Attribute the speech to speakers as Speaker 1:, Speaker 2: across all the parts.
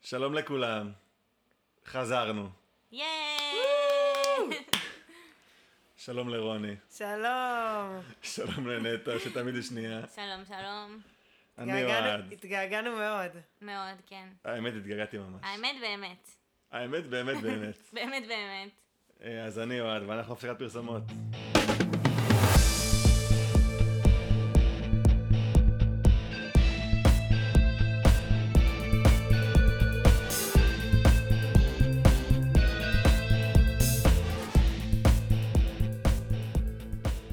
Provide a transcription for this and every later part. Speaker 1: שלום לכולם, חזרנו.
Speaker 2: ייי!
Speaker 1: שלום לרוני,
Speaker 3: שלום.
Speaker 1: שלום לנטע, שתמיד היא שנייה.
Speaker 2: שלום, שלום.
Speaker 1: אני
Speaker 3: התגעגענו-
Speaker 1: אוהד.
Speaker 3: התגעגענו מאוד.
Speaker 2: מאוד, כן.
Speaker 1: האמת, התגעגעתי ממש.
Speaker 2: האמת באמת.
Speaker 1: האמת, באמת, באמת.
Speaker 2: באמת באמת.
Speaker 1: אה, אז אני אוהד, ואנחנו הפסקת פרסומות.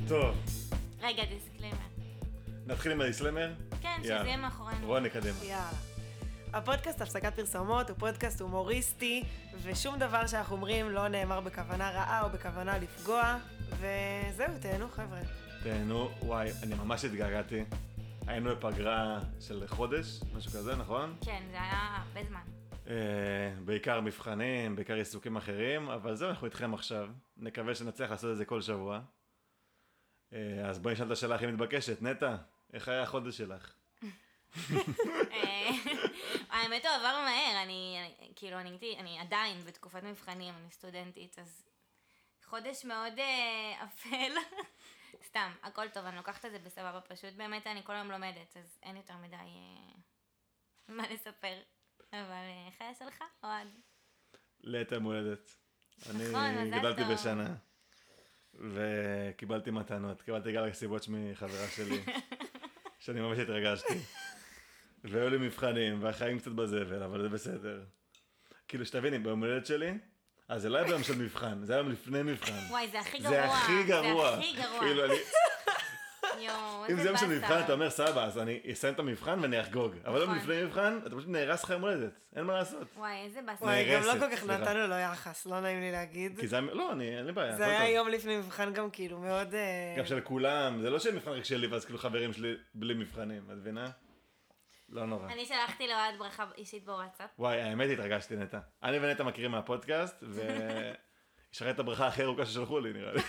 Speaker 1: טוב,
Speaker 2: רגע, דיסקלמר.
Speaker 1: נתחיל עם הדיסלמר?
Speaker 2: כן, שזה
Speaker 1: יאללה.
Speaker 2: יהיה מאחורינו.
Speaker 1: רוני, קדימה.
Speaker 3: יאללה. הפודקאסט הפסקת פרסומות הוא פודקאסט הומוריסטי, ושום דבר שאנחנו אומרים לא נאמר בכוונה רעה או בכוונה לפגוע, וזהו, תהנו חבר'ה.
Speaker 1: תהנו, וואי, אני ממש התגעגעתי. היינו בפגרה של חודש, משהו כזה, נכון?
Speaker 2: כן, זה היה הרבה זמן.
Speaker 1: אה, בעיקר מבחנים, בעיקר עיסוקים אחרים, אבל זהו, אנחנו איתכם עכשיו. נקווה שנצליח לעשות את זה כל שבוע. אה, אז בואי נשאל את השאלה הכי מתבקשת. נטע, איך היה החודש שלך?
Speaker 2: אה, האמת, הוא עבר מהר. אני, אני- כאילו, אני הייתי, אני עדיין בתקופת מבחנים, אני סטודנטית, אז חודש מאוד אה, אפל. סתם, הכל טוב, אני לוקחת את זה בסבבה, פשוט באמת אני כל היום לומדת, אז אין יותר מדי אה, מה לספר. אבל אה, איך היה שלך, אוהד?
Speaker 1: לעת יום הולדת. אני
Speaker 2: נכון, מזל
Speaker 1: גדלתי
Speaker 2: טוב.
Speaker 1: בשנה, וקיבלתי מתנות. קיבלתי גל הסיבות מחברה שלי, שאני ממש התרגשתי. והיו לי מבחנים, והחיים קצת בזבל, אבל זה בסדר. כאילו, שתביני, ביום הולדת שלי, אז זה לא היה ביום של מבחן, זה היה יום לפני מבחן.
Speaker 2: וואי, זה הכי גרוע.
Speaker 1: זה הכי גרוע.
Speaker 2: זה הכי גרוע.
Speaker 1: כאילו, אני-
Speaker 2: יואו,
Speaker 1: אם
Speaker 2: איזה
Speaker 1: זה יום של
Speaker 2: באסה.
Speaker 1: מבחן, אתה אומר, סבבה, אז אני אסיים את המבחן ואני אחגוג. אבל יום
Speaker 2: נכון.
Speaker 1: לפני מבחן, אתה פשוט נהרס לך יום הולדת, אין מה לעשות.
Speaker 2: וואי, איזה באסה.
Speaker 3: וואי, גם לא
Speaker 1: נהרסת,
Speaker 3: כל כך
Speaker 1: סליחה.
Speaker 3: נתנו לו יחס, לא נעים לי להגיד.
Speaker 1: כי זה היה, לא, אני, אין לי בעיה.
Speaker 3: זה
Speaker 1: הכל
Speaker 3: היה
Speaker 1: טוב.
Speaker 3: יום לפני מבחן גם כאילו מאוד... אה,
Speaker 1: גם של כולם, זה לא שמבחן רק שלי ואז כאילו חברים שלי בלי מבחנים, את מבינה? לא נורא.
Speaker 2: אני שלחתי לאוהד ברכה אישית בוואטסאפ.
Speaker 1: וואי, האמת התרגשתי נטע. אני ונטע מכירים מהפודקאסט, ויש לך את הברכה הכי ארוכה ששלחו לי נראה לי.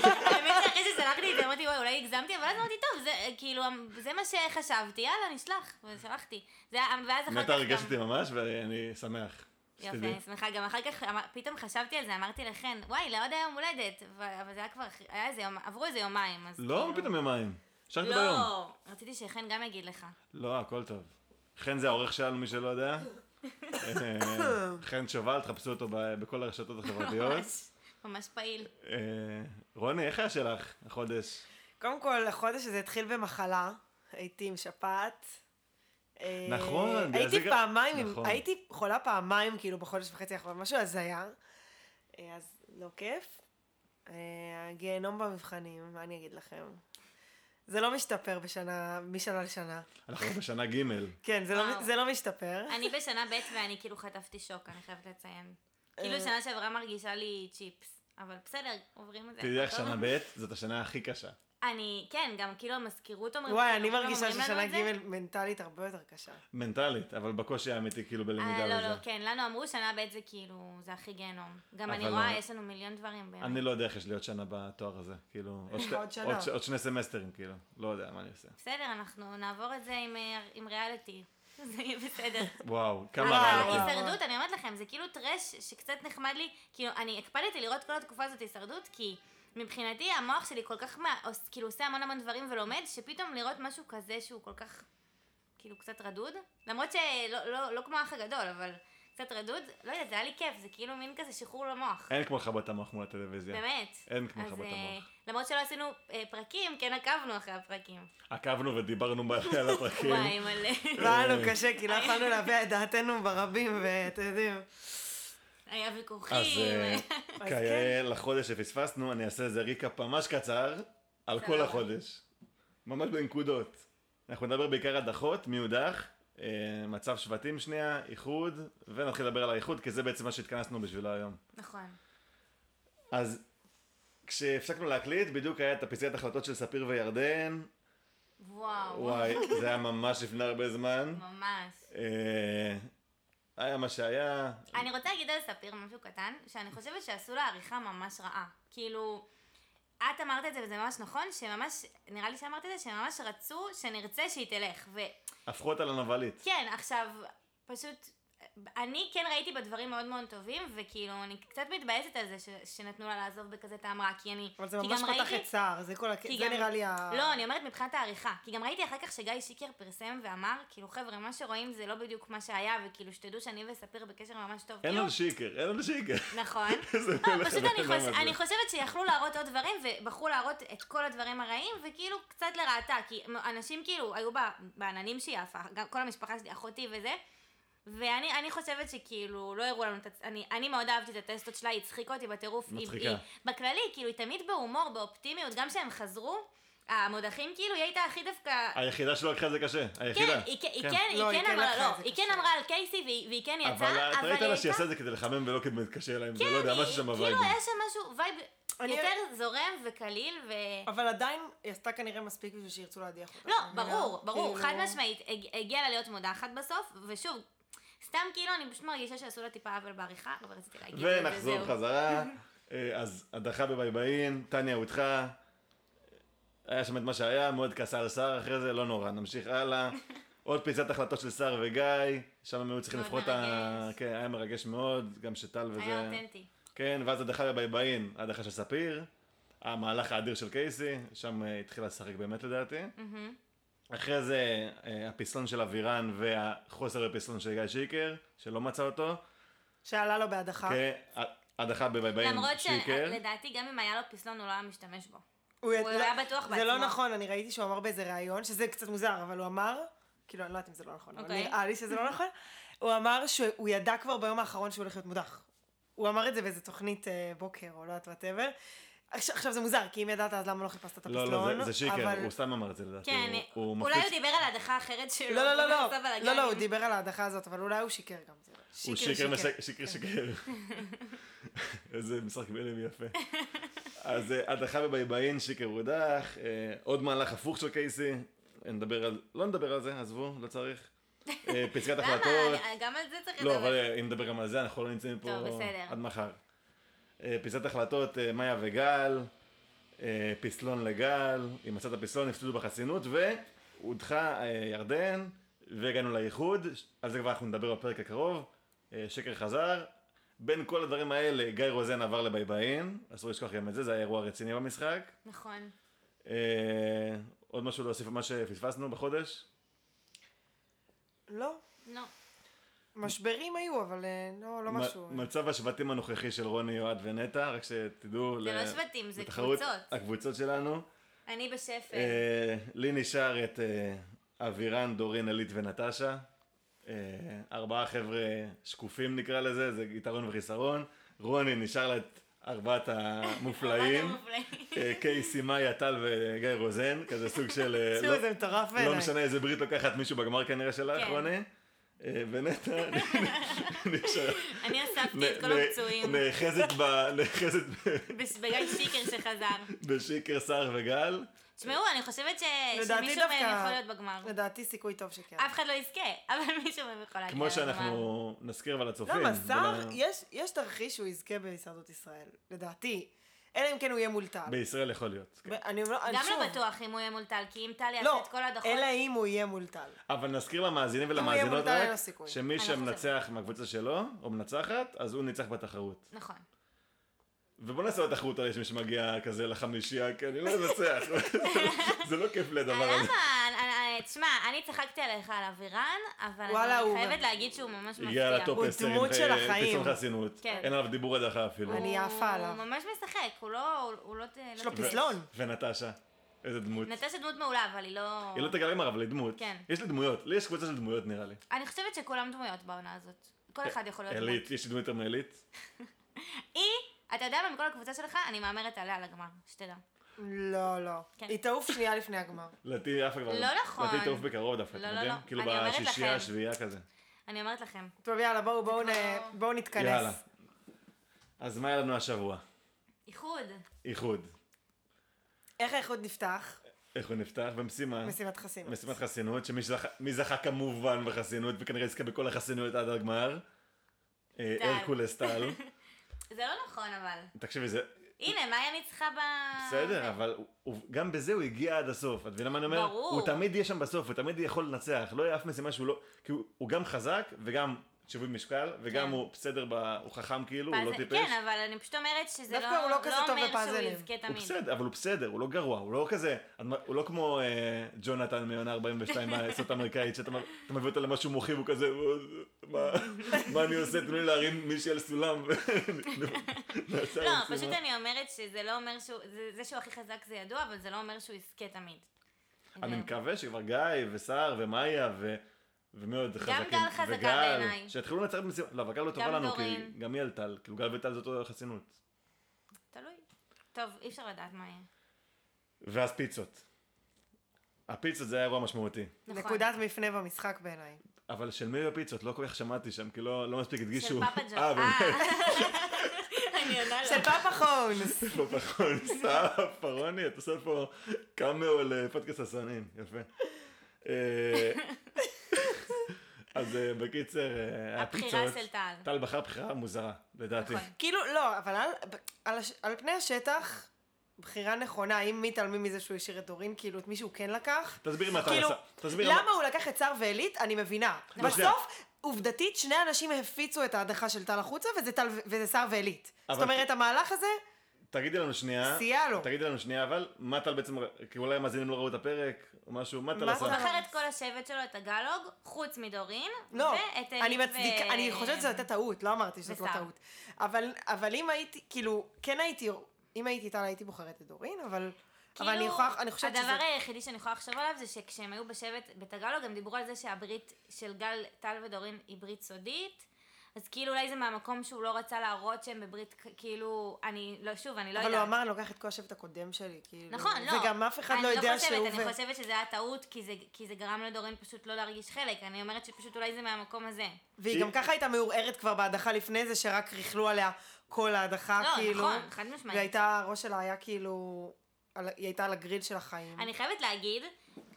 Speaker 2: האמת שאחרי ששלחתי את זה אמרתי, וואי, אולי הגזמתי, אבל אז אמרתי, טוב, זה כאילו, זה מה שחשבתי, יאללה, נשלח. ושלחתי. זה היה- ואז אחר כך
Speaker 1: נטע הרגשת אותי
Speaker 2: גם...
Speaker 1: ממש ואני שמח.
Speaker 2: יפה,
Speaker 1: שתדעי.
Speaker 2: אני שמחה. גם אחר כך אמר- פתאום חשבתי על זה, אמרתי לכן, וואי, לעוד היום הולדת. ו- אבל זה היה כבר, אחרי- היה איזה יום, עברו איזה יומיים, אז...
Speaker 1: לא,
Speaker 2: כאילו-
Speaker 1: פתאום יומיים. אפשר לקבל יום.
Speaker 2: לא, רציתי שחן גם יגיד לך.
Speaker 1: לא, הכל טוב. חן זה העורך שלנו, מי שלא יודע. אה, חן שובל, תחפשו אותו ב- בכל הרשתות החברתיות.
Speaker 2: ממש, ממש פעיל.
Speaker 1: אה, רוני, איך היה שלך החודש?
Speaker 3: קודם כל, החודש הזה התחיל במחלה, הייתי עם שפעת. אה,
Speaker 1: נכון, בגלל זה
Speaker 3: הייתי
Speaker 1: גם-
Speaker 3: פעמיים, עם-
Speaker 1: נכון.
Speaker 3: הייתי חולה פעמיים כאילו בחודש וחצי האחרון, משהו הזיה. אה, אז לא כיף. אה, הגיהנום במבחנים, מה אני אגיד לכם? זה לא משתפר בשנה, משנה לשנה.
Speaker 1: אנחנו בשנה ג'
Speaker 3: כן, זה לא,
Speaker 2: וואו.
Speaker 3: זה לא משתפר.
Speaker 2: אני בשנה ב' ואני כאילו חטפתי שוק, אני חייבת לציין. כאילו
Speaker 3: אה.
Speaker 2: שנה שעברה מרגישה לי צ'יפס. אבל בסדר, עוברים את זה.
Speaker 1: תדעי לך,
Speaker 2: הכל
Speaker 1: שנה
Speaker 2: טוב.
Speaker 1: ב' זאת השנה הכי קשה.
Speaker 2: אני, כן, גם כאילו המזכירות אומרים...
Speaker 3: וואי,
Speaker 2: כאילו,
Speaker 3: אני
Speaker 2: כולם
Speaker 3: מרגישה
Speaker 2: אומרים לנו
Speaker 3: ששנה
Speaker 2: את זה.
Speaker 3: ג' מנטלית הרבה יותר קשה.
Speaker 1: אה. מנטלית, אבל בקושי האמיתי כאילו בלמידה
Speaker 2: אה,
Speaker 1: וזה.
Speaker 2: לא, לא, כן, לנו אמרו שנה ב' זה כאילו, זה הכי גיהנום. גם
Speaker 1: אבל
Speaker 2: אני רואה,
Speaker 1: לא.
Speaker 2: יש לנו מיליון דברים באמת.
Speaker 1: אני לא יודע איך יש לי עוד שנה בתואר הזה,
Speaker 2: אה,
Speaker 1: כאילו, עוד, שתי,
Speaker 3: עוד שנה.
Speaker 1: עוד, ש- עוד שני סמסטרים, כאילו, לא יודע מה אני עושה.
Speaker 2: בסדר, אנחנו נעבור את זה עם, אה, עם ריאליטי. זה יהיה בסדר. אה,
Speaker 1: וואו, כמה
Speaker 2: אבל
Speaker 1: רע.
Speaker 3: וואו.
Speaker 2: הישרדות, אני אומרת לכם, זה כאילו טרש שקצת נחמד לי, כאילו, אני הקפדתי לראות כל התקופה הזאת הישרדות, כי מבחינתי המוח שלי כל כך, מה, עוש- כאילו, עושה המון המון דברים ולומד, שפתאום לראות משהו כזה שהוא כל כך, כאילו, קצת רדוד, למרות שלא לא, לא כמו האח הגדול, אבל קצת רדוד, לא יודעת, זה היה לי כיף, זה כאילו מין כזה שחרור למוח.
Speaker 1: אין כמו לכבות את המוח מול הטלוויזיה.
Speaker 2: אה. באמת.
Speaker 1: אין כמו
Speaker 2: אז,
Speaker 1: לכבות את
Speaker 2: אה,
Speaker 1: המוח.
Speaker 2: למרות שלא עשינו אה, פרקים, כן עקבנו אחרי הפרקים.
Speaker 1: עקבנו ודיברנו מלא על הפרקים.
Speaker 2: וואי, מלא.
Speaker 3: לא היה לנו קשה, כי לא יכולנו להביע את דעתנו ברבים, ואתם יודעים.
Speaker 2: היה
Speaker 1: אז
Speaker 2: ויכוחים.
Speaker 1: אה,
Speaker 3: כן.
Speaker 1: כיאה לחודש שפספסנו, אני אעשה איזה ריקאפ ממש קצר על כל
Speaker 2: סבבה.
Speaker 1: החודש. ממש בנקודות. אנחנו נדבר בעיקר הדחות, מי הודח, אה, מצב שבטים שנייה, איחוד, ונתחיל לדבר על האיחוד, כי זה בעצם מה שהתכנסנו בשבילו היום.
Speaker 2: נכון.
Speaker 1: אז כשהפסקנו להקליט, בדיוק היה את הפסקת החלטות של ספיר וירדן.
Speaker 2: וואו.
Speaker 1: וואי, זה היה ממש לפני הרבה זמן.
Speaker 2: ממש.
Speaker 1: אה, היה מה שהיה.
Speaker 3: כן.
Speaker 2: אני רוצה להגיד על ספיר משהו קטן, שאני חושבת שעשו לה עריכה ממש רעה. כאילו, את אמרת את זה וזה ממש נכון, שממש, נראה לי שאמרת את זה, שממש רצו שנרצה שהיא תלך. וכן,
Speaker 1: הפכו אותה לנבלית.
Speaker 2: עכשיו, פשוט, אני כן ראיתי בה דברים מאוד מאוד טובים, וכאילו, אני קצת מתבאסת על זה ש, שנתנו לה לעזוב בכזה טעם רע, כי אני...
Speaker 3: אבל זה
Speaker 2: כי
Speaker 3: ממש
Speaker 2: גם
Speaker 3: פתח
Speaker 2: ראיתי-
Speaker 3: את צער, זה כל הכ...
Speaker 2: כי
Speaker 3: זה
Speaker 2: גם-
Speaker 3: נראה לי ה...
Speaker 2: לא, אני אומרת מבחינת העריכה. כי גם ראיתי אחר כך שגיא שיקר פרסם ואמר, כאילו, חבר'ה, מה שרואים זה לא בדיוק מה שהיה, וכאילו, שתדעו שאני וספיר בקשר ממש טוב.
Speaker 1: אין
Speaker 2: כאילו,
Speaker 1: על שיקר, אין על שיקר.
Speaker 2: נכון.
Speaker 1: איזה
Speaker 2: לא,
Speaker 1: מלך
Speaker 2: פשוט
Speaker 1: הבן
Speaker 2: אני,
Speaker 1: אדם
Speaker 2: חוש...
Speaker 1: הזה.
Speaker 2: אני חושבת שיכלו להראות עוד דברים, ובחרו להראות את כל הדברים הרעים, וכאילו קצת לרעתה, כי אנשים כאילו היו ב- בעננים שהיא עפה, גם כל המשפחה שלי, אחותי וזה, ואני אני חושבת שכאילו לא הראו לנו את הצ... אני, אני מאוד אהבתי את הטסטות שלה, היא הצחיקה אותי בטירוף. היא-
Speaker 1: מצחיקה.
Speaker 2: היא, בכללי, כאילו, היא תמיד בהומור, באופטימיות, גם כשהם חזרו, המודחים כאילו, היא הייתה הכי דווקא...
Speaker 1: היחידה שלא לקחה את זה קשה,
Speaker 2: כן,
Speaker 1: היחידה.
Speaker 2: היא כן, היא
Speaker 1: כן.
Speaker 2: כן,
Speaker 3: לא,
Speaker 2: היא
Speaker 3: היא כן
Speaker 2: כן אמרה,
Speaker 3: לקחה את
Speaker 2: לא,
Speaker 3: זה
Speaker 2: היא כן
Speaker 3: קשה.
Speaker 2: אמרה על קייסי והיא- והיא כן יצאה,
Speaker 1: אבל את
Speaker 2: אבל
Speaker 1: ראית לה
Speaker 2: היא
Speaker 1: שהיא
Speaker 2: הייתה...
Speaker 1: עושה את זה כדי לחמם ולא כדי להתקשר להם, זה
Speaker 2: כן,
Speaker 1: לא יודע,
Speaker 2: היא-
Speaker 1: משהו שם
Speaker 2: כאילו
Speaker 1: בווייבים.
Speaker 2: היה שם משהו, וייב
Speaker 3: אני-
Speaker 2: יותר זורם וקליל ו...
Speaker 3: אבל עדיין היא עשתה כנראה מספיק בשביל שירצו להדיח אותה.
Speaker 2: לא,
Speaker 3: אני מבינה?
Speaker 2: ברור, ברור,
Speaker 3: כאילו-
Speaker 2: חד משמעית, הג- הגיעה לה להיות מודחת בסוף, ושוב, סתם כאילו אני פשוט מרגישה שעשו לה טיפה עוול בעריכה, אבל רציתי להגיד את זה,
Speaker 1: ונחזור
Speaker 2: וזהו.
Speaker 1: חזרה. אה, אז הדחה בבייבאין, טניה הוא איתך. היה שם את מה שהיה, מאוד כעסה על שר אחרי זה, לא נורא, נמשיך הלאה. עוד פיסת החלטות של שר וגיא, שם הם היו צריכים
Speaker 2: מאוד
Speaker 1: לבחור את ה...
Speaker 2: מרגש.
Speaker 1: כן, היה מרגש מאוד, גם שטל וזה...
Speaker 2: היה אותנטי.
Speaker 1: כן, ואז הדחה בבייבאין, הדחה של ספיר, המהלך האדיר של קייסי, שם אה, התחילה לשחק באמת לדעתי.
Speaker 2: מהמם.
Speaker 1: אחרי זה אה, הפסלון של אבירן והחוסר בפסלון של גיא שיקר, שלא מצא אותו.
Speaker 3: שעלה לו בהדחה.
Speaker 1: כן, הדחה בבייבאין,
Speaker 2: למרות אה,
Speaker 1: שיקר.
Speaker 2: שלדעתי גם אם היה לו פסלון הוא לא היה משתמש בו.
Speaker 3: הוא
Speaker 2: הוא
Speaker 3: לא-
Speaker 2: היה בטוח
Speaker 3: זה לא
Speaker 2: בעצמו.
Speaker 3: נכון, אני ראיתי שהוא אמר באיזה ראיון, שזה קצת מוזר, אבל הוא אמר, כאילו, אני לא יודעת אם זה לא נכון, אבל
Speaker 2: אוקיי.
Speaker 3: נראה לי שזה לא נכון, הוא אמר שהוא ידע כבר ביום האחרון שהוא הולך להיות מודח. הוא אמר את זה באיזה תוכנית אה, בוקר, או לא יודעת וואטאבר. עכשיו עכשיו זה מוזר, כי אם ידעת, אז למה לא חיפשת את
Speaker 1: לא,
Speaker 3: הפסלון?
Speaker 1: לא, זה- זה שיקר,
Speaker 3: אבל-
Speaker 1: הוא סתם אמר את זה לדעתי.
Speaker 2: כן,
Speaker 1: הוא- הוא
Speaker 2: אולי הוא
Speaker 1: מפיץ-
Speaker 2: דיבר על ההדחה האחרת שלו.
Speaker 3: לא, לא, לא,
Speaker 2: והוא
Speaker 3: לא,
Speaker 2: עשה בלאגנים.
Speaker 3: לא, לא, הוא דיבר על ההדחה הזאת, אבל אולי הוא שיקר גם. זה-
Speaker 1: הוא שיקר, משק- שיקר, שיקר. איזה משחק מילים יפה. אז אה, הדחה בבייבאין, שיקר הודח, אה, עוד מהלך הפוך של קייסי, נדבר על, לא נדבר על זה, עזבו, לא צריך. אה, פסקת החלטות.
Speaker 2: למה? גם על זה צריך
Speaker 1: לא,
Speaker 2: לדבר.
Speaker 1: אבל אה, אם נדבר גם על זה, אנחנו לא נמצאים פה
Speaker 2: טוב, בסדר.
Speaker 1: עד מחר. אה, פיסת החלטות, אה, מאיה וגל, אה, פסלון לגל, היא מצאה את הפסלון, הפסידו בחסינות, והודחה אה, ירדן, והגענו לאיחוד, ש- על זה כבר אנחנו נדבר בפרק הקרוב, אה, שקר חזר. בין כל הדברים האלה, גיא רוזן עבר לבייבאין, אסור לשכוח גם את זה, זה היה אירוע רציני במשחק.
Speaker 2: נכון.
Speaker 1: אה, עוד משהו להוסיף על מה שפספסנו בחודש?
Speaker 3: לא,
Speaker 2: לא.
Speaker 3: משברים היו, אבל אה, לא לא
Speaker 1: מ-
Speaker 3: משהו.
Speaker 1: מצב השבטים הנוכחי של רוני, יועד ונטע, רק שתדעו.
Speaker 2: זה
Speaker 1: ל-
Speaker 2: לא שבטים, זה
Speaker 1: בתחרות
Speaker 2: קבוצות. כן.
Speaker 1: הקבוצות שלנו.
Speaker 2: אני בשפל.
Speaker 1: אה, לי נשאר את אה, אבירן, דורין, אלית ונטשה. אה, ארבעה חבר'ה שקופים נקרא לזה, זה יתרון וחיסרון. רוני נשאר לה את ארבעת המופלאים.
Speaker 2: אבל אתם מופלאים.
Speaker 1: אה, קייסי, מאיה, טל וגיא רוזן, כזה סוג של... אה,
Speaker 3: תשמעו,
Speaker 1: לא-
Speaker 3: זה מטורף בעיניי.
Speaker 1: לא משנה איזה ברית לוקחת מישהו בגמר כנראה שלך,
Speaker 2: כן.
Speaker 1: רוני. אה, ונטע נשאר.
Speaker 2: אני אספתי את
Speaker 1: נ-
Speaker 2: כל
Speaker 1: נ-
Speaker 2: הפצועים.
Speaker 1: נאחזת ב- נאחזת ב-
Speaker 2: בס- בגיא שיקר שחזר.
Speaker 1: בשיקר סער וגל.
Speaker 2: תשמעו, אני חושבת ש-
Speaker 3: לדעתי
Speaker 2: שמישהו מהם
Speaker 3: דווקא-
Speaker 2: אה, יכול להיות בגמר.
Speaker 3: לדעתי סיכוי טוב שכן.
Speaker 2: אף אחד לא יזכה, אבל מישהו מהם יכול להגיע
Speaker 1: כמו
Speaker 2: לגמר.
Speaker 1: שאנחנו נזכיר כן, אבל לא- לצופים.
Speaker 3: למה, לא, שר,
Speaker 1: ול-
Speaker 3: יש, יש תרחיש שהוא יזכה בהישרדות ישראל, לדעתי. אלא אם כן הוא יהיה מול טל.
Speaker 1: בישראל יכול להיות. כן.
Speaker 3: אני אומר, אני
Speaker 2: גם
Speaker 3: שוב,
Speaker 2: לא בטוח אם הוא יהיה מול טל, כי אם טל יעשה
Speaker 3: לא,
Speaker 2: את כל ההדחות...
Speaker 3: אלא אם הוא יהיה מול טל.
Speaker 1: אבל נזכיר למאזינים
Speaker 3: יהיה
Speaker 1: ולמאזינות
Speaker 3: מודע, אין
Speaker 1: רק
Speaker 3: לו סיכוי.
Speaker 1: שמי
Speaker 2: אני לא
Speaker 1: שמנצח מהקבוצה שלו, או מנצחת, אז הוא ניצח בתחרות.
Speaker 2: נכון.
Speaker 1: ובוא נעשה עוד תחרות על יש מי שמגיע כזה לחמישייה, כי אני לא אנצח. זה לא כיף לדבר הזה.
Speaker 2: למה? אה, אה, תשמע, אני צחקתי עליך על אבירן, אבל
Speaker 3: וואלה,
Speaker 2: אני
Speaker 3: הוא-
Speaker 2: חייבת להגיד שהוא ממש מפתיע.
Speaker 1: הגיע לטופ
Speaker 3: הוא
Speaker 1: 10
Speaker 3: דמות של
Speaker 1: אה,
Speaker 3: החיים.
Speaker 1: פסול חסינות.
Speaker 2: כן.
Speaker 1: אין עליו דיבור הדחה אפילו.
Speaker 3: אני- עפה עליו.
Speaker 2: הוא ממש משחק, הוא לא... הוא לא...
Speaker 3: יש לו
Speaker 2: לא-
Speaker 3: פסלון.
Speaker 1: ונטשה, איזה דמות.
Speaker 2: נטשה דמות מעולה, אבל היא לא...
Speaker 1: היא לא תגלם הרב, אבל היא דמות.
Speaker 2: כן.
Speaker 1: יש לי דמויות, לי יש קבוצה של דמויות נראה לי.
Speaker 2: אני חושבת שכולם דמויות בעונה הזאת.
Speaker 1: אה,
Speaker 2: כל אחד יכול להיות דמות.
Speaker 1: עילית, יש לי דמות יותר מעילית.
Speaker 2: היא, אתה יודע מה, מכל הקבוצה שלך, אני מהמרת עליה לגמר, שתדע.
Speaker 3: לא, לא.
Speaker 2: כן.
Speaker 3: היא תעוף שנייה לפני הגמר.
Speaker 1: לדעתי עפה כבר.
Speaker 2: לא נכון.
Speaker 1: לדעתי תעוף בקרוב דווקא,
Speaker 2: לא,
Speaker 1: אתם
Speaker 2: לא,
Speaker 1: יודעים?
Speaker 2: לא.
Speaker 1: כאילו
Speaker 2: אני אומרת
Speaker 1: בשישייה,
Speaker 2: לכם.
Speaker 1: השביעייה כזה.
Speaker 2: אני אומרת לכם.
Speaker 3: טוב, יאללה, בואו בואו
Speaker 2: כבר
Speaker 3: נ-
Speaker 2: לא-
Speaker 3: בואו נתכנס.
Speaker 1: יאללה. אז מה היה לנו השבוע?
Speaker 2: איחוד.
Speaker 1: איחוד.
Speaker 3: איך האיחוד נפתח?
Speaker 1: איך הוא נפתח? במשימה.
Speaker 3: משימת חסינות.
Speaker 1: משימת חסינות, שמי זכה- מי זכה כמובן בחסינות, וכנראה יזכה בכל החסינויות עד הגמר. אה,
Speaker 2: טל.
Speaker 1: הרקולס טל.
Speaker 2: זה לא נכון, אבל.
Speaker 1: תקשיבי, זה
Speaker 2: הנה, מאיה ניצחה ב...
Speaker 1: בסדר, אבל הוא- הוא- גם בזה הוא הגיע עד הסוף. את מבינה מה אני אומר?
Speaker 2: ברור.
Speaker 1: הוא תמיד יהיה שם בסוף, הוא תמיד יכול לנצח. לא יהיה אף משימה שהוא לא... כי הוא- הוא גם חזק וגם שיווי משקל, וגם
Speaker 2: כן.
Speaker 1: הוא בסדר, ב... הוא חכם כאילו, הוא
Speaker 2: פאזל-
Speaker 1: לא טיפש.
Speaker 2: כן, אבל אני פשוט אומרת שזה
Speaker 3: דווקא
Speaker 2: לא,
Speaker 3: הוא לא כזה טוב
Speaker 2: אומר שהוא
Speaker 3: בפאזלים.
Speaker 2: יזכה
Speaker 1: הוא
Speaker 2: תמיד.
Speaker 1: בסדר, אבל הוא בסדר, הוא לא גרוע, הוא לא כזה, הוא לא כמו אה, ג'ונתן מעונה 42 מהסרט האמריקאית, שאתה מ- אתה מביא אותו למשהו מוחי, והוא כזה, "אה, מה- מה אני עושה, תנו לי להרים מישהי על סולם. ונעשה
Speaker 2: לא,
Speaker 1: המשימה.
Speaker 2: פשוט אני אומרת שזה לא אומר שהוא, זה, זה שהוא הכי חזק זה ידוע, אבל זה לא אומר שהוא יזכה תמיד. כן.
Speaker 1: אני
Speaker 2: זה-
Speaker 1: מקווה שכבר גיא וסער ומאיה ו... ומי עוד חזקים.
Speaker 2: גל חזקה
Speaker 1: וגל,
Speaker 2: בעיניי.
Speaker 1: שיתחילו לנצח את המשימה, לא, אבל גל לא טובה
Speaker 2: גם
Speaker 1: לנו,
Speaker 2: דורין.
Speaker 1: כי גם היא על טל, כאילו גל וטל זה אותו חסינות.
Speaker 2: תלוי. טוב, אי אפשר לדעת מה יהיה.
Speaker 1: ואז פיצות. הפיצות זה היה אירוע משמעותי.
Speaker 2: נכון.
Speaker 3: נקודת מפנה במשחק בעיניי.
Speaker 1: אבל של מי הפיצות? לא כל כך שמעתי שם, כי לא, לא מספיק הדגישו.
Speaker 2: של פאפה ג'ון.
Speaker 1: אה, באמת,
Speaker 2: אני עונה
Speaker 3: של
Speaker 2: לו.
Speaker 3: פאפה חונס.
Speaker 1: פפחון, סער, פרוני, את עושה פה קאמאו לפודקאסט הסונים, יפה. אה, אז אה, בקיצר, אה,
Speaker 2: הבחירה
Speaker 1: הפיצות,
Speaker 2: של טל.
Speaker 1: טל בחר בחירה מוזרה, לדעתי.
Speaker 2: נכון.
Speaker 3: כאילו, לא, אבל על, על, הש- על פני השטח, בחירה נכונה, אם מתעלמים מזה שהוא השאיר את דורין, כאילו, את מי שהוא כן לקח.
Speaker 1: תסבירי מה אתה
Speaker 3: כאילו,
Speaker 1: עשה. תסבירי מה-
Speaker 3: למה הוא לקח את סער ואלית, אני מבינה.
Speaker 1: לא, שנייה.
Speaker 3: בסוף, עובדתית, שני אנשים הפיצו את ההדחה של טל החוצה, וזה, טל, וזה סער ואלית.
Speaker 1: אבל-
Speaker 3: זאת אומרת, המהלך הזה,
Speaker 1: תגידי לנו שנייה,
Speaker 3: סייע לו.
Speaker 1: תגידי לנו שנייה, אבל מה טל בעצם, כי אולי המאזינים לא ראו את הפרק, או משהו, מה טל
Speaker 3: מה
Speaker 2: הוא
Speaker 3: טל
Speaker 1: עשה?
Speaker 3: עשה?
Speaker 2: בחר את כל השבט שלו, את הגלוג, חוץ מדורין,
Speaker 3: לא,
Speaker 2: ואת אה, אלית
Speaker 3: אני מצדיקה,
Speaker 2: ו-
Speaker 3: אני חושבת שזו הייתה טעות, לא אמרתי שזאת לא
Speaker 2: ושר.
Speaker 3: טעות. אבל, אבל אם הייתי, כאילו, כן הייתי, אם הייתי איתה, הייתי בוחרת את דורין, אבל, אבל אני,
Speaker 2: כאילו,
Speaker 3: יכולה, אני חושבת שזה...
Speaker 2: הדבר היחידי שאני יכולה לחשוב עליו זה שכשהם היו בשבט בטגלוג, הם דיברו על זה שהברית של גל, טל ודורין היא ברית סודית. אז כאילו אולי זה מהמקום שהוא לא רצה להראות שהם בברית, כ- כאילו, אני, לא, שוב, אני לא
Speaker 3: אבל
Speaker 2: יודעת.
Speaker 3: הוא אמר, אני לוקח את כל השבט הקודם שלי, כאילו.
Speaker 2: נכון, לא.
Speaker 3: וגם אף אחד
Speaker 2: אני
Speaker 3: לא יודע
Speaker 2: חושבת,
Speaker 3: שהוא...
Speaker 2: אני חושבת שזה היה טעות, כי זה, כי זה גרם לדורין פשוט לא להרגיש חלק. אני אומרת שפשוט אולי זה מהמקום הזה.
Speaker 3: והיא גם ככה הייתה מעורערת כבר בהדחה לפני זה, שרק ריכלו עליה כל ההדחה,
Speaker 2: לא,
Speaker 3: כאילו.
Speaker 2: נכון, חד משמעית.
Speaker 3: והייתה, הראש שלה היה כאילו... על- היא הייתה על הגריל של החיים.
Speaker 2: אני חייבת להגיד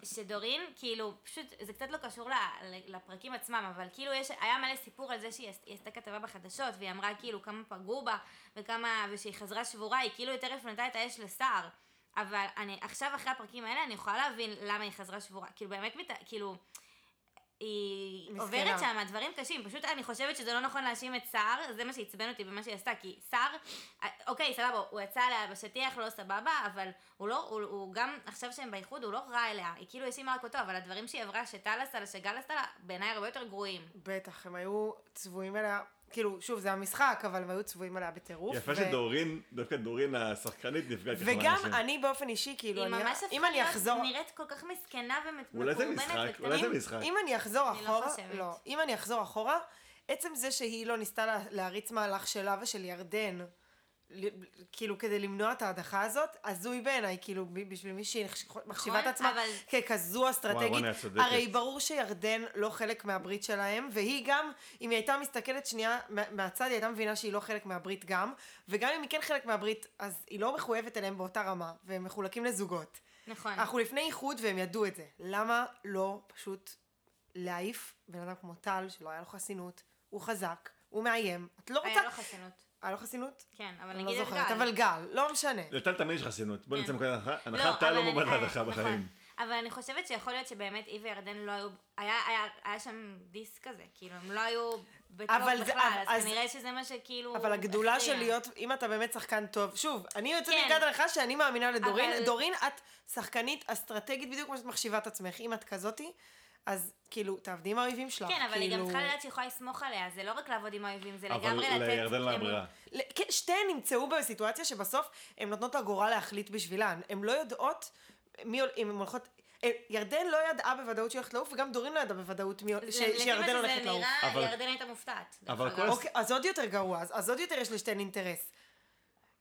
Speaker 2: שדורין, כאילו, פשוט, זה קצת לא קשור ל- ל- לפרקים עצמם, אבל כאילו יש, היה מלא סיפור על זה שהיא עש- היא עשתה כתבה בחדשות, והיא אמרה כאילו כמה פגעו בה, וכמה, ושהיא חזרה שבורה, היא כאילו יותר הפנתה את האש לסער. אבל אני, עכשיו אחרי הפרקים האלה, אני יכולה להבין למה היא חזרה שבורה. כאילו, באמת, מת, כאילו, היא
Speaker 3: מסכנה.
Speaker 2: עוברת שם דברים קשים. פשוט אני חושבת שזה לא נכון להאשים את סער, זה מה שעצבן אותי במה שהיא עשתה, כי סער, אה, אוקיי, סבבה, הוא יצא עליה בשטיח, לא סבבה, אבל הוא לא, הוא, הוא גם, עכשיו שהם באיחוד, הוא לא רע אליה. היא כאילו האשימה רק אותו, אבל הדברים שהיא עברה, שטל עשה לה, שגל עשה לה, בעיניי הרבה יותר גרועים.
Speaker 3: בטח, הם היו צבועים אליה... כאילו, שוב, זה המשחק, אבל הם היו צבועים עליה בטירוף.
Speaker 1: יפה
Speaker 3: ו-
Speaker 1: שדורין, דווקא דורין השחקנית נפגעת ככה
Speaker 3: וגם
Speaker 1: מאנשים.
Speaker 3: אני באופן אישי, כאילו,
Speaker 2: היא
Speaker 3: אני-
Speaker 2: ממש הפכה
Speaker 3: אם אני
Speaker 2: להיות-
Speaker 3: אחזור...
Speaker 2: נראית כל כך מסכנה
Speaker 1: אולי
Speaker 2: ומקורבנת
Speaker 1: זה משחק, אולי זה
Speaker 2: וקטנה.
Speaker 1: משחק.
Speaker 3: אם אני אחזור
Speaker 2: אני לא
Speaker 3: אחורה,
Speaker 2: חושבת.
Speaker 3: לא, אם אני אחזור אחורה, עצם זה שהיא לא ניסתה לה- להריץ מהלך שלה ושל ירדן, ל- כאילו כדי למנוע את ההדחה הזאת, הזוי בעיניי, כאילו ב- בשביל מי שהיא נחש- מחשיבה את
Speaker 2: נכון,
Speaker 3: עצמה
Speaker 2: אבל-
Speaker 3: ככזו
Speaker 1: וואי,
Speaker 3: אסטרטגית,
Speaker 1: רונה, את צודקת.
Speaker 3: הרי ברור שירדן לא חלק מהברית שלהם, והיא גם, אם היא הייתה מסתכלת שנייה מה- מהצד, היא הייתה מבינה שהיא לא חלק מהברית גם, וגם אם היא כן חלק מהברית, אז היא לא מחויבת אליהם באותה רמה, והם מחולקים לזוגות.
Speaker 2: נכון.
Speaker 3: אנחנו לפני איחוד והם ידעו את זה. למה לא פשוט להעיף בן אדם כמו טל, שלא היה לו חסינות, הוא חזק, הוא מאיים, את לא רוצה...
Speaker 2: היה לו חסינות.
Speaker 3: היה לו חסינות?
Speaker 2: כן, אבל
Speaker 3: אני לא
Speaker 2: נגיד את
Speaker 3: זוכרת,
Speaker 2: גל.
Speaker 3: אבל גל, לא משנה.
Speaker 1: לטל תמיד יש חסינות, בוא נצא
Speaker 2: כן.
Speaker 1: מכל הנחה, הנחה טל
Speaker 2: אבל
Speaker 1: לא
Speaker 2: אני-
Speaker 1: מועמד
Speaker 2: אה,
Speaker 1: להדחה
Speaker 2: נכון.
Speaker 1: בחיים.
Speaker 2: אבל אני חושבת שיכול להיות שבאמת היא וירדן לא היו, היה, היה, היה שם דיס כזה, כאילו, הם לא היו בטוב
Speaker 3: אבל זה-
Speaker 2: בכלל,
Speaker 3: אז-
Speaker 2: אז כנראה שזה מה שכאילו...
Speaker 3: אבל הגדולה
Speaker 2: הכריע.
Speaker 3: של להיות, אם אתה באמת שחקן טוב, שוב, אני יוצאת
Speaker 2: כן.
Speaker 3: מנקודת הנחה שאני מאמינה לדורין.
Speaker 2: אבל-
Speaker 3: דורין, את שחקנית אסטרטגית בדיוק כמו שאת מחשיבה את עצמך. אם את כזאתי, אז כאילו, תעבדי עם האויבים שלך.
Speaker 2: כן, אבל היא גם
Speaker 3: כאילו-
Speaker 2: צריכה לדעת שהיא יכולה לסמוך עליה, זה לא רק לעבוד עם האויבים, זה
Speaker 1: אבל
Speaker 2: לגמרי לתת...
Speaker 1: לירדן לא היה
Speaker 2: אמון.
Speaker 1: ברירה.
Speaker 3: ל- כן, שתיהן נמצאו בסיטואציה שבסוף הן נותנות לגורל להחליט בשבילן. הן לא יודעות מי, הול- אם הן הולכות... אה, ירדן לא ידעה בוודאות שהיא הולכת לעוף, וגם דורין לא ידעה בוודאות מי,
Speaker 2: זה-
Speaker 3: ש,
Speaker 2: לפי מה
Speaker 3: שירדן
Speaker 2: שזה
Speaker 3: הולכת לעוף.
Speaker 2: נראה,
Speaker 1: אבל-
Speaker 2: ירדן הייתה מופתעת. דרך
Speaker 1: אבל
Speaker 2: אגב.
Speaker 1: כל הס-
Speaker 3: אוקיי, אז עוד יותר גרוע, אז, אז עוד יותר יש לשתיהן אינטרס.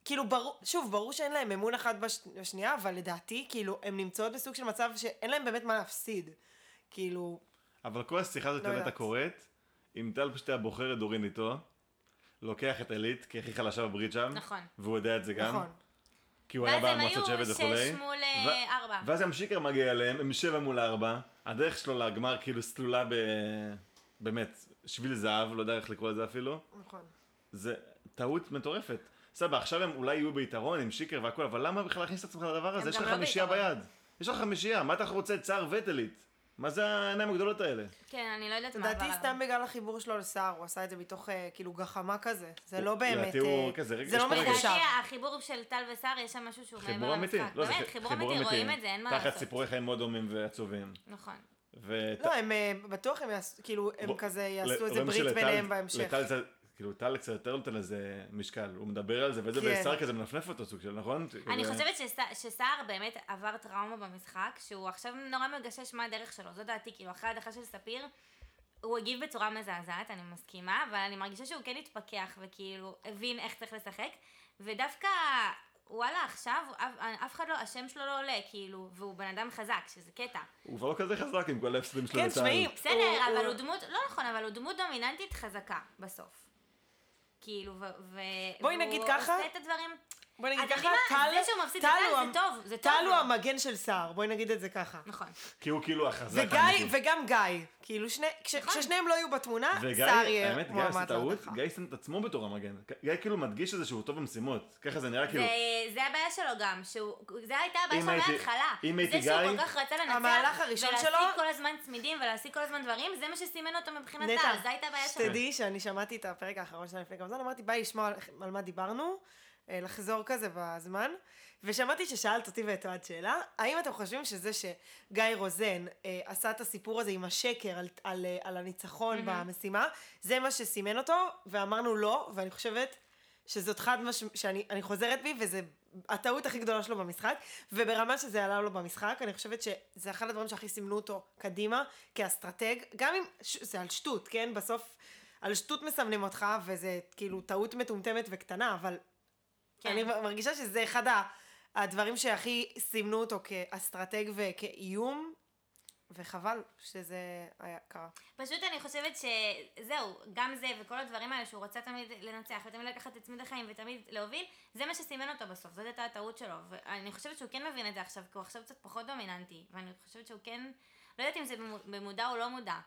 Speaker 3: כאילו, ברור, שוב, ברור שאין להן אמון אחת בש, בשנייה, אבל לדעתי, כאילו, הן נמצאות בסוג של מצב שאין להן באמת מה להפסיד. כאילו,
Speaker 1: אבל כל השיחה הזאת
Speaker 3: לא
Speaker 1: הייתה
Speaker 3: יודעת.
Speaker 1: קורית, אם טל פשוט היה בוחר את דורין איתו, לוקח את אלית, כי הכי חלשה בברית שם,
Speaker 2: נכון.
Speaker 1: והוא יודע את זה גם,
Speaker 3: נכון.
Speaker 1: כי הוא היה
Speaker 2: ואז הם
Speaker 1: במועצות
Speaker 2: היו
Speaker 1: שבט
Speaker 2: שש
Speaker 1: וכולי.
Speaker 2: מול,
Speaker 1: ו-
Speaker 2: אה, ארבע.
Speaker 1: ואז גם שיקר מגיע אליהם, הם שבע מול ארבע, הדרך שלו לגמר כאילו סלולה ב... באמת, שביל זהב, לא יודע איך לקרוא לזה אפילו,
Speaker 3: נכון.
Speaker 1: זה טעות מטורפת. סבבה, עכשיו הם אולי יהיו ביתרון עם שיקר והכל, אבל למה בכלל להכניס את עצמך לדבר הזה? יש
Speaker 2: גם
Speaker 1: לך
Speaker 2: לא
Speaker 1: חמישייה
Speaker 2: ביתרון.
Speaker 1: ביד. יש לך חמישייה, מה אתה רוצה? צער וטלית. מה זה העיניים הגדולות האלה?
Speaker 2: כן, אני לא יודעת מה עבר
Speaker 3: לדעתי
Speaker 2: עליו.
Speaker 3: סתם בגלל החיבור שלו לסער, הוא עשה את זה מתוך אה, כאילו גחמה כזה. זה לא באמת...
Speaker 1: לדעתי הוא
Speaker 3: אה,
Speaker 1: כזה, רגע,
Speaker 3: זה
Speaker 1: יש
Speaker 3: לא
Speaker 1: פה רגע.
Speaker 3: מחושב.
Speaker 2: לדעתי החיבור של טל וסער, יש שם משהו שהוא
Speaker 1: חיבור
Speaker 2: מעבר
Speaker 1: אמיתי.
Speaker 2: למשחק.
Speaker 1: לא, זה
Speaker 2: באמת,
Speaker 1: ח-
Speaker 2: חיבור אמיתי, רואים את זה, אין מה לעשות.
Speaker 1: תחת סיפורי חיים מאוד דומים ועצובים.
Speaker 2: נכון.
Speaker 1: וט-
Speaker 3: לא, הם אה, בטוח הם יעשו, כאילו, הם
Speaker 1: בוא-
Speaker 3: כזה
Speaker 1: ל-
Speaker 3: יעשו איזה
Speaker 1: רואים
Speaker 3: ברית
Speaker 1: שלטל-
Speaker 3: ביניהם בהמשך.
Speaker 1: לטל זה- כאילו טל קצת יותר נותן לזה משקל, הוא מדבר על זה, וזה
Speaker 3: כן.
Speaker 1: בשר כזה מנפנף אותו סוג של, נכון?
Speaker 2: אני
Speaker 1: כזה-
Speaker 2: חושבת שס- שסער באמת עבר טראומה במשחק, שהוא עכשיו נורא מגשש מה הדרך שלו, זו דעתי, כאילו, אחרי ההדחה של ספיר, הוא הגיב בצורה מזעזעת, אני מסכימה, אבל אני מרגישה שהוא כן התפכח, וכאילו, הבין איך צריך לשחק, ודווקא, וואלה, עכשיו, אף- אף אחד לא, השם שלו לא עולה, כאילו, והוא בן אדם חזק, שזה קטע.
Speaker 1: הוא כבר לא כזה חזק עם כל ההפסדים שלו
Speaker 3: כן,
Speaker 1: לטל.
Speaker 3: תשמעי,
Speaker 2: בסדר,
Speaker 3: הוא-
Speaker 2: אבל
Speaker 3: הוא-
Speaker 2: הוא דמות, לא נכון, אבל הוא דמות דומיננטית חזקה, בסוף. כאילו, ו... ו-
Speaker 3: בואי
Speaker 2: והוא
Speaker 3: נגיד ככה.
Speaker 2: עושה את הדברים.
Speaker 3: בוא נגיד
Speaker 2: אז אני
Speaker 3: ככה,
Speaker 2: מה,
Speaker 3: טל...
Speaker 2: זה שהוא מפסיד
Speaker 3: טל
Speaker 2: לטל
Speaker 3: הוא
Speaker 2: זה
Speaker 3: המ-
Speaker 2: טוב, זה טוב
Speaker 3: טל הוא
Speaker 2: לו.
Speaker 3: המגן של סער, בואי נגיד את זה ככה.
Speaker 2: נכון.
Speaker 1: כי הוא כאילו החזק.
Speaker 3: וגיא,
Speaker 1: האמיתי.
Speaker 3: וגם גיא. כאילו, שני- כש-
Speaker 2: נכון.
Speaker 3: כששניהם לא יהיו בתמונה,
Speaker 1: וגיא,
Speaker 3: סער יהיה
Speaker 1: האמת, גיא עשה
Speaker 3: מועמד
Speaker 1: טעות,
Speaker 3: להדחה.
Speaker 1: גיא שם את עצמו בתור המגן. גיא כאילו מדגיש את זה שהוא טוב במשימות. ככה זה נראה כאילו.
Speaker 2: זה- זה הבעיה שלו גם, שהוא, זה הייתה הבעיה
Speaker 1: אם
Speaker 2: שלו
Speaker 1: הייתי-
Speaker 2: מההתחלה.
Speaker 1: אם הייתי
Speaker 2: זה שהוא
Speaker 1: גיא-
Speaker 2: כל כך רצה לנצח,
Speaker 3: המהלך הראשון שלו-
Speaker 2: ולהשיג כל הזמן צמידים ולהשיג כל הזמן דברים, זה מה שסימן אותו מבחינת
Speaker 3: נטע,
Speaker 2: טל, זה הייתה הבעיה שלו.
Speaker 3: שתדעי שאני שמעתי את הפרק האחרון שלה לפני כמה זמן, אמרתי, ביי לשמוע על- על מה דיברנו, אה, לחזור כזה בזמן, ושמעתי ששאלת אותי ואת אוהד שאלה, האם אתם חושבים שזה שגיא רוזן אה, עשה את הסיפור הזה עם השקר על, על, אה, על הניצחון
Speaker 2: מהמם.
Speaker 3: במשימה, זה מה שסימן אותו, ואמרנו לא, ואני חושבת שזאת חד משמעית, שאני אני חוזרת בי, וזה הטעות הכי גדולה שלו במשחק, וברמה שזה עלה לו במשחק, אני חושבת שזה אחד הדברים שהכי סימנו אותו קדימה, כאסטרטג, גם אם ש... זה על שטות, כן? בסוף על שטות מסמנים אותך, וזה כאילו טעות מטומטמת וקטנה, אבל
Speaker 2: כן.
Speaker 3: כן. אני מרגישה שזה אחד ה... הדברים שהכי סימנו אותו כאסטרטג וכאיום, וחבל שזה היה קרה.
Speaker 2: פשוט אני חושבת שזהו, גם זה וכל הדברים האלה שהוא רצה תמיד לנצח ותמיד לקחת את צמיד החיים ותמיד להוביל, זה מה שסימן אותו בסוף, זאת הייתה הטעות שלו. ואני חושבת שהוא כן מבין את זה עכשיו, כי הוא עכשיו קצת פחות דומיננטי, ואני חושבת שהוא כן, לא יודעת אם זה במו- במודע או לא מודע,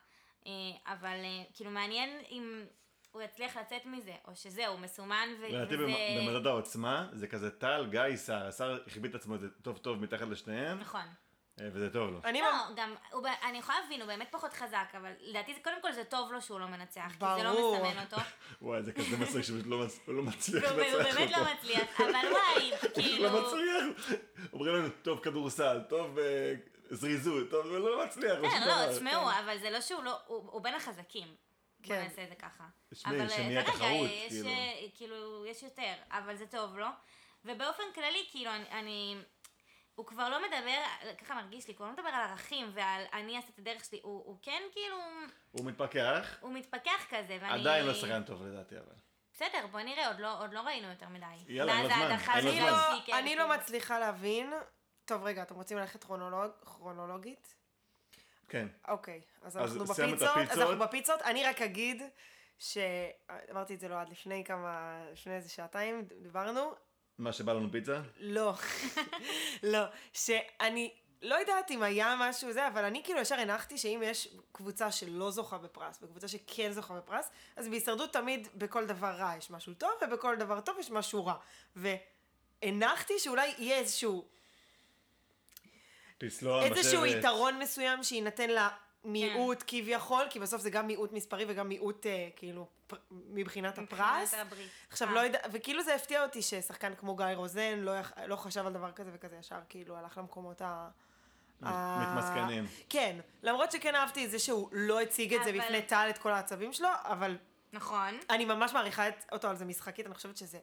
Speaker 2: אה, אבל אה, כאילו מעניין אם הוא יצליח לצאת מזה, או שזהו, מסומן ו-
Speaker 1: לדעתי
Speaker 2: וזה...
Speaker 1: במ- במדד העוצמה זה כזה טל, גיא, סער. השר החביא את עצמו את זה טוב טוב מתחת לשניהם,
Speaker 2: נכון.
Speaker 1: אה, וזה טוב לו.
Speaker 3: אני
Speaker 2: לא, גם, הוא, ב- אני יכולה להבין, הוא באמת פחות חזק, אבל לדעתי, זה- קודם כל זה טוב לו שהוא לא מנצח, כי זה לא
Speaker 3: ברור.
Speaker 2: מסמן אותו.
Speaker 1: וואי, זה כזה מצחיק שהוא לא מצ- הוא לא מצליח
Speaker 2: והוא והוא
Speaker 1: לנצח
Speaker 2: באמת לא
Speaker 1: אותו.
Speaker 2: מצליח, אבל וואי,
Speaker 1: פשוט
Speaker 2: כאילו...
Speaker 1: לא מצליח. אומרים לנו, טוב כדורסל, טוב אה, זריזות, טוב, הוא לא מצליח. הוא
Speaker 2: כן,
Speaker 1: שום
Speaker 2: לא,
Speaker 1: דבר.
Speaker 3: אה.
Speaker 2: תשמעו, אבל זה לא שהוא לא... הוא הוא בין החזקים. בוא
Speaker 3: כן.
Speaker 2: נעשה את זה ככה.
Speaker 1: תשמעי,
Speaker 2: אבל, אה,
Speaker 1: שנהיה
Speaker 2: כרגע
Speaker 1: תחרות,
Speaker 2: יש,
Speaker 1: כאילו.
Speaker 2: אה, כאילו, יש יותר, אבל זה טוב לו. ובאופן כללי, כאילו, אני- אני... הוא כבר לא מדבר, ככה מרגיש לי, הוא כבר לא מדבר על ערכים ועל אני אעשה את הדרך שלי, הוא הוא כן כאילו,
Speaker 1: הוא מתפכח,
Speaker 2: הוא מתפכח כזה, ואני...
Speaker 1: עדיין לא שחקן טוב לדעתי, אבל.
Speaker 2: בסדר, בוא נראה, עוד לא- עוד לא ראינו יותר מדי.
Speaker 1: יאללה, אין לו
Speaker 2: מאז
Speaker 1: זמן,
Speaker 2: ההדחה
Speaker 1: אין לו
Speaker 2: של
Speaker 3: אני
Speaker 1: זמן.
Speaker 2: גלסקי,
Speaker 3: לא,
Speaker 2: כן,
Speaker 3: אני
Speaker 2: כאילו.
Speaker 3: לא מצליחה להבין. טוב, רגע, אתם רוצים ללכת כרונולוג, כרונולוגית?
Speaker 1: כן.
Speaker 3: אוקיי, אז
Speaker 1: אז
Speaker 3: אנחנו
Speaker 1: סיימנו את
Speaker 3: בפיצות, אז
Speaker 1: הפיצות.
Speaker 3: אנחנו בפיצות. אני רק אגיד ש... אמרתי את זה לא עד לפני כמה... לפני איזה שעתיים דיברנו.
Speaker 1: מה שבא לנו פיצה?
Speaker 3: לא, לא, שאני לא יודעת אם היה משהו זה, אבל אני כאילו ישר הנחתי שאם יש קבוצה שלא זוכה בפרס, וקבוצה שכן זוכה בפרס, אז בהישרדות תמיד בכל דבר רע יש משהו טוב, ובכל דבר טוב יש משהו רע. והנחתי שאולי יהיה איזשהו,
Speaker 1: תסלוח.
Speaker 3: איזשהו
Speaker 1: בשבט.
Speaker 3: יתרון מסוים שיינתן למיעוט
Speaker 2: כן.
Speaker 3: כביכול, כי בסוף זה גם מיעוט מספרי וגם מיעוט אה, כאילו פר, מבחינת הפרס.
Speaker 2: מבחינת הברית.
Speaker 3: עכשיו,
Speaker 2: אה.
Speaker 3: לא יודע, וכאילו זה הפתיע אותי ששחקן כמו גיא רוזן לא, יח... לא חשב על דבר כזה וכזה ישר, כאילו, הלך למקומות ה...
Speaker 1: מת-
Speaker 3: ה-
Speaker 1: מתמסכנים.
Speaker 3: כן, למרות שכן אהבתי את זה שהוא לא הציג את זה
Speaker 2: אבל-
Speaker 3: בפני טל, את כל העצבים שלו, אבל
Speaker 2: נכון.
Speaker 3: אני ממש מעריכה את... אותו על זה משחקית, אני חושבת שזה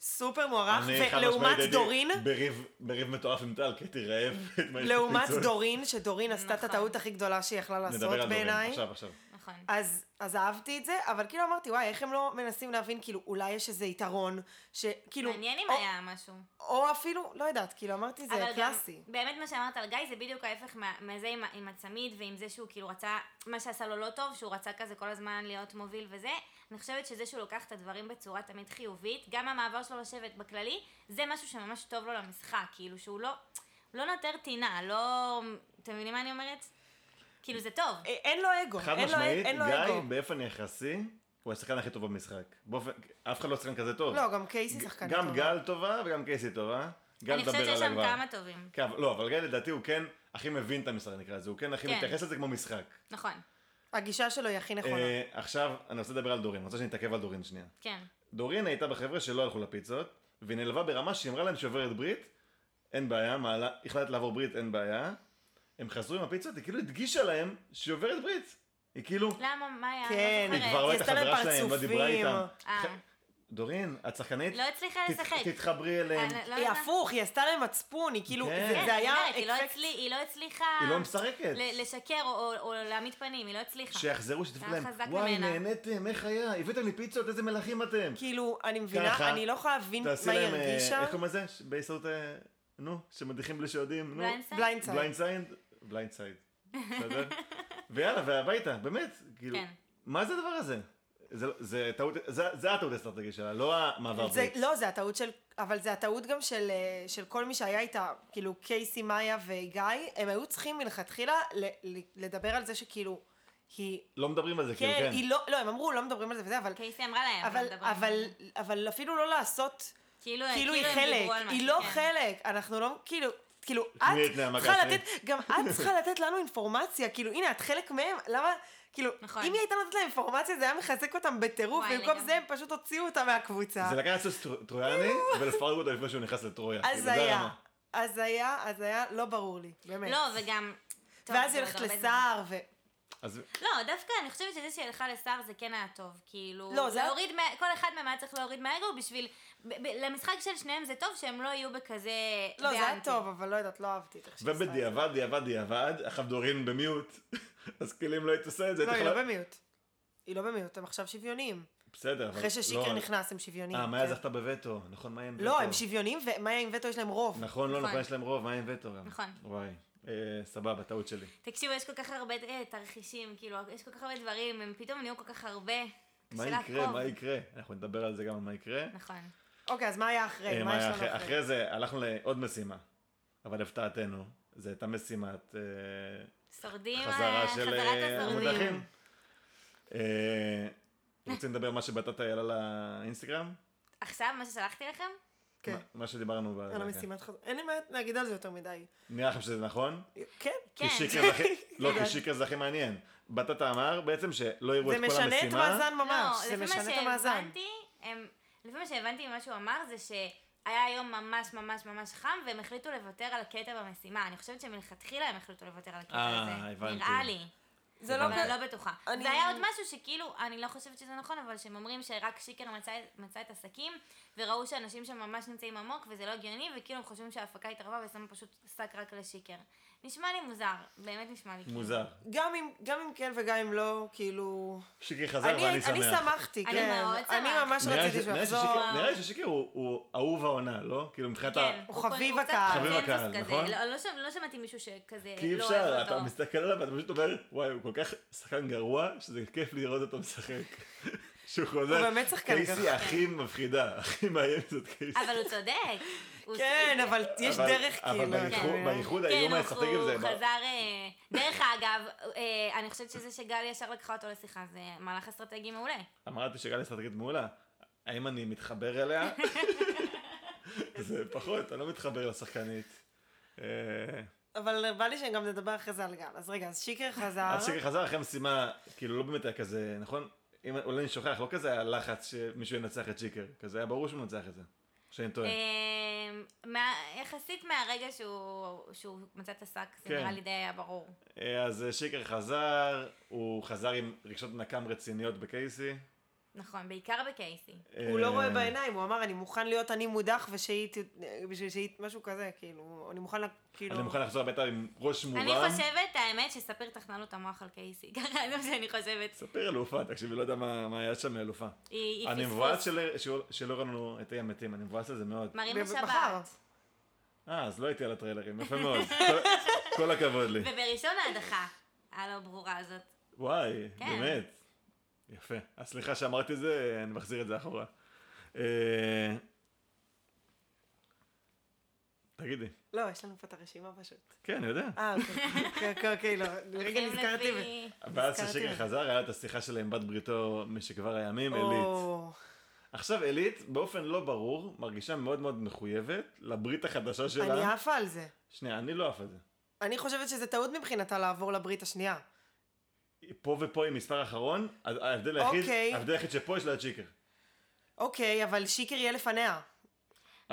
Speaker 3: סופר מוערך,
Speaker 1: אני חד משמעית
Speaker 3: ולעומת
Speaker 1: הייתי
Speaker 3: דורין,
Speaker 1: בריב- בריב מטורף עם טל, כי הייתי רעב. התמלאתי
Speaker 3: לעומת
Speaker 1: פיצות.
Speaker 3: דורין, שדורין עשתה את
Speaker 2: נכון.
Speaker 3: הטעות הכי גדולה שהיא יכלה
Speaker 1: נדבר על
Speaker 3: לעשות
Speaker 1: דורין,
Speaker 3: בעיניי.
Speaker 1: עכשיו, עכשיו.
Speaker 2: נכון.
Speaker 3: אז, אז אהבתי את זה, אבל כאילו אמרתי, וואי, איך הם לא מנסים להבין, כאילו, אולי יש איזה יתרון, שכאילו...
Speaker 2: מעניין אם
Speaker 3: כאילו, או-
Speaker 2: היה משהו.
Speaker 3: או אפילו, לא יודעת, כאילו אמרתי זה
Speaker 2: אבל גם
Speaker 3: קלאסי.
Speaker 2: באמת מה שאמרת על גיא זה בדיוק ההפך מה- מזה עם, ה- עם הצמיד ועם זה שהוא כאילו רצה, מה שעשה לו לא טוב, שהוא רצה כזה כל הזמן להיות מוביל וזה. אני חושבת שזה שהוא לוקח את הדברים בצורה תמיד חיובית, גם המעבר שלו לשבת בכללי, זה משהו שממש טוב לו למשחק, כאילו שהוא לא, לא נותר טינה, לא... אתם מבינים מה אני אומרת? כאילו זה טוב.
Speaker 3: א- אה, אין לו אגו,
Speaker 1: חד
Speaker 3: אין לו
Speaker 1: משמעית,
Speaker 3: אין לו
Speaker 1: גיא,
Speaker 3: אגו.
Speaker 1: באופן יחסי, הוא השחקן הכי טוב במשחק. באופן- אף אחד לא שחקן כזה טוב.
Speaker 3: לא, גם קייסי שחקן
Speaker 1: גם
Speaker 3: טוב.
Speaker 1: גל טובה וגם קייסי טובה. גל
Speaker 2: אני חושבת
Speaker 1: דבר
Speaker 2: שיש
Speaker 1: עליה
Speaker 2: שם
Speaker 1: כבר.
Speaker 2: כמה טובים.
Speaker 1: כן, אבל- לא, אבל גל לדעתי הוא כן הכי מבין את המשחק נקרא לזה, הוא כן הכי
Speaker 2: כן.
Speaker 1: מתייחס לזה כמו משחק.
Speaker 2: נכון,
Speaker 3: הגישה שלו היא הכי נכונה.
Speaker 1: אה, עכשיו, אני רוצה לדבר על דורין, אני רוצה שנתעכב על דורין שנייה.
Speaker 2: כן.
Speaker 1: דורין הייתה בחבר'ה שלא הלכו לפיצות, והיא נלווה ברמה שהיא אמרה להם שהיא עוברת ברית, אין בעיה, מעלה, החלטת לעבור ברית, אין בעיה. הם חזרו עם הפיצות, היא כאילו הדגישה להם שהיא עוברת ברית. היא כאילו,
Speaker 2: למה, מה היה?
Speaker 3: כן.
Speaker 2: לא
Speaker 1: היא כבר
Speaker 2: זוכרת.
Speaker 1: לא
Speaker 3: היא
Speaker 1: הייתה
Speaker 3: עשתה להם
Speaker 1: חברה שלהם, לא
Speaker 3: פרצופים.
Speaker 1: דיברה איתם.
Speaker 2: אה.
Speaker 1: ח- דורין, את שחקנית?
Speaker 2: לא הצליחה
Speaker 1: ת-
Speaker 2: לשחק.
Speaker 1: תתחברי אליהם.
Speaker 2: אני לא
Speaker 3: היא
Speaker 2: יודעת.
Speaker 3: הפוך, היא עשתה להם מצפון, היא כאילו,
Speaker 1: כן.
Speaker 3: זה-
Speaker 2: כן,
Speaker 3: זה
Speaker 2: היא
Speaker 3: היה...
Speaker 2: אומרת, היא לא
Speaker 3: אפקט-
Speaker 2: הצלי- היא לא הצליחה...
Speaker 1: היא לא משחקת.
Speaker 2: ל- לשקר או- או או להעמיד פנים, היא לא הצליחה.
Speaker 1: שיחזרו, שתפו
Speaker 2: זה היה
Speaker 1: להם,
Speaker 2: חזק
Speaker 1: וואי,
Speaker 2: ממנה."
Speaker 1: נהניתם, איך היה? הבאתם לי פיצות, איזה מלכים אתם.
Speaker 3: כאילו, אני מבינה,
Speaker 1: ככה.
Speaker 3: אני לא יכולה להבין
Speaker 1: תעשי
Speaker 3: מה היא
Speaker 1: להם, אה,
Speaker 3: הרגישה.
Speaker 1: איך קוראים לזה? ש- בהסתדרות, אה, נו, שמדיחים בלי שיודעים, נו.
Speaker 2: בליינדסייד?
Speaker 3: בליינד סייד.
Speaker 1: בליינד סייד? בליינד סייד. בסדר? ויאללה, והביתה, באמת, כאילו,
Speaker 2: כן.
Speaker 1: מה זה הדבר הזה? זה- זה טעות, זה זה הטעות האסטרטגית שלה, לא המעבר
Speaker 3: זה,
Speaker 1: ברית.
Speaker 3: לא, זה הטעות של, אבל זה הטעות גם של, אה, של כל מי שהיה איתה, כאילו קייסי, מאיה וגיא, הם היו צריכים מלכתחילה ל, ל, לדבר על זה שכאילו, היא,
Speaker 1: לא מדברים על זה, כאילו,
Speaker 3: כן,
Speaker 1: כן.
Speaker 3: היא לא, לא, הם אמרו, לא מדברים על זה וזה, אבל,
Speaker 2: קייסי אמרה להם.
Speaker 3: אבל,
Speaker 2: לא כן, מדברים.
Speaker 3: אבל, אבל אפילו לא לעשות,
Speaker 2: כאילו
Speaker 3: כאילו היא
Speaker 2: הם
Speaker 3: חלק,
Speaker 2: דיברו על
Speaker 3: היא
Speaker 2: משהו,
Speaker 3: לא
Speaker 2: כן.
Speaker 3: חלק, אנחנו לא, כאילו, כאילו,
Speaker 1: תני
Speaker 3: את
Speaker 1: את נעמה
Speaker 3: צריכה
Speaker 1: גפני.
Speaker 3: לתת, גם את צריכה לתת לנו אינפורמציה, כאילו, הנה, את חלק מהם, למה, כאילו,
Speaker 2: נכון.
Speaker 3: אם היא הייתה נותנת להם אינפורמציה, זה היה מחזק אותם בטירוף,
Speaker 2: וואי,
Speaker 3: במקום
Speaker 2: לגמרי.
Speaker 3: זה הם פשוט הוציאו אותה מהקבוצה.
Speaker 1: זה לקחת סוס טרו- טרויאני ולפרק אותו לפני שהוא נכנס לטרויה. כאילו, זה
Speaker 3: הזיה,
Speaker 1: הרמה.
Speaker 3: הזיה, הזיה, לא ברור לי, באמת.
Speaker 2: לא, וגם... טוב,
Speaker 3: ואז
Speaker 2: זה
Speaker 3: היא
Speaker 2: עוד
Speaker 3: הולכת
Speaker 2: הרבה זמן.
Speaker 3: לסער, ו...
Speaker 1: אז
Speaker 2: לא, דווקא אני חושבת שזה שהיא הלכה לסער זה כן היה טוב. כאילו,
Speaker 3: לא, זה היה-
Speaker 2: להוריד מה... כל אחד מהם היה צריך להוריד מהאגו בשביל... ב- ב- למשחק של שניהם זה טוב שהם לא יהיו בכזה...
Speaker 3: לא, זה היה
Speaker 2: באנטי.
Speaker 3: טוב, אבל לא יודעת, לא אהבתי את איך שהיא עשתה את זה.
Speaker 1: ובדיעבד, דיעבד, דיעבד, עכשיו דורין במיוט, אז כאילו אם לא היית עושה את זה,
Speaker 3: לא,
Speaker 1: הייתי
Speaker 3: היא לא
Speaker 1: יכולה-
Speaker 3: במיעוט. היא לא במיעוט, הם עכשיו שוויוניים.
Speaker 1: בסדר, אבל...
Speaker 3: אחרי
Speaker 1: לא,
Speaker 3: ששיקר נכנס, הם שוויוניים.
Speaker 1: אה, מאיה
Speaker 3: כן.
Speaker 1: זכתה בווטו, נכון, מאיה עם וטו.
Speaker 3: לא, הם שוויונים, ומאיה עם וטו יש להם רוב.
Speaker 1: נכון, לא,
Speaker 2: נכון.
Speaker 1: נכון, יש להם רוב, מאיה עם וטו גם.
Speaker 2: נכון.
Speaker 1: וואי, אה, סבבה, טעות שלי.
Speaker 2: תקשיבו, יש כל כך הרבה אה, תרחישים, כאילו, יש כל כך הרבה דברים, הם פתאום נהיו כל כך הרבה.
Speaker 1: מה
Speaker 2: קשה
Speaker 1: יקרה,
Speaker 2: לעקוב.
Speaker 1: מה יקרה? אנחנו נדבר על זה גם, על מה יקרה.
Speaker 2: נכון.
Speaker 3: אוקיי, אז מה היה אחרי?
Speaker 1: אה,
Speaker 3: מה יש
Speaker 1: מאיה,
Speaker 3: לנו
Speaker 1: אחרי-
Speaker 3: אחרי?
Speaker 1: אחרי זה הלכנו לעוד משימה, אבל הפתעתנו, זו הייתה משימת אה,
Speaker 2: שורדים,
Speaker 1: חזרה
Speaker 2: אה,
Speaker 1: של
Speaker 2: חזרת
Speaker 1: אה,
Speaker 2: הזורמים.
Speaker 1: המודחים. אה, רוצים לדבר מה שבטטה העלה לאינסטגרם?
Speaker 2: עכשיו, מה ששלחתי לכם?
Speaker 3: כן.
Speaker 1: מה- מה שדיברנו. ב-
Speaker 3: על
Speaker 1: זה,
Speaker 3: המשימת חזרה. אין לי מה להגיד על זה יותר מדי.
Speaker 1: כן. נראה לכם שזה נכון?
Speaker 3: כן.
Speaker 2: כן.
Speaker 1: כי שיקר זה הכי... לא, כי
Speaker 3: יודעת.
Speaker 1: שיקר זה הכי מעניין. בטטה אמר בעצם שלא יראו את
Speaker 3: זה
Speaker 1: כל המשימה.
Speaker 3: משנה את מאזן ממש.
Speaker 2: לא, לפי
Speaker 3: זה
Speaker 2: מה
Speaker 3: משנה את המאזן.
Speaker 2: שהבנתי, הם- לפי מה שהבנתי ממה שהוא אמר זה שהיה היום ממש ממש ממש חם והם החליטו לוותר על הקטע במשימה. אני חושבת שמלכתחילה הם החליטו לוותר על הקטע
Speaker 1: אה,
Speaker 2: הזה.
Speaker 1: הבנתי.
Speaker 2: נראה לי.
Speaker 3: זה
Speaker 1: לא
Speaker 2: אבל אני
Speaker 1: כ-
Speaker 2: לא בטוחה.
Speaker 3: אני-
Speaker 2: זה היה עוד משהו שכאילו, אני לא חושבת שזה נכון, אבל שהם אומרים שרק שיקר מצא, מצא את הסכין, וראו שאנשים שם ממש נמצאים עמוק, וזה לא הגיוני, וכאילו הם חושבים שההפקה התערבה ושמה פשוט שק רק לשיקר. נשמע לי מוזר, באמת נשמע לי. כאילו.
Speaker 1: מוזר.
Speaker 3: גם אם- גם אם כן וגם אם לא, כאילו...
Speaker 1: שיקר חזר
Speaker 3: אני
Speaker 1: ואני
Speaker 3: הייתי-
Speaker 1: שמח.
Speaker 3: אני שמחתי,
Speaker 2: אני
Speaker 3: כן.
Speaker 2: מאוד
Speaker 3: אני
Speaker 2: שמחתי.
Speaker 3: ממש
Speaker 1: נראה לי
Speaker 3: רציתי
Speaker 1: ש-
Speaker 3: שהוא
Speaker 1: נראה לי
Speaker 3: יחזור.
Speaker 1: ששיקר- נראה לי ששיקר הוא- הוא אהוב העונה, לא? כאילו מבחינת ה...
Speaker 2: כן,
Speaker 3: הוא
Speaker 2: כל-
Speaker 3: חביב
Speaker 2: קצת
Speaker 3: הקהל.
Speaker 1: חביב
Speaker 2: קונצנזוס
Speaker 1: הקהל,
Speaker 2: כזה.
Speaker 1: נכון?
Speaker 2: לא, לא שמ- לא שמעתי מישהו שכזה
Speaker 1: כי אי
Speaker 2: לא אוהב
Speaker 1: אפשר,
Speaker 2: אותו.
Speaker 1: אתה מסתכל עליו ואתה פשוט אומר, וואי, הוא כל כך שחקן גרוע, שזה כיף לראות אותו משחק. שהוא חוזר.
Speaker 3: הוא באמת שחקן
Speaker 1: קייסי
Speaker 3: גרוע.
Speaker 1: הכי מפחידה, הכי מאיימת זאת קייסי.
Speaker 2: אבל הוא צודק. הוא-
Speaker 3: כן,
Speaker 2: הוא-
Speaker 3: אבל יש
Speaker 1: אבל-
Speaker 3: דרך
Speaker 1: אבל
Speaker 3: כאילו. אתה
Speaker 1: באיחוד-
Speaker 3: יודע.
Speaker 1: באיחוד
Speaker 2: כן,
Speaker 1: האיום
Speaker 2: הוא-
Speaker 1: האסטרטגי
Speaker 2: הוא
Speaker 1: הזה,
Speaker 2: חזר... אה, דרך אגב, אה, אני חושבת שזה שגל ישר לקחה אותו לשיחה, זה מהלך אסטרטגי מעולה.
Speaker 1: אמרתי שגל אסטרטגית מעולה, האם אני מתחבר אליה? זה פחות, אני לא מתחבר לשחקנית. אה,
Speaker 3: אבל בא לי שגם נדבר אחרי זה על גל. אז רגע, אז שיקר חזר.
Speaker 1: אז שיקר חזר אחרי משימה, כאילו לא באמת היה כזה, נכון? אם אולי אני שוכח, לא כזה היה לחץ שמישהו ינצח את שיקר, כזה היה ברור שהוא מנצח את זה. שאני טועה.
Speaker 2: אה, מה- יחסית מהרגע שהוא שהוא מצא את השק, זה
Speaker 1: כן.
Speaker 2: נראה לי די היה ברור.
Speaker 1: אה, אז אה, שיקר חזר, הוא חזר עם רגשות נקם רציניות בקייסי.
Speaker 2: נכון, בעיקר בקייסי.
Speaker 3: הוא לא
Speaker 1: אה,
Speaker 3: רואה בעיניים, הוא אמר, אני מוכן להיות אני מודח ושהיא, ת- בשביל שהיא, משהו כזה, כאילו, אני מוכן, לה- כאילו,
Speaker 1: אני מוכן לחזור הביתה עם ראש מורם.
Speaker 2: אני חושבת, האמת, שספיר תכנן לו את המוח על קייסי. ככה זה מה שאני חושבת.
Speaker 1: ספר אלופה, תקשיבי, לא יודע מה מה היה שם מאלופה.
Speaker 2: היא היא
Speaker 1: אני מבואס
Speaker 2: פספוס.
Speaker 1: של- שהוא- שלא ראינו לנו את אי המתים, אני מבואס על זה מאוד.
Speaker 2: מראים
Speaker 3: ב- מחר.
Speaker 2: בשבת.
Speaker 1: אה, אז לא הייתי על הטריילרים, יפה מאוד. כל- כל הכבוד לי.
Speaker 2: ובראשון ההדחה הלא ברורה הזאת.
Speaker 1: וואי,
Speaker 2: כן.
Speaker 1: באמת. יפה. אז סליחה שאמרתי את זה, אני מחזיר את זה אחורה. אה, תגידי.
Speaker 3: לא, יש לנו פה את הרשימה פשוט.
Speaker 1: כן, אני יודע.
Speaker 3: אה, אוקיי, אוקיי, אוקיי, אוקיי, לא, לרגע
Speaker 2: הולכים
Speaker 3: נזכרתי. ב-
Speaker 2: לפי-
Speaker 1: ואז
Speaker 3: הזכרתי
Speaker 1: כששקר
Speaker 3: לך.
Speaker 1: חזר, היה לה את השיחה שלו עם בת בריתו משכבר הימים, עילית.
Speaker 3: או,
Speaker 1: עכשיו אלית, באופן לא ברור, מרגישה מאוד מאוד מחויבת לברית החדשה שלה.
Speaker 3: אני עפה על זה.
Speaker 1: שנייה, אני לא עף על זה.
Speaker 3: אני חושבת שזה טעות מבחינתה לעבור לברית השנייה.
Speaker 1: פה ופה עם מספר אחרון, אז ההבדל היחיד,
Speaker 3: אוקיי.
Speaker 1: ההבדל היחיד שפה יש לה את שיקר.
Speaker 3: אוקיי, אבל שיקר יהיה לפניה.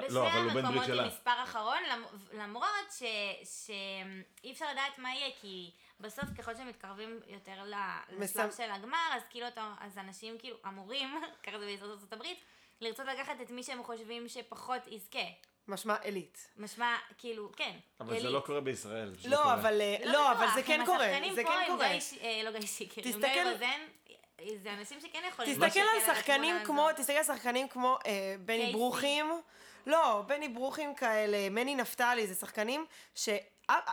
Speaker 1: לא, אבל הוא בן ברית
Speaker 2: בשני המקומות
Speaker 1: שלה.
Speaker 2: עם מספר אחרון, למ- למרות ש- שאי אפשר לדעת מה יהיה, כי בסוף ככל שמתקרבים יותר ל- לשלב
Speaker 3: מסם-
Speaker 2: של הגמר, אז כאילו, אתה- אז אנשים כאילו אמורים, ככה זה בעזרת ארצות הברית, לרצות לקחת את מי שהם חושבים שפחות יזכה.
Speaker 3: משמע עילית.
Speaker 2: משמע, כאילו, כן.
Speaker 1: אבל זה
Speaker 2: עילית.
Speaker 1: לא קורה בישראל. זה
Speaker 3: לא,
Speaker 1: קורה.
Speaker 3: אבל... אה, לא,
Speaker 2: בטוח,
Speaker 3: אבל זה
Speaker 2: הם
Speaker 3: כן קורה.
Speaker 2: השחקנים
Speaker 3: זה
Speaker 2: פה
Speaker 3: כן
Speaker 2: עם
Speaker 3: קורה.
Speaker 2: גיא ש- אה, לא גיא שיקר, עם גיא
Speaker 3: תסתכל-
Speaker 2: רוזן, אה, זה אנשים שכן יכולים.
Speaker 3: תסתכל
Speaker 2: להסתכל
Speaker 3: על
Speaker 2: התמונה
Speaker 3: שחקנים כמו,
Speaker 2: הזאת.
Speaker 3: תסתכל על שחקנים כמו אה, בני
Speaker 2: קייסי.
Speaker 3: ברוכים. לא, בני ברוכים כאלה, מני נפתלי, זה שחקנים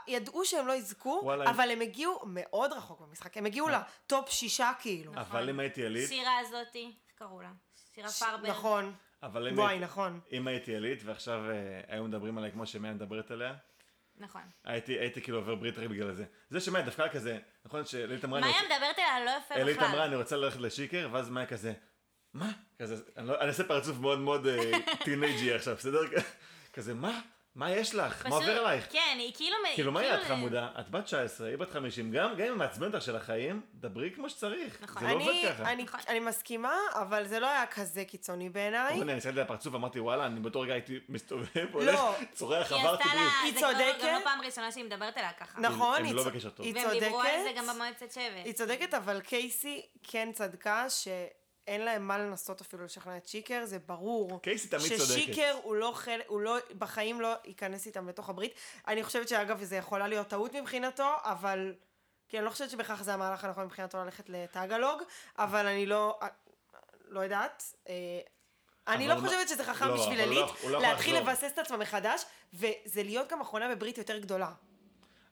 Speaker 3: שידעו שהם לא יזכו,
Speaker 1: וואלה,
Speaker 3: אבל הם הגיעו מאוד רחוק במשחק. הם הגיעו
Speaker 1: אה.
Speaker 3: לטופ שישה כאילו.
Speaker 2: נכון.
Speaker 1: אבל אם הייתי אלית,
Speaker 2: שירה הזאתי, איך קראו לה? שירה פרבר.
Speaker 3: נכון.
Speaker 1: אבל אם
Speaker 3: וואי,
Speaker 1: הייתי-
Speaker 3: נכון.
Speaker 1: אם הייתי אלית, ועכשיו אה, היו מדברים עליי כמו שמאה מדברת עליה,
Speaker 2: נכון.
Speaker 1: הייתי הייתי כאילו עובר ברית רק בגלל זה. זה שמאי דווקא היה כזה, נכון שאלית אמרה, אני
Speaker 2: מאיה
Speaker 1: רוצה-
Speaker 2: מדברת עליה לא יפה
Speaker 1: אלית אמרה,
Speaker 2: בכלל.
Speaker 1: אני רוצה ללכת לשיקר, ואז מאיה כזה, מה? כזה, אני לא- אני אעשה פרצוף מאוד מאוד אה, טינג'י עכשיו, בסדר? כזה, מה? מה יש לך? מה
Speaker 2: פשוט-
Speaker 1: עובר עלייך?
Speaker 2: כן, היא כאילו...
Speaker 1: כאילו, מה יהיה את
Speaker 2: אה,
Speaker 1: חמודה? את בת 19, היא בת 50, גם גם אם מעצבן אותך של החיים, דברי כמו שצריך.
Speaker 2: נכון.
Speaker 1: זה לא עובד
Speaker 3: אני,
Speaker 1: ככה.
Speaker 3: אני,
Speaker 2: נכון.
Speaker 3: אני מסכימה, אבל זה לא היה כזה קיצוני בעיניי.
Speaker 1: אני הסתכלתי על הפרצוף, אמרתי, וואלה, אני באותו רגע הייתי מסתובב, הולך,
Speaker 3: לא.
Speaker 1: צורח,
Speaker 2: היא
Speaker 1: עברתי
Speaker 2: עשתה לה...
Speaker 1: ברית.
Speaker 3: היא
Speaker 2: זה כבר
Speaker 3: צודקת.
Speaker 2: גם לא פעם ראשונה שהיא מדברת עליה ככה.
Speaker 3: נכון,
Speaker 1: הם
Speaker 3: היא
Speaker 1: לא
Speaker 3: צ-
Speaker 1: בקשר טוב.
Speaker 3: היא
Speaker 2: והם דיברו על זה
Speaker 3: צודקת.
Speaker 2: גם במועצת שבט.
Speaker 3: היא צודקת, אבל קייסי כן צדקה שאין להם מה לנסות אפילו לשכנע את שיקר, זה ברור.
Speaker 1: קייסי תמיד צודקת.
Speaker 3: ששיקר הוא לא חלק, הוא לא, בחיים לא ייכנס איתם לתוך הברית. אני חושבת שאגב, זה יכולה להיות טעות מבחינתו, אבל... כי אני לא חושבת שבכך זה המהלך הנכון מבחינתו ללכת לטאגלוג, אבל אני לא... לא יודעת. אה, אני
Speaker 1: אבל
Speaker 3: לא
Speaker 1: הוא לא-
Speaker 3: חושבת שזה חכם
Speaker 1: לא,
Speaker 3: בשביל
Speaker 1: אבל הוא לא-
Speaker 3: עילית
Speaker 1: הוא לא יכול
Speaker 3: להתחיל
Speaker 1: לחזור.
Speaker 3: לבסס את עצמה מחדש, וזה להיות גם אחרונה בברית יותר גדולה.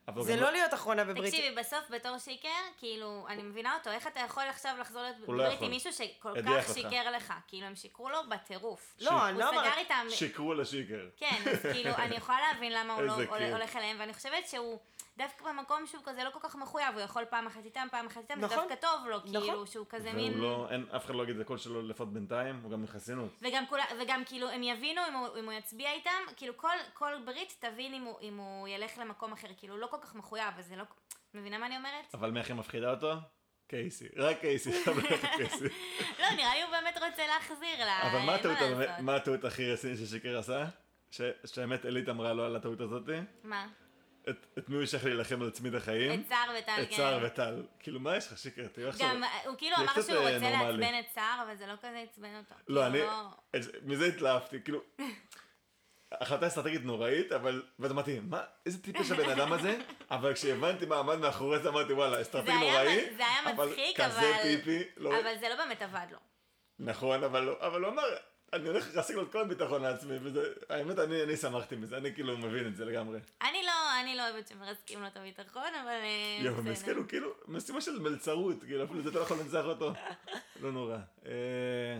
Speaker 1: אבל
Speaker 3: זה
Speaker 1: גם
Speaker 3: לא להיות אחרונה בברית.
Speaker 2: תקשיבי, בסוף בתור שיקר, כאילו, אני מבינה אותו, איך אתה יכול עכשיו לחזור להיות
Speaker 1: הוא לא
Speaker 2: ברית
Speaker 1: יכול.
Speaker 2: עם מישהו שכל
Speaker 1: הדיח
Speaker 2: כך
Speaker 1: אותך.
Speaker 2: שיקר לך? כאילו, הם שיקרו לו בטירוף.
Speaker 3: לא, אני
Speaker 2: הוא
Speaker 3: לא אמרתי...
Speaker 2: סגר איתם...
Speaker 1: שיקרו לשיקר.
Speaker 2: כן, אז כאילו, אני יכולה להבין למה הוא לא
Speaker 1: איזה
Speaker 2: הול-
Speaker 1: כיף.
Speaker 2: הולך אליהם, ואני חושבת שהוא דווקא במקום שהוא כזה לא כל כך מחויב, הוא יכול פעם אחת איתם, פעם אחת איתם, זה
Speaker 3: נכון.
Speaker 2: דווקא טוב לו,
Speaker 3: נכון.
Speaker 2: כאילו, שהוא כזה
Speaker 1: והוא
Speaker 2: מין...
Speaker 1: לא, אין, אף אחד לא יגיד את הקול שלו לפחות בינתיים, הוא גם מחסינות.
Speaker 2: וגם, כולה, וגם כאילו הם יבינו אם הוא, אם הוא יצביע איתם, כאילו כל, כל ברית תבין אם הוא, אם הוא ילך למקום אחר, כאילו הוא לא כל כך מחויב, אז זה לא... מבינה מה אני אומרת?
Speaker 1: אבל מי הכי מפחידה אותו? קייסי. רק קייסי. חייב להיות קייסי.
Speaker 2: לא, נראה לי הוא באמת רוצה להחזיר לה,
Speaker 1: אבל מה
Speaker 2: אין
Speaker 1: הטעות,
Speaker 2: לעשות.
Speaker 1: הבאמת- מה הטעות הכי רצינית ששיקר עשה? ש- שהאמת אלית אמרה לו על הטעות הזאתי?
Speaker 2: מה?
Speaker 1: את- את מי הוא ישלח להילחם על צמיד החיים?
Speaker 2: את סער וטל
Speaker 1: את סער וטל. כאילו, מה יש לך, שיקר? תראה עכשיו.
Speaker 2: כן. גם אה, הוא כאילו
Speaker 1: זה
Speaker 2: אמר
Speaker 1: קצת,
Speaker 2: שהוא
Speaker 1: אה,
Speaker 2: רוצה
Speaker 1: נורמלי.
Speaker 2: לעצבן את סער, אבל זה לא כזה עצבן אותו.
Speaker 1: לא, אני...
Speaker 2: כאילו,
Speaker 1: את זה- מזה התלהבתי, כאילו... החלטה אסטרטגית נוראית, אבל... ואז אמרתי, מה, איזה טיפש הבן אדם הזה? אבל כשהבנתי מה עמד מאחורי זה, אמרתי, וואלה, אסטרטגי
Speaker 2: זה היה
Speaker 1: נוראי.
Speaker 2: מ- זה היה מצחיק,
Speaker 1: כזה
Speaker 2: אבל-
Speaker 1: פיפי, לא...
Speaker 2: אבל זה לא באמת עבד לו.
Speaker 1: נכון, אבל לא- אבל הוא אמר, אני הולך להשיג לו את כל הביטחון העצמי, וזה... האמת, אני אני שמחתי מזה, אני כאילו מבין את זה לגמרי.
Speaker 2: אני לא, אני לא אוהבת שמרסקים לו את הביטחון, אבל... אה,
Speaker 1: יואו,
Speaker 2: בסדר.
Speaker 1: מסכן, הוא כאילו משימה של מלצרות, כאילו אפילו זה אתה לא יכול לנצח אותו. לא נורא. אה,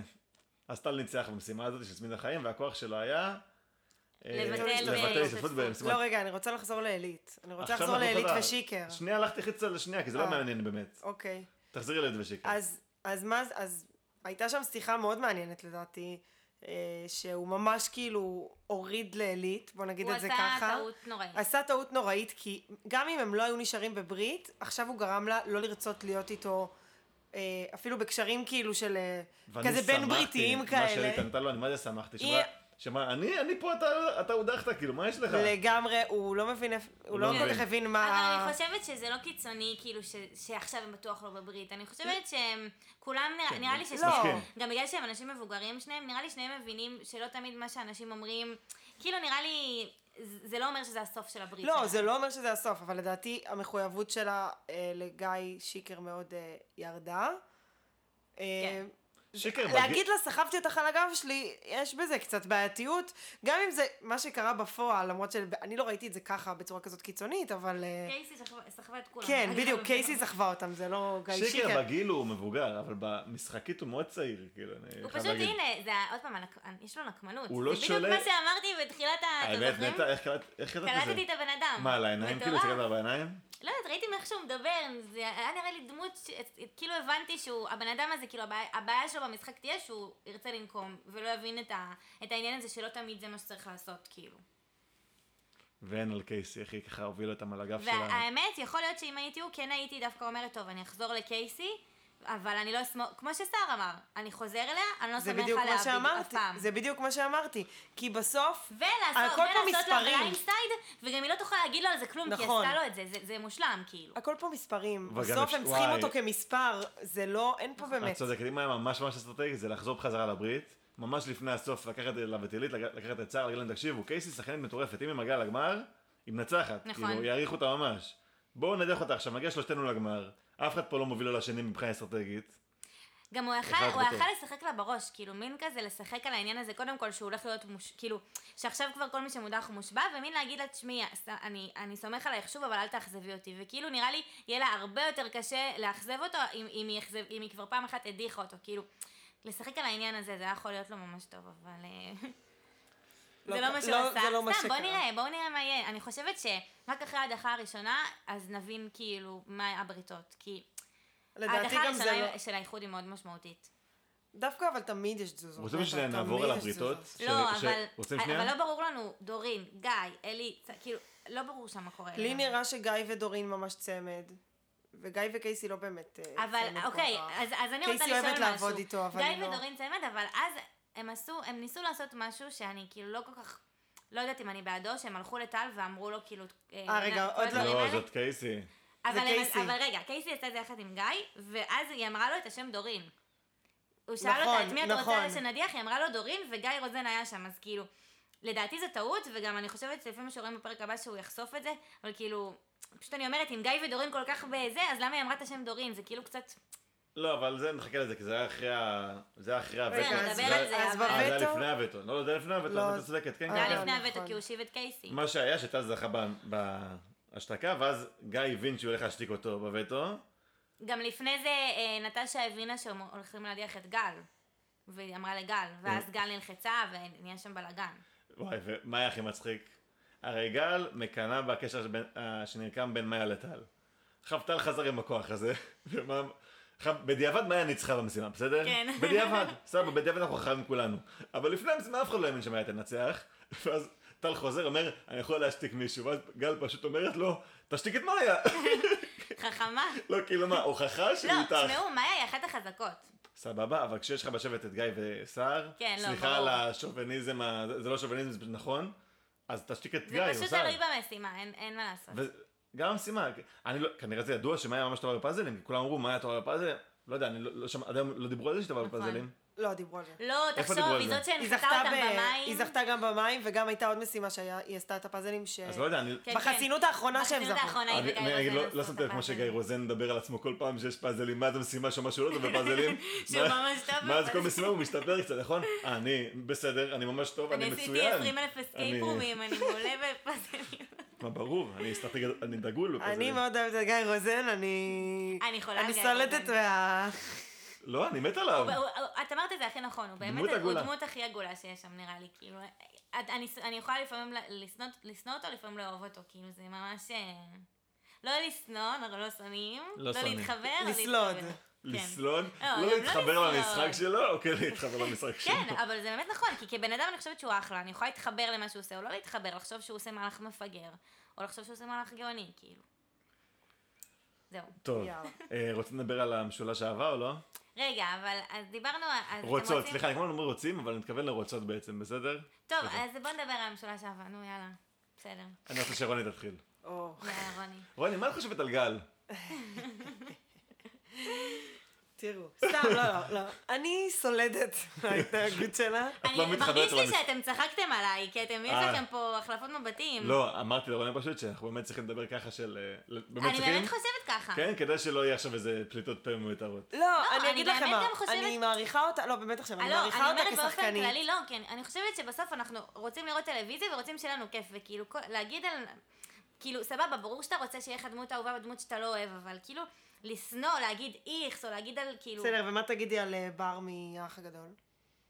Speaker 1: אז טל ניצח במשימה הזאת של צמיד החיים, והכוח שלו היה... אה,
Speaker 2: לבטל
Speaker 1: לבטל השתתפות
Speaker 2: בהשתתפות.
Speaker 1: במשימת...
Speaker 3: לא, רגע, אני רוצה לחזור לעילית. אני רוצה
Speaker 1: עכשיו
Speaker 3: לחזור
Speaker 1: אנחנו
Speaker 3: לעילית
Speaker 1: חזרה.
Speaker 3: ושיקר.
Speaker 1: שנייה הלכתי חיצה לשנייה, כי זה לא
Speaker 3: אה.
Speaker 1: מעניין באמת.
Speaker 3: אוקיי.
Speaker 1: תחזרי לילד ושיקר.
Speaker 3: אז, אז מה, זה- אז הייתה שם שיחה מאוד מעניינת לדעתי, אה, שהוא ממש כאילו הוריד לעילית, בוא נגיד
Speaker 2: הוא
Speaker 3: את זה
Speaker 2: עשה
Speaker 3: ככה.
Speaker 2: טעות נוראית.
Speaker 3: עשה טעות נוראית, כי גם אם הם לא היו נשארים בברית, עכשיו הוא גרם לה לא לרצות להיות איתו, אה, אפילו בקשרים כאילו של אה,
Speaker 1: ואני
Speaker 3: כזה בין
Speaker 1: שמחתי,
Speaker 3: בריתיים
Speaker 1: מה שהיא
Speaker 3: כאלה.
Speaker 1: קנתה לו, אני מה זה שמחתי.
Speaker 3: היא-
Speaker 1: שמה- שמה, אני, אני פה, אתה- אתה הודחת, כאילו, מה יש לך?
Speaker 3: לגמרי, הוא לא מבין, איפ- הוא לא
Speaker 1: לא
Speaker 3: כל
Speaker 1: מבין.
Speaker 3: כך הבין מה...
Speaker 2: אבל אני חושבת שזה לא קיצוני, כאילו, ש- שעכשיו הם בטוח לא בברית. אני חושבת שהם, כולם, נראה-
Speaker 1: כן,
Speaker 2: נראה לי
Speaker 1: לא.
Speaker 2: שיש...
Speaker 3: לא.
Speaker 2: גם בגלל שהם אנשים מבוגרים שניהם, נראה לי שניהם מבינים שלא תמיד מה שאנשים אומרים, כאילו, נראה לי, זה זה לא אומר שזה הסוף של הברית.
Speaker 3: לא,
Speaker 2: שלהם.
Speaker 3: זה לא אומר שזה הסוף, אבל לדעתי המחויבות שלה אה, לגיא שיקר מאוד אה, ירדה. אה,
Speaker 2: כן.
Speaker 1: שיקר,
Speaker 3: להגיד לה, סחבתי אותך על הגב שלי, יש בזה קצת בעייתיות. גם אם זה מה שקרה בפועל, למרות שאני לא ראיתי את זה ככה, בצורה כזאת קיצונית, אבל... אה,
Speaker 2: קייסי סחבה- סחבה את כולם.
Speaker 3: כן, בדיוק, קייסי סחבה אותם, זה לא גיא
Speaker 1: שיקר,
Speaker 3: שיקר.
Speaker 1: שיקר בגיל הוא מבוגר, אבל במשחקית הוא מאוד צעיר, כאילו, אני
Speaker 2: הוא
Speaker 1: חייב
Speaker 2: פשוט,
Speaker 1: להגיד.
Speaker 2: הנה, זה ה- עוד פעם, הנק- יש לו נקמנות.
Speaker 1: הוא לא
Speaker 2: זה
Speaker 1: שולט.
Speaker 2: בדיוק מה שאמרתי בתחילת ה... אתם
Speaker 1: האמת,
Speaker 2: זוכרים?
Speaker 1: נטע, איך קלט- איך קלטת את זה?
Speaker 2: קלטתי את הבן אדם.
Speaker 1: מה, על העיניים? כאילו,
Speaker 2: מטורף.
Speaker 1: הסתכלת עליו בעיניים?
Speaker 2: לא יודעת, ראיתי מאיך שהוא מדבר, זה היה נראה לי דמות, ש... כאילו הבנתי שהוא, הבן אדם הזה, כאילו הבעיה, הבעיה שלו במשחק תהיה שהוא ירצה לנקום, ולא יבין את, ה, את העניין הזה שלא תמיד זה מה שצריך לעשות, כאילו.
Speaker 1: ואין על קייסי, איך היא ככה הובילה אותם על הגב שלה.
Speaker 2: והאמת, יכול להיות שאם הייתי הוא, כן הייתי דווקא אומרת, טוב, אני אחזור לקייסי, אבל אני לא אסמוך, כמו שסער אמר, אני חוזר אליה, אני לא
Speaker 3: זה
Speaker 2: סומך
Speaker 3: בדיוק
Speaker 2: עליה
Speaker 3: מה
Speaker 2: ב- אף
Speaker 3: שאמרתי,
Speaker 2: פעם.
Speaker 3: זה בדיוק מה שאמרתי, כי בסוף, על
Speaker 2: ולעשות,
Speaker 3: כל פעם
Speaker 2: ולעשות לו
Speaker 3: מספרים.
Speaker 2: בליינסייד, וגם היא לא תוכל להגיד לו על זה כלום, כי
Speaker 3: נכון.
Speaker 2: עשתה לו את זה, זה, זה מושלם, כאילו.
Speaker 3: הכל פה מספרים,
Speaker 1: וגם
Speaker 3: בסוף
Speaker 1: אפשר-
Speaker 3: הם צריכים
Speaker 1: וואי.
Speaker 3: אותו כמספר, זה לא, אין פה
Speaker 1: את
Speaker 3: באמת.
Speaker 1: צודקת, אם היה ממש ממש אסטרטגי, זה לחזור בחזרה לברית, ממש לפני הסוף, לקחת אליו את עילית, לק- לקחת את צער, להגיד להם, תקשיבו, קייסי שחקנית מטורפת, אם היא מגיעה לגמר, היא מנצחת.
Speaker 2: נכון.
Speaker 1: כאילו, יעריכו אותה ממש. בואו נדח אותה עכשיו, מגיע שלושתנו לגמר, אף אחד פה לא מוביל על השני מבחינה אסטרטגית.
Speaker 2: גם הוא יכל,
Speaker 1: אחד
Speaker 2: הוא
Speaker 1: בטוח.
Speaker 2: יכל לשחק לה בראש, כאילו מין כזה לשחק על העניין הזה, קודם כל שהוא הולך להיות מוש... כאילו, שעכשיו כבר כל מי שמודח הוא מושבע, ומין להגיד לה, תשמעי, ס- אני, אני סומך עלייך שוב, אבל אל תאכזבי אותי. וכאילו נראה לי, יהיה לה הרבה יותר קשה לאכזב אותו, אם, אם, היא, אכזב, אם היא כבר פעם אחת הדיחה אותו, כאילו. לשחק על העניין הזה, זה היה יכול להיות לו ממש טוב, אבל... אה, זה לא מה שהוא עשה.
Speaker 3: זה לא מה
Speaker 2: סתם, בוא
Speaker 3: שקרה.
Speaker 2: נראה, בוא נראה מה יהיה. אני חושבת שרק אחרי ההדחה הראשונה, אז נבין כאילו מה הבריתות. כי
Speaker 3: לדעתי
Speaker 2: ההדחה
Speaker 3: גם זה לא...
Speaker 2: הראשונה של האיחוד היא מאוד משמעותית.
Speaker 3: דווקא אבל תמיד יש תזוזות.
Speaker 1: רוצים
Speaker 3: נטע,
Speaker 1: שנעבור
Speaker 3: תמיד
Speaker 1: על
Speaker 3: יש
Speaker 1: הבריתות?
Speaker 3: תזוזות.
Speaker 2: לא,
Speaker 1: ש- ש-
Speaker 2: אבל,
Speaker 1: רוצים שנייה?
Speaker 2: אבל לא ברור לנו, דורין, גיא, אלי, צ- כאילו, לא ברור שם מה קורה.
Speaker 3: לי
Speaker 2: להם.
Speaker 3: נראה שגיא ודורין ממש צמד, וגיא וקייסי לא באמת אה, צמד
Speaker 2: אבל,
Speaker 3: כל
Speaker 2: אוקיי,
Speaker 3: כך.
Speaker 2: אז, אז אני
Speaker 3: קייסי
Speaker 2: רוצה
Speaker 3: אוהבת
Speaker 2: לשאול
Speaker 3: לעבוד
Speaker 2: משהו.
Speaker 3: איתו, אבל
Speaker 2: גיא
Speaker 3: לא.
Speaker 2: ודורין צמד, אבל אז הם עשו, הם ניסו לעשות משהו שאני כאילו לא כל כך, לא יודעת אם אני בעדו, שהם הלכו לטל ואמרו לו כאילו...
Speaker 3: אה, רגע, עוד לא-
Speaker 1: לא, זאת קייסי.
Speaker 2: אבל, הם-
Speaker 3: קייסי.
Speaker 2: אבל רגע, קייסי עשתה את זה יחד עם גיא, ואז היא אמרה לו את השם דורין. הוא שאל
Speaker 3: נכון,
Speaker 2: אותה את מי את
Speaker 3: נכון.
Speaker 2: רוצה שנדיח, היא אמרה לו דורין, וגיא רוזן היה שם, אז כאילו, לדעתי זו טעות, וגם אני חושבת שלפי מה שרואים בפרק הבא שהוא יחשוף את זה, אבל כאילו, פשוט אני אומרת, אם גיא ודורין כל כך בזה, אז למה היא אמרה את השם דורין? זה כאילו קצת...
Speaker 1: לא, אבל זה נחכה לזה, כי זה היה אחרי ה... זה היה אחרי הווטו.
Speaker 2: נדבר
Speaker 3: אז
Speaker 2: על
Speaker 3: ב-
Speaker 2: זה,
Speaker 3: אז
Speaker 2: אבל-
Speaker 1: אה, זה היה
Speaker 3: בווטו?
Speaker 1: לפני הווטו. לא, לא, זה היה לפני הווטו,
Speaker 3: לא,
Speaker 1: אבל אתה צודקת, כן,
Speaker 2: זה
Speaker 1: כן.
Speaker 3: אה,
Speaker 2: היה לפני
Speaker 3: נכון.
Speaker 2: הווטו, כי הוא הושיב את קייסי.
Speaker 1: מה שהיה, שטל זכה ב- בהשתקה, ואז גיא הבין שהוא הולך להשתיק אותו בווטו.
Speaker 2: גם לפני זה, אה, נטשה הבינה שהם הולכים להדיח את גל. והיא אמרה לגל,
Speaker 1: אה.
Speaker 2: ואז גל נלחצה, ונהיה שם בלאגן.
Speaker 1: וואי, ומה היה הכי מצחיק? הרי גל מקנא בקשר שבין, אה, שנרקם בין מאיה לטל. עכשיו טל חזר עם הכוח הזה, ומה... עכשיו, בדיעבד מאיה ניצחה במשימה, בסדר?
Speaker 2: כן.
Speaker 1: בדיעבד, סבבה, בדיעבד אנחנו חכמים כולנו. אבל לפני המשימה אף אחד לא האמין שמאיה תנצח, ואז טל חוזר, אומר, אני יכול להשתיק מישהו, ואז גל פשוט אומרת לו, תשתיק את מאיה.
Speaker 2: חכמה.
Speaker 1: לא, כאילו מה, הוכחה שהוא
Speaker 2: לא,
Speaker 1: איתך.
Speaker 2: תשמעו, מאיה היא אחת החזקות.
Speaker 1: סבבה, אבל כשיש לך בשבט את גיא וסער,
Speaker 2: כן, לא,
Speaker 1: סליחה
Speaker 2: ברור.
Speaker 1: על השוביניזם, ה- זה- זה לא שוביניזם, זה פשוט נכון, אז תשתיק את
Speaker 2: זה
Speaker 1: גיא,
Speaker 2: פשוט
Speaker 1: וסער.
Speaker 2: תלוי במשימה, אין- אין מה לעשות.
Speaker 1: וגם המשימה, אני לא, כנראה זה ידוע שמאיה ממש טובה בפאזלים, כי כולם אמרו מאיה טובה בפאזלים, לא יודע, אני לא, לא שמע, עד היום לא דיברו על זה שהיא טובה
Speaker 2: נכון.
Speaker 1: בפאזלים.
Speaker 3: לא, דיברו על זה.
Speaker 2: לא,
Speaker 1: איפה
Speaker 2: תחשוב,
Speaker 1: דיברו על
Speaker 2: היא
Speaker 1: זה?
Speaker 2: זאת
Speaker 3: היא
Speaker 2: שהנחתה
Speaker 3: זכתה,
Speaker 2: אותם
Speaker 3: ב...
Speaker 2: במים.
Speaker 3: היא זכתה גם במים, וגם הייתה עוד משימה שהיא עשתה את הפאזלים ש...
Speaker 1: אז לא יודע, אני...
Speaker 2: כן,
Speaker 3: בחסינות האחרונה שהם
Speaker 2: בחסינות
Speaker 3: זכו.
Speaker 2: האחרונה היא
Speaker 1: אני,
Speaker 2: וגיא
Speaker 1: אני, אני
Speaker 2: רוזן
Speaker 1: לא,
Speaker 2: עשו
Speaker 1: לא
Speaker 2: את
Speaker 1: שמתי לב כמו
Speaker 2: הפאזלים.
Speaker 1: שגיא רוזן מדבר על עצמו כל פעם שיש פאזלים, מה זה משימה שמה שהוא לא טוב בפאזלים. מה-
Speaker 2: שהוא ממש טוב
Speaker 1: מאז כל
Speaker 2: בפאזלים.
Speaker 1: משימה הוא משתפר קצת, נכון? "אה, אני בסדר, אני ממש טוב, אני
Speaker 2: אני
Speaker 1: מצוין.
Speaker 2: עשיתי 20 אלף
Speaker 1: אני-
Speaker 2: אסקייפ רומים, אני מעולה בפאזלים.
Speaker 1: מה, ברור, אני אסטרטגיה, אני דגול בפאזלים.
Speaker 3: אני מאוד אוהבת את גיא רוזן, אני...
Speaker 2: אני חולה על
Speaker 3: אני
Speaker 2: גיא
Speaker 3: סולדת
Speaker 2: רוזן.
Speaker 3: מה...
Speaker 1: לא, אני מת עליו.
Speaker 2: הוא- הוא- את אמרת את זה הכי נכון, הוא
Speaker 1: דמות
Speaker 2: באמת הוא
Speaker 1: עגולה.
Speaker 2: הדמות הכי עגולה שיש שם, נראה לי. כאילו, את- אני- אני יכולה לפעמים ל- לשנוא- לשנוא אותו, לפעמים לאהוב אותו, כאילו, זה ממש... אה, לא לשנוא, אנחנו לא שונאים.
Speaker 1: לא
Speaker 2: לא
Speaker 1: שונאים.
Speaker 2: להתחבר. לא
Speaker 3: לסלוד.
Speaker 2: להתחבר. כן.
Speaker 1: לסלוד?
Speaker 2: לא, גם
Speaker 1: לא
Speaker 2: לא
Speaker 1: להתחבר
Speaker 2: לסלוד.
Speaker 1: למשחק שלו, או כן להתחבר למשחק שלו?
Speaker 2: כן, אבל זה באמת נכון, כי כבן אדם אני חושבת שהוא אחלה, אני יכולה להתחבר למה שהוא עושה, או לא להתחבר, לחשוב שהוא עושה מהלך מפגר, או לחשוב שהוא עושה מהלך גאוני, כאילו. זהו.
Speaker 1: טוב,
Speaker 3: יאללה.
Speaker 1: אה, רוצים לדבר על המשולש אהבה או לא?
Speaker 2: רגע, אבל אז דיברנו, אז אתם
Speaker 1: רוצות,
Speaker 2: רוצים-
Speaker 1: סליחה, אוקיי. אני כמובן אומר רוצים, אבל אני מתכוון לרוצות בעצם, בסדר?
Speaker 2: טוב,
Speaker 1: סליחה.
Speaker 2: אז בוא נדבר על המשולש אהבה, נו יאללה. בסדר.
Speaker 1: אני רוצה שרוני תתחיל.
Speaker 3: או.
Speaker 2: יאללה,
Speaker 1: אוקיי.
Speaker 2: רוני.
Speaker 1: רוני, מה את חושבת על גל?
Speaker 3: תראו, סתם, לא, לא, לא. אני סולדת מההתנהגות שלה.
Speaker 1: את לא
Speaker 2: אני מרגיש
Speaker 1: מתחברת
Speaker 2: לי
Speaker 1: למש-
Speaker 2: שאתם צחקתם עליי, כי אתם, יש
Speaker 1: אה.
Speaker 2: לכם פה החלפות מבטים.
Speaker 1: לא, אמרתי לרוני פשוט שאנחנו באמת צריכים לדבר ככה של... אה, ל- באמת
Speaker 2: אני
Speaker 1: צריכים?
Speaker 2: באמת חושבת ככה.
Speaker 1: כן, כדי שלא יהיה עכשיו איזה פליטות פה מיותרות.
Speaker 3: לא, אני
Speaker 2: אני
Speaker 3: אגיד
Speaker 2: באמת
Speaker 3: לכם מה,
Speaker 2: גם חושבת-
Speaker 3: אני מעריכה אותה, לא, באמת עכשיו,
Speaker 2: אה,
Speaker 3: אני
Speaker 2: לא, אני
Speaker 3: מעריכה אותה
Speaker 2: אומרת באופן
Speaker 3: כשחקנית.
Speaker 2: כללי, לא, כן, אני חושבת שבסוף אנחנו רוצים לראות טלוויזיה ורוצים שיהיה לנו כיף, וכאילו, כל- להגיד על... כאילו, סבבה, ברור שאתה רוצה שיהיה לך דמות אהובה ודמות שאתה לא אוהב, אבל כאילו, לשנוא, להגיד איכס, או להגיד על כאילו...
Speaker 3: בסדר, ומה תגידי על אה, בר מהאח הגדול?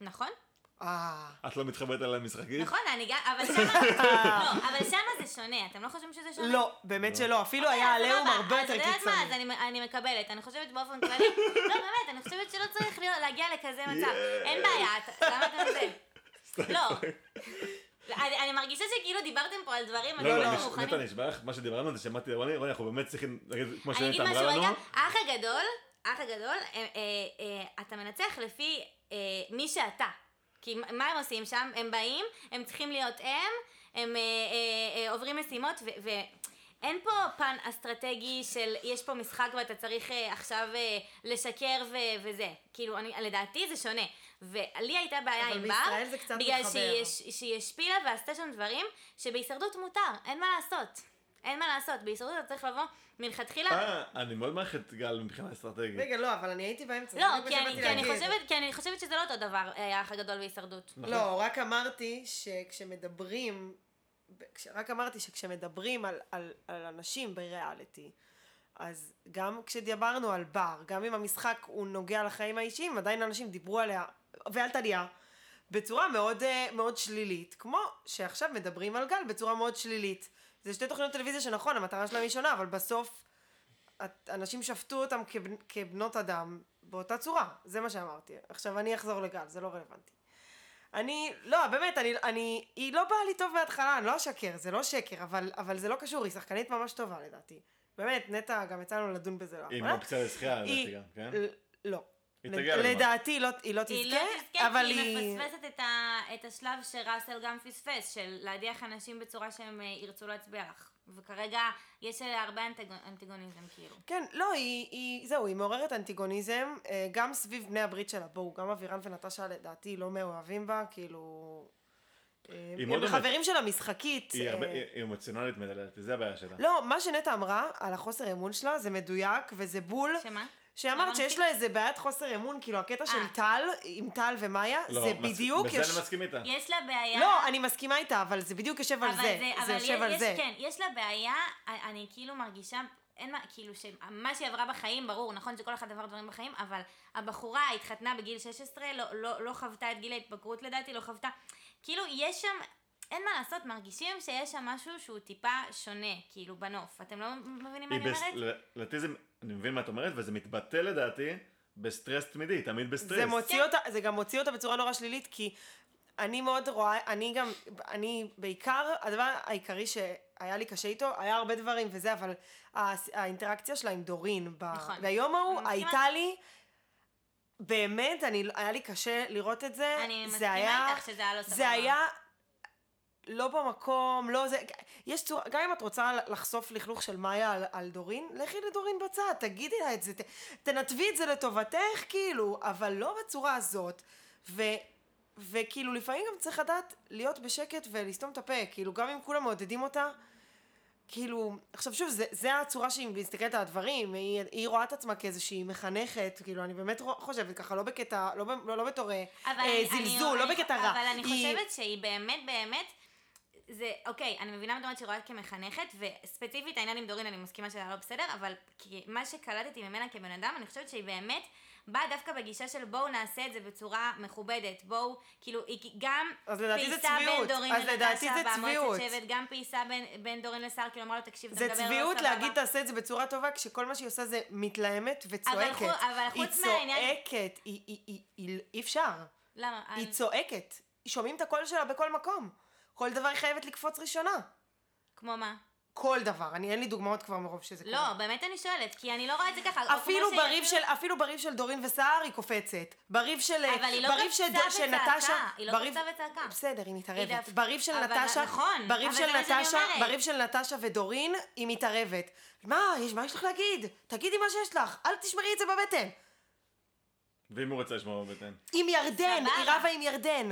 Speaker 2: נכון?
Speaker 3: אה.
Speaker 1: את לא מתחברת על המשחקית?
Speaker 2: נכון, אני גם, אבל שמה, לא, אבל שמה זה שונה, אתם לא חושבים שזה שונה?
Speaker 3: לא, באמת
Speaker 1: לא.
Speaker 3: שלא. אפילו
Speaker 2: אוקיי,
Speaker 3: היה
Speaker 2: אז
Speaker 3: עליהום
Speaker 2: סבבה.
Speaker 3: הרבה יותר
Speaker 2: אז את יודעת מה, אז
Speaker 3: קיצוני.
Speaker 2: אני- אני מקבלת. אני חושבת באופן כללי, לא, באמת, אני חושבת שלא צריך להיות- להגיע לכזה מצב.
Speaker 1: Yeah.
Speaker 2: אין בעיה, את- למה אתה מזה?
Speaker 1: סתם,
Speaker 2: לא.
Speaker 1: סתם.
Speaker 2: אני אני מרגישה שכאילו דיברתם פה על דברים, אתם
Speaker 1: לא,
Speaker 2: לא
Speaker 1: לא, נש-
Speaker 2: מוכנים.
Speaker 1: נטע נשבע לך, מה שדיברנו זה שאמרתי לרוני, רוני, אנחנו באמת צריכים להגיד, כמו
Speaker 2: אני אגיד
Speaker 1: שנטע
Speaker 2: משהו
Speaker 1: אמרה
Speaker 2: רגע,
Speaker 1: לנו,
Speaker 2: האח הגדול, האח הגדול, אה, אה, אה, אתה מנצח לפי אה, מי שאתה. כי מה- מה הם עושים שם? הם באים, הם צריכים להיות הם, הם אה, אה, אה, עוברים משימות ו... ו... אין פה פן אסטרטגי של יש פה משחק ואתה צריך אה, עכשיו אה, לשקר ו- וזה. כאילו, אני, לדעתי זה שונה. ולי הייתה בעיה
Speaker 3: אבל
Speaker 2: עם בר,
Speaker 3: בישראל זה קצת
Speaker 2: בגלל
Speaker 3: מתחבר.
Speaker 2: שהיא הש- שהיא השפילה ועשתה שם דברים שבהישרדות מותר, אין מה לעשות. אין מה לעשות, בהישרדות אתה צריך לבוא מלכתחילה
Speaker 1: אה, אני מאוד מעריך את גל מבחינה אסטרטגית.
Speaker 3: רגע, לא, אבל אני הייתי באמצע.
Speaker 2: לא,
Speaker 3: זה בדיוק
Speaker 2: כי
Speaker 3: מה
Speaker 2: אני,
Speaker 3: שבאתי
Speaker 2: כי, אני
Speaker 3: להגיד.
Speaker 2: חושבת, כי אני חושבת שזה לא אותו דבר, אה, האח הגדול והישרדות.
Speaker 1: נכון.
Speaker 3: לא, רק אמרתי שכשמדברים, כש- רק אמרתי שכשמדברים על, על, על אנשים בריאליטי, אז גם כשדיברנו על בר, גם אם המשחק הוא נוגע לחיים האישיים, עדיין אנשים דיברו עליה ועל טליה בצורה מאוד, אה, מאוד שלילית, כמו שעכשיו מדברים על גל בצורה מאוד שלילית. זה שתי תוכניות טלוויזיה שנכון, המטרה שלהם היא שונה, אבל בסוף את- אנשים שפטו אותם כבנ, כבנות אדם באותה צורה, זה מה שאמרתי. עכשיו אני אחזור לגל, זה לא רלוונטי. אני, לא, באמת, אני, אני, היא לא באה לי טוב מההתחלה, אני לא אשקר, זה לא שקר, אבל, אבל זה לא קשור, היא שחקנית ממש טובה לדעתי. באמת, נטע, גם יצא לנו לדון בזה
Speaker 1: היא
Speaker 3: לאחרונה.
Speaker 1: מפצעה לזכייה, לדעתי
Speaker 3: היא-
Speaker 1: גם, כן?
Speaker 3: ל- לא.
Speaker 1: היא תגיע לזמן.
Speaker 3: לדעתי לא- היא לא
Speaker 2: היא לא
Speaker 3: תזכה,
Speaker 2: תזכה,
Speaker 3: אבל
Speaker 2: כי היא
Speaker 3: היא...
Speaker 2: מפספסת את, ה, את השלב שראסל גם פספס, של להדיח אנשים בצורה שהם אה, ירצו להצביע לך. וכרגע יש עליה הרבה אנטגו- אנטגוניזם, כאילו.
Speaker 3: כן, לא, היא, היא, זהו, היא מעוררת אנטיגוניזם, אה, גם סביב בני הברית שלה, בואו, גם אבירן ונטשה לדעתי לא מאוהבים בה, כאילו... אה,
Speaker 1: מאוד
Speaker 3: הם
Speaker 1: אומרת-
Speaker 3: חברים שלה משחקית.
Speaker 1: היא הרבה-
Speaker 3: אה,
Speaker 1: היא- היא אמוציונלית מדי, לדעתי, זה הבעיה שלה.
Speaker 3: לא, מה שנטע אמרה על החוסר אמון שלה זה מדויק וזה בול.
Speaker 2: שמה?
Speaker 3: שאמרת
Speaker 2: אמרתי.
Speaker 3: שיש לה איזה בעיית חוסר אמון, כאילו הקטע של
Speaker 2: אה.
Speaker 3: טל, עם טל ומאיה,
Speaker 1: לא,
Speaker 3: זה
Speaker 1: מס-
Speaker 3: בדיוק...
Speaker 1: בזה
Speaker 3: יש- כן,
Speaker 1: אני מסכים איתה.
Speaker 2: יש לה בעיה...
Speaker 3: לא, אני מסכימה איתה, אבל זה בדיוק יושב על
Speaker 2: אבל
Speaker 3: זה. זה
Speaker 2: אבל
Speaker 3: יושב על
Speaker 2: יש,
Speaker 3: זה.
Speaker 2: כן, יש לה בעיה, א- אני כאילו מרגישה, אין מה, כאילו, שמה שהיא עברה בחיים, ברור, נכון שכל אחד עבר דברים בחיים, אבל הבחורה התחתנה בגיל 16, לא, לא, לא חוותה את גיל ההתבגרות לדעתי, לא חוותה, כאילו, יש שם... אין מה לעשות, מרגישים שיש שם משהו שהוא טיפה שונה, כאילו, בנוף. אתם לא מבינים מה
Speaker 1: היא
Speaker 2: אני
Speaker 1: בס-
Speaker 2: אומרת?
Speaker 1: ל- לדעתי זה, אני מבין מה את אומרת, וזה מתבטא לדעתי בסטרס תמידי, היא תמיד בסטרס.
Speaker 3: זה
Speaker 2: כן.
Speaker 3: מוציא אותה, זה גם מוציא אותה בצורה נורא שלילית, כי אני מאוד רואה, אני גם, אני בעיקר, הדבר העיקרי שהיה לי קשה איתו, היה הרבה דברים וזה, אבל הס- האינטראקציה שלה עם דורין, ב,
Speaker 2: נכון.
Speaker 3: ביום ההוא,
Speaker 2: אני מסכימה.
Speaker 3: הייתה לי, באמת, אני, היה לי קשה לראות את זה.
Speaker 2: אני
Speaker 3: זה
Speaker 2: מסכימה
Speaker 3: היה-
Speaker 2: איתך שזה היה לא סבבה.
Speaker 3: זה היה לא במקום, לא זה, יש צורה, גם אם את רוצה לחשוף לכלוך של מאיה על, על דורין, לכי לדורין בצד, תגידי לה את זה, ת, תנתבי את זה לטובתך, כאילו, אבל לא בצורה הזאת, ו, וכאילו לפעמים גם צריך לדעת להיות בשקט ולסתום את הפה, כאילו גם אם כולם מעודדים אותה, כאילו, עכשיו שוב, זה, זה הצורה שהיא מסתכלת על הדברים, היא, היא רואה את עצמה כאיזושהי מחנכת, כאילו, אני באמת רוא- חושבת ככה, לא בקטע, לא, ב- לא, לא בתור אה,
Speaker 2: אבל
Speaker 3: אה,
Speaker 2: אני-
Speaker 3: זלזול,
Speaker 2: אני-
Speaker 3: לא
Speaker 2: אני-
Speaker 3: בקטע רע.
Speaker 2: אבל אני
Speaker 3: היא-
Speaker 2: חושבת שהיא באמת באמת, זה, אוקיי, אני מבינה מה את אומרת שהיא רואה כמחנכת, וספציפית העניין עם דורין, אני מסכימה שזה לא בסדר, אבל כי מה שקלטתי ממנה כבן אדם, אני חושבת שהיא באמת באה דווקא בגישה של בואו נעשה את זה בצורה מכובדת, בואו, כאילו, היא גם
Speaker 3: אז לדעתי זה
Speaker 2: פייסה
Speaker 3: צביעות.
Speaker 2: בין דורין
Speaker 3: אז לדעתי
Speaker 2: לנטשה
Speaker 3: זה צביעות.
Speaker 2: במועצת שבט, גם פייסה בין, בין דורין לשר, כאילו אמרה לו, תקשיב, אתה
Speaker 3: זה
Speaker 2: מדבר לא סבבה.
Speaker 3: צביעות להגיד תעשה את זה בצורה טובה, כשכל מה שהיא עושה זה מתלהמת
Speaker 2: אבל,
Speaker 3: וצועקת.
Speaker 2: חו, אבל
Speaker 3: היא
Speaker 2: חוץ מהעניין...
Speaker 3: צועקת, היא- היא- היא- היא- אי אפשר.
Speaker 2: למה?
Speaker 3: היא צועקת. שומעים את הקול שלה בכל מקום. כל דבר היא חייבת לקפוץ ראשונה.
Speaker 2: כמו מה?
Speaker 3: כל דבר. אני, אין לי דוגמאות כבר מרוב שזה קורה.
Speaker 2: לא, באמת אני שואלת, כי אני לא רואה את זה ככה. או כמו אה,
Speaker 3: אפילו
Speaker 2: ש-
Speaker 3: בריב של, אפילו בריב של דורין וסער היא קופצת. בריב של...
Speaker 2: אבל היא לא
Speaker 3: בריב
Speaker 2: קפצה
Speaker 3: של- של
Speaker 2: וצעקה,
Speaker 3: נטשה-
Speaker 2: היא לא
Speaker 3: בריב-
Speaker 2: קפצה וצעקה.
Speaker 3: בסדר, היא מתערבת.
Speaker 2: היא דווקא-
Speaker 3: בריב של
Speaker 2: אבל
Speaker 3: נטשה...
Speaker 2: נכון,
Speaker 3: בריב
Speaker 2: אבל
Speaker 3: של
Speaker 2: זה מה שאני
Speaker 3: נטשה,
Speaker 2: אומרת.
Speaker 3: בריב של נטשה ודורין, היא מתערבת. מה, יש, מה יש לך להגיד? תגידי מה שיש לך, אל תשמרי את זה בבטן.
Speaker 1: ואם הוא רוצה לשמוע בבטן.
Speaker 3: עם ירדן,
Speaker 2: סבבה.
Speaker 3: היא רבה עם ירדן.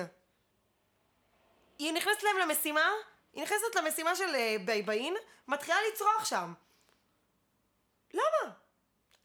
Speaker 3: היא נכנסת להם למשימה, היא נכנסת למשימה של אה, בייבאין, מתחילה לצרוח שם. למה?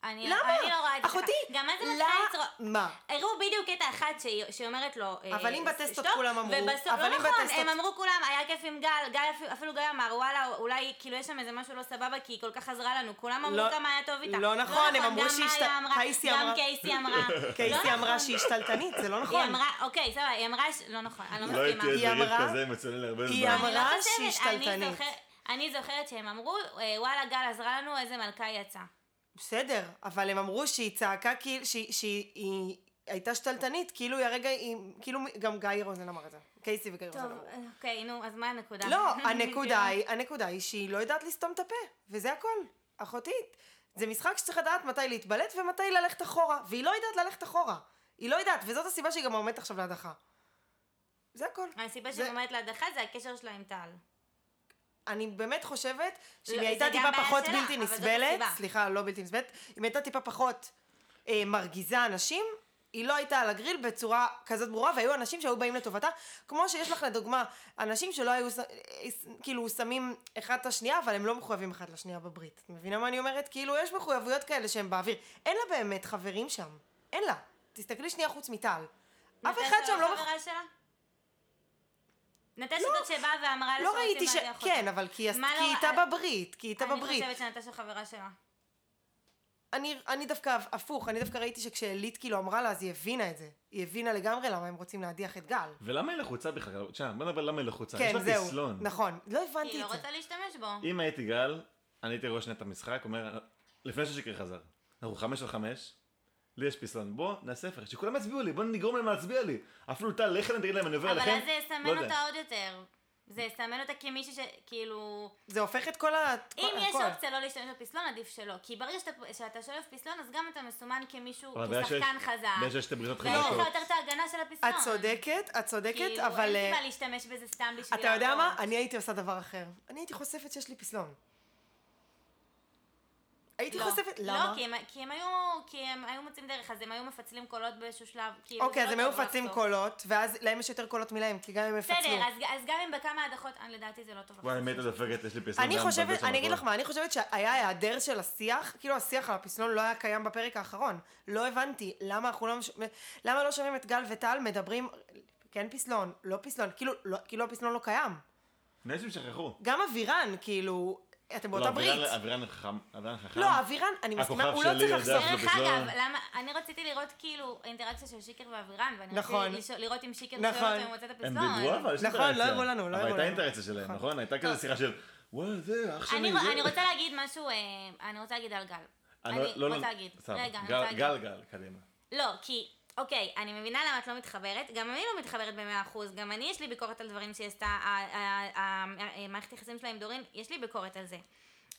Speaker 2: אני,
Speaker 3: למה?
Speaker 2: אני לא רואה את זה
Speaker 3: אחותי,
Speaker 2: ככה. גם מה זה מתחילה לצרוח?
Speaker 3: למה?
Speaker 2: הראו בדיוק קטע אחד שהיא- שאומרת לו, אה,
Speaker 3: אבל אם בטסטות
Speaker 2: שתוק,
Speaker 3: כולם אמרו,
Speaker 2: ובסוף,
Speaker 3: אבל
Speaker 2: לא
Speaker 3: אם
Speaker 2: נכון,
Speaker 3: בטסטות-
Speaker 2: הם אמרו כולם, היה כיף עם גל, גל אפילו, אפילו גל אמר, וואלה, אולי כאילו יש שם איזה משהו לא סבבה, כי היא כל כך עזרה לנו, כולם אמרו
Speaker 3: לא-
Speaker 2: כמה היה טוב איתה.
Speaker 3: לא נכון, הם אמרו
Speaker 2: גם
Speaker 3: שהיא השת-
Speaker 2: מאיה אמרה,
Speaker 3: קייסי אמרה-
Speaker 2: גם קייסי אמרה.
Speaker 3: קייסי
Speaker 2: לא
Speaker 3: אמרה
Speaker 2: נכון.
Speaker 3: שהיא שתלטנית, זה לא
Speaker 2: היא
Speaker 3: נכון.
Speaker 2: אמרה, אוקיי, סבבה, היא אמרה, ש- לא נכון, אני לא
Speaker 1: לא הייתי
Speaker 2: מסכימה.
Speaker 3: היא
Speaker 1: איזה ריב
Speaker 3: אמרה-
Speaker 1: כזה מצוין לי הרבה
Speaker 3: היא
Speaker 1: זמן.
Speaker 2: אני לא
Speaker 3: אמרה
Speaker 2: חושבת,
Speaker 3: שהיא
Speaker 2: אני
Speaker 3: שתלטנית.
Speaker 2: זוכרת- אני זוכרת שהם אמרו, אה, וואלה, גל עזרה לנו, איזה מלכה היא יצאה.
Speaker 3: בסדר, אבל הם אמרו שהיא צעקה כאילו, שהיא- שהיא היא הייתה שתלטנית, כאילו היא הרגע, היא- כאילו גם גיא רוזן אמר את זה. קייסי וגיא רוזן
Speaker 2: טוב,
Speaker 3: אמרו.
Speaker 2: אוקיי, נו, אז מה הנקודה?
Speaker 3: לא, הנקודה היא, הנקודה היא שהיא לא יודעת לסתום את הפה, וזה הכל, אחותי. זה משחק שצריך לדעת מתי להתבלט ומתי ללכת אחורה, והיא לא יודעת ללכת אחורה. היא לא יודעת, וזאת הסיבה שהיא גם עומדת עכשיו להדחה. זה הכל.
Speaker 2: הסיבה
Speaker 3: זה-
Speaker 2: שהיא אומרת להדחה זה הקשר שלה עם טל.
Speaker 3: אני באמת חושבת שאם
Speaker 2: לא,
Speaker 3: היא הייתה
Speaker 2: זה גם
Speaker 3: טיפה
Speaker 2: בעיה
Speaker 3: פחות
Speaker 2: שלה,
Speaker 3: בלתי
Speaker 2: אבל זאת
Speaker 3: נסבלת,
Speaker 2: הסיבה.
Speaker 3: סליחה, לא בלתי נסבלת, אם הייתה טיפה פחות אה, מרגיזה אנשים, היא לא הייתה על הגריל בצורה כזאת ברורה, והיו אנשים שהיו באים לטובתה, כמו שיש לך לדוגמה, אנשים שלא היו, ש- אה, ש- כאילו, שמים אחד את השנייה, אבל הם לא מחויבים אחד לשנייה בברית. את מבינה מה אני אומרת? כאילו, יש מחויבויות כאלה שהם באוויר. אין לה באמת חברים שם. אין לה. תסתכלי שנייה חוץ מטל. אף אחד שם לא... מח-
Speaker 2: חברה שלה? נטשה זאת שבאה ואמרה לה
Speaker 3: לא
Speaker 2: שרוצים
Speaker 3: ראיתי ש...
Speaker 2: להדיח אותה.
Speaker 3: כן, אבל כי היא עש-
Speaker 2: מה
Speaker 3: כי היא
Speaker 2: לא-
Speaker 3: איתה בברית, כי היא איתה
Speaker 2: אני
Speaker 3: בברית.
Speaker 2: חושבת שנטשה חברה שלה.
Speaker 3: אני, אני דווקא הפוך, אני דווקא ראיתי שכשאלית כאילו אמרה לה, אז היא הבינה את זה. היא הבינה לגמרי למה הם רוצים להדיח את גל.
Speaker 1: ולמה היא לחוצה בכלל? תשמע, בוא נדבר למה היא לחוצה.
Speaker 3: כן,
Speaker 1: יש לה
Speaker 3: זהו.
Speaker 1: כיסלון.
Speaker 3: נכון, לא הבנתי
Speaker 2: היא לא
Speaker 3: את זה.
Speaker 2: רוצה להשתמש בו.
Speaker 1: אם הייתי גל, אני הייתי רואה שנייה את המשחק, אומר, לפני ששקרי חזר, אנחנו חמש על חמש, לי יש פיסון, בוא נעשה הפך, שכולם יצביעו לי, בוא נגרום להם להצביע לי. אפילו טל, לכן אני תגיד להם, אני עובר
Speaker 2: אבל
Speaker 1: לכם,
Speaker 2: אז זה
Speaker 1: לא
Speaker 2: יסמן
Speaker 1: יודע.
Speaker 2: אותה עוד יותר. זה יסמן אותה כמישהי שכאילו...
Speaker 3: זה הופך את כל ה...
Speaker 2: אם
Speaker 3: הכל.
Speaker 2: יש אופציה לא להשתמש בפסלון, עדיף שלא. כי ברגע שאתה- שאתה שולף פסלון, אז גם אתה מסומן כמישהו,
Speaker 1: אבל הבעיה
Speaker 2: כשחקן
Speaker 1: שיש- הבעיה
Speaker 2: חזק.
Speaker 1: שיש שתי בריתות
Speaker 2: ויש לך
Speaker 1: חזקות.
Speaker 2: יותר את ההגנה של הפסלון.
Speaker 3: את צודקת, את צודקת,
Speaker 2: כאילו,
Speaker 3: אבל...
Speaker 2: אין סיבה
Speaker 3: אה,
Speaker 2: להשתמש בזה סתם בשביל...
Speaker 3: אתה יודע מה?
Speaker 2: לעבור.
Speaker 3: אני הייתי עושה דבר אחר. אני הייתי חושפת שיש לי פסלון. הייתי
Speaker 2: לא.
Speaker 3: חושפת...
Speaker 2: לא,
Speaker 3: למה?
Speaker 2: כי הם- כי הם היו- כי הם היו מוצאים דרך, אז הם היו מפצלים קולות באיזשהו שלב. כאילו,
Speaker 3: אוקיי,
Speaker 2: זה
Speaker 3: אז
Speaker 2: לא
Speaker 3: הם היו
Speaker 2: טוב
Speaker 3: מפצלים
Speaker 2: לחשוף.
Speaker 3: קולות, ואז להם יש יותר קולות מלהם, כי גם הם יפצלו.
Speaker 2: בסדר, אז- אז גם אם בכמה הדחות, אה, לדעתי זה לא טוב.
Speaker 1: וואי,
Speaker 2: לחשוף.
Speaker 1: מתה דופקת, יש לי לא, פיסון.
Speaker 3: אני
Speaker 1: גם, מבלבל
Speaker 3: חושבת,
Speaker 1: שם
Speaker 3: אני אגיד
Speaker 1: הכל.
Speaker 3: לך מה, אני חושבת שהיה היעדר של השיח, כאילו השיח על הפסלון לא היה קיים בפרק האחרון. לא הבנתי למה אנחנו לא, מש- למה לא שומעים את גל וטל מדברים, כן פסלון, לא פסלון, כאילו, לא, כאילו הפסלון לא קיים.
Speaker 1: נראה שהם שכחו.
Speaker 3: גם אבירן, כאילו, אתם
Speaker 1: לא,
Speaker 3: באותה
Speaker 1: אבירן-
Speaker 3: ברית.
Speaker 1: אבירן חכם, אבירן חכם.
Speaker 3: לא, אבירן, אני מסכימה,
Speaker 1: הכוכב
Speaker 3: הוא לא
Speaker 1: שלי
Speaker 3: צריך
Speaker 1: יודע.
Speaker 3: לחזור.
Speaker 2: דרך
Speaker 1: בפזלון.
Speaker 2: אגב, למה, אני רציתי לראות כאילו אינטראקציה של שיקר ואבירן, ואני
Speaker 3: נכון.
Speaker 2: רציתי לשאול- לראות אם שיקר
Speaker 3: נכון.
Speaker 2: שואל אותו אם הוא מוצא את
Speaker 1: הם
Speaker 2: הפסלון.
Speaker 1: דיברו אבל, יש
Speaker 3: נכון, לא
Speaker 1: אינטראקציה.
Speaker 3: הראו לנו, לא הראו
Speaker 1: אבל הייתה
Speaker 3: לנו.
Speaker 1: אינטראקציה שלהם,
Speaker 3: נכון.
Speaker 1: נכון? הייתה כזה שיחה של, וואי, זה אח שלי.
Speaker 2: לא. אני,
Speaker 1: זה-"
Speaker 2: אני רוצה להגיד משהו, אה, אני רוצה להגיד על גל. אני
Speaker 1: לא- לא- לא-
Speaker 2: רוצה להגיד.
Speaker 1: סבבה.
Speaker 2: רגע, אני
Speaker 1: גל-
Speaker 2: רוצה להגיד.
Speaker 1: גל, גל, קדימה.
Speaker 2: לא, כי, אוקיי, אני מבינה למה את לא מתחברת, גם אני לא מתחברת ב-100%, גם אני יש לי ביקורת על דברים שהיא עשתה, ה- ה- ה- ה- מערכת היחסים שלה עם דורין, יש לי ביקורת על זה.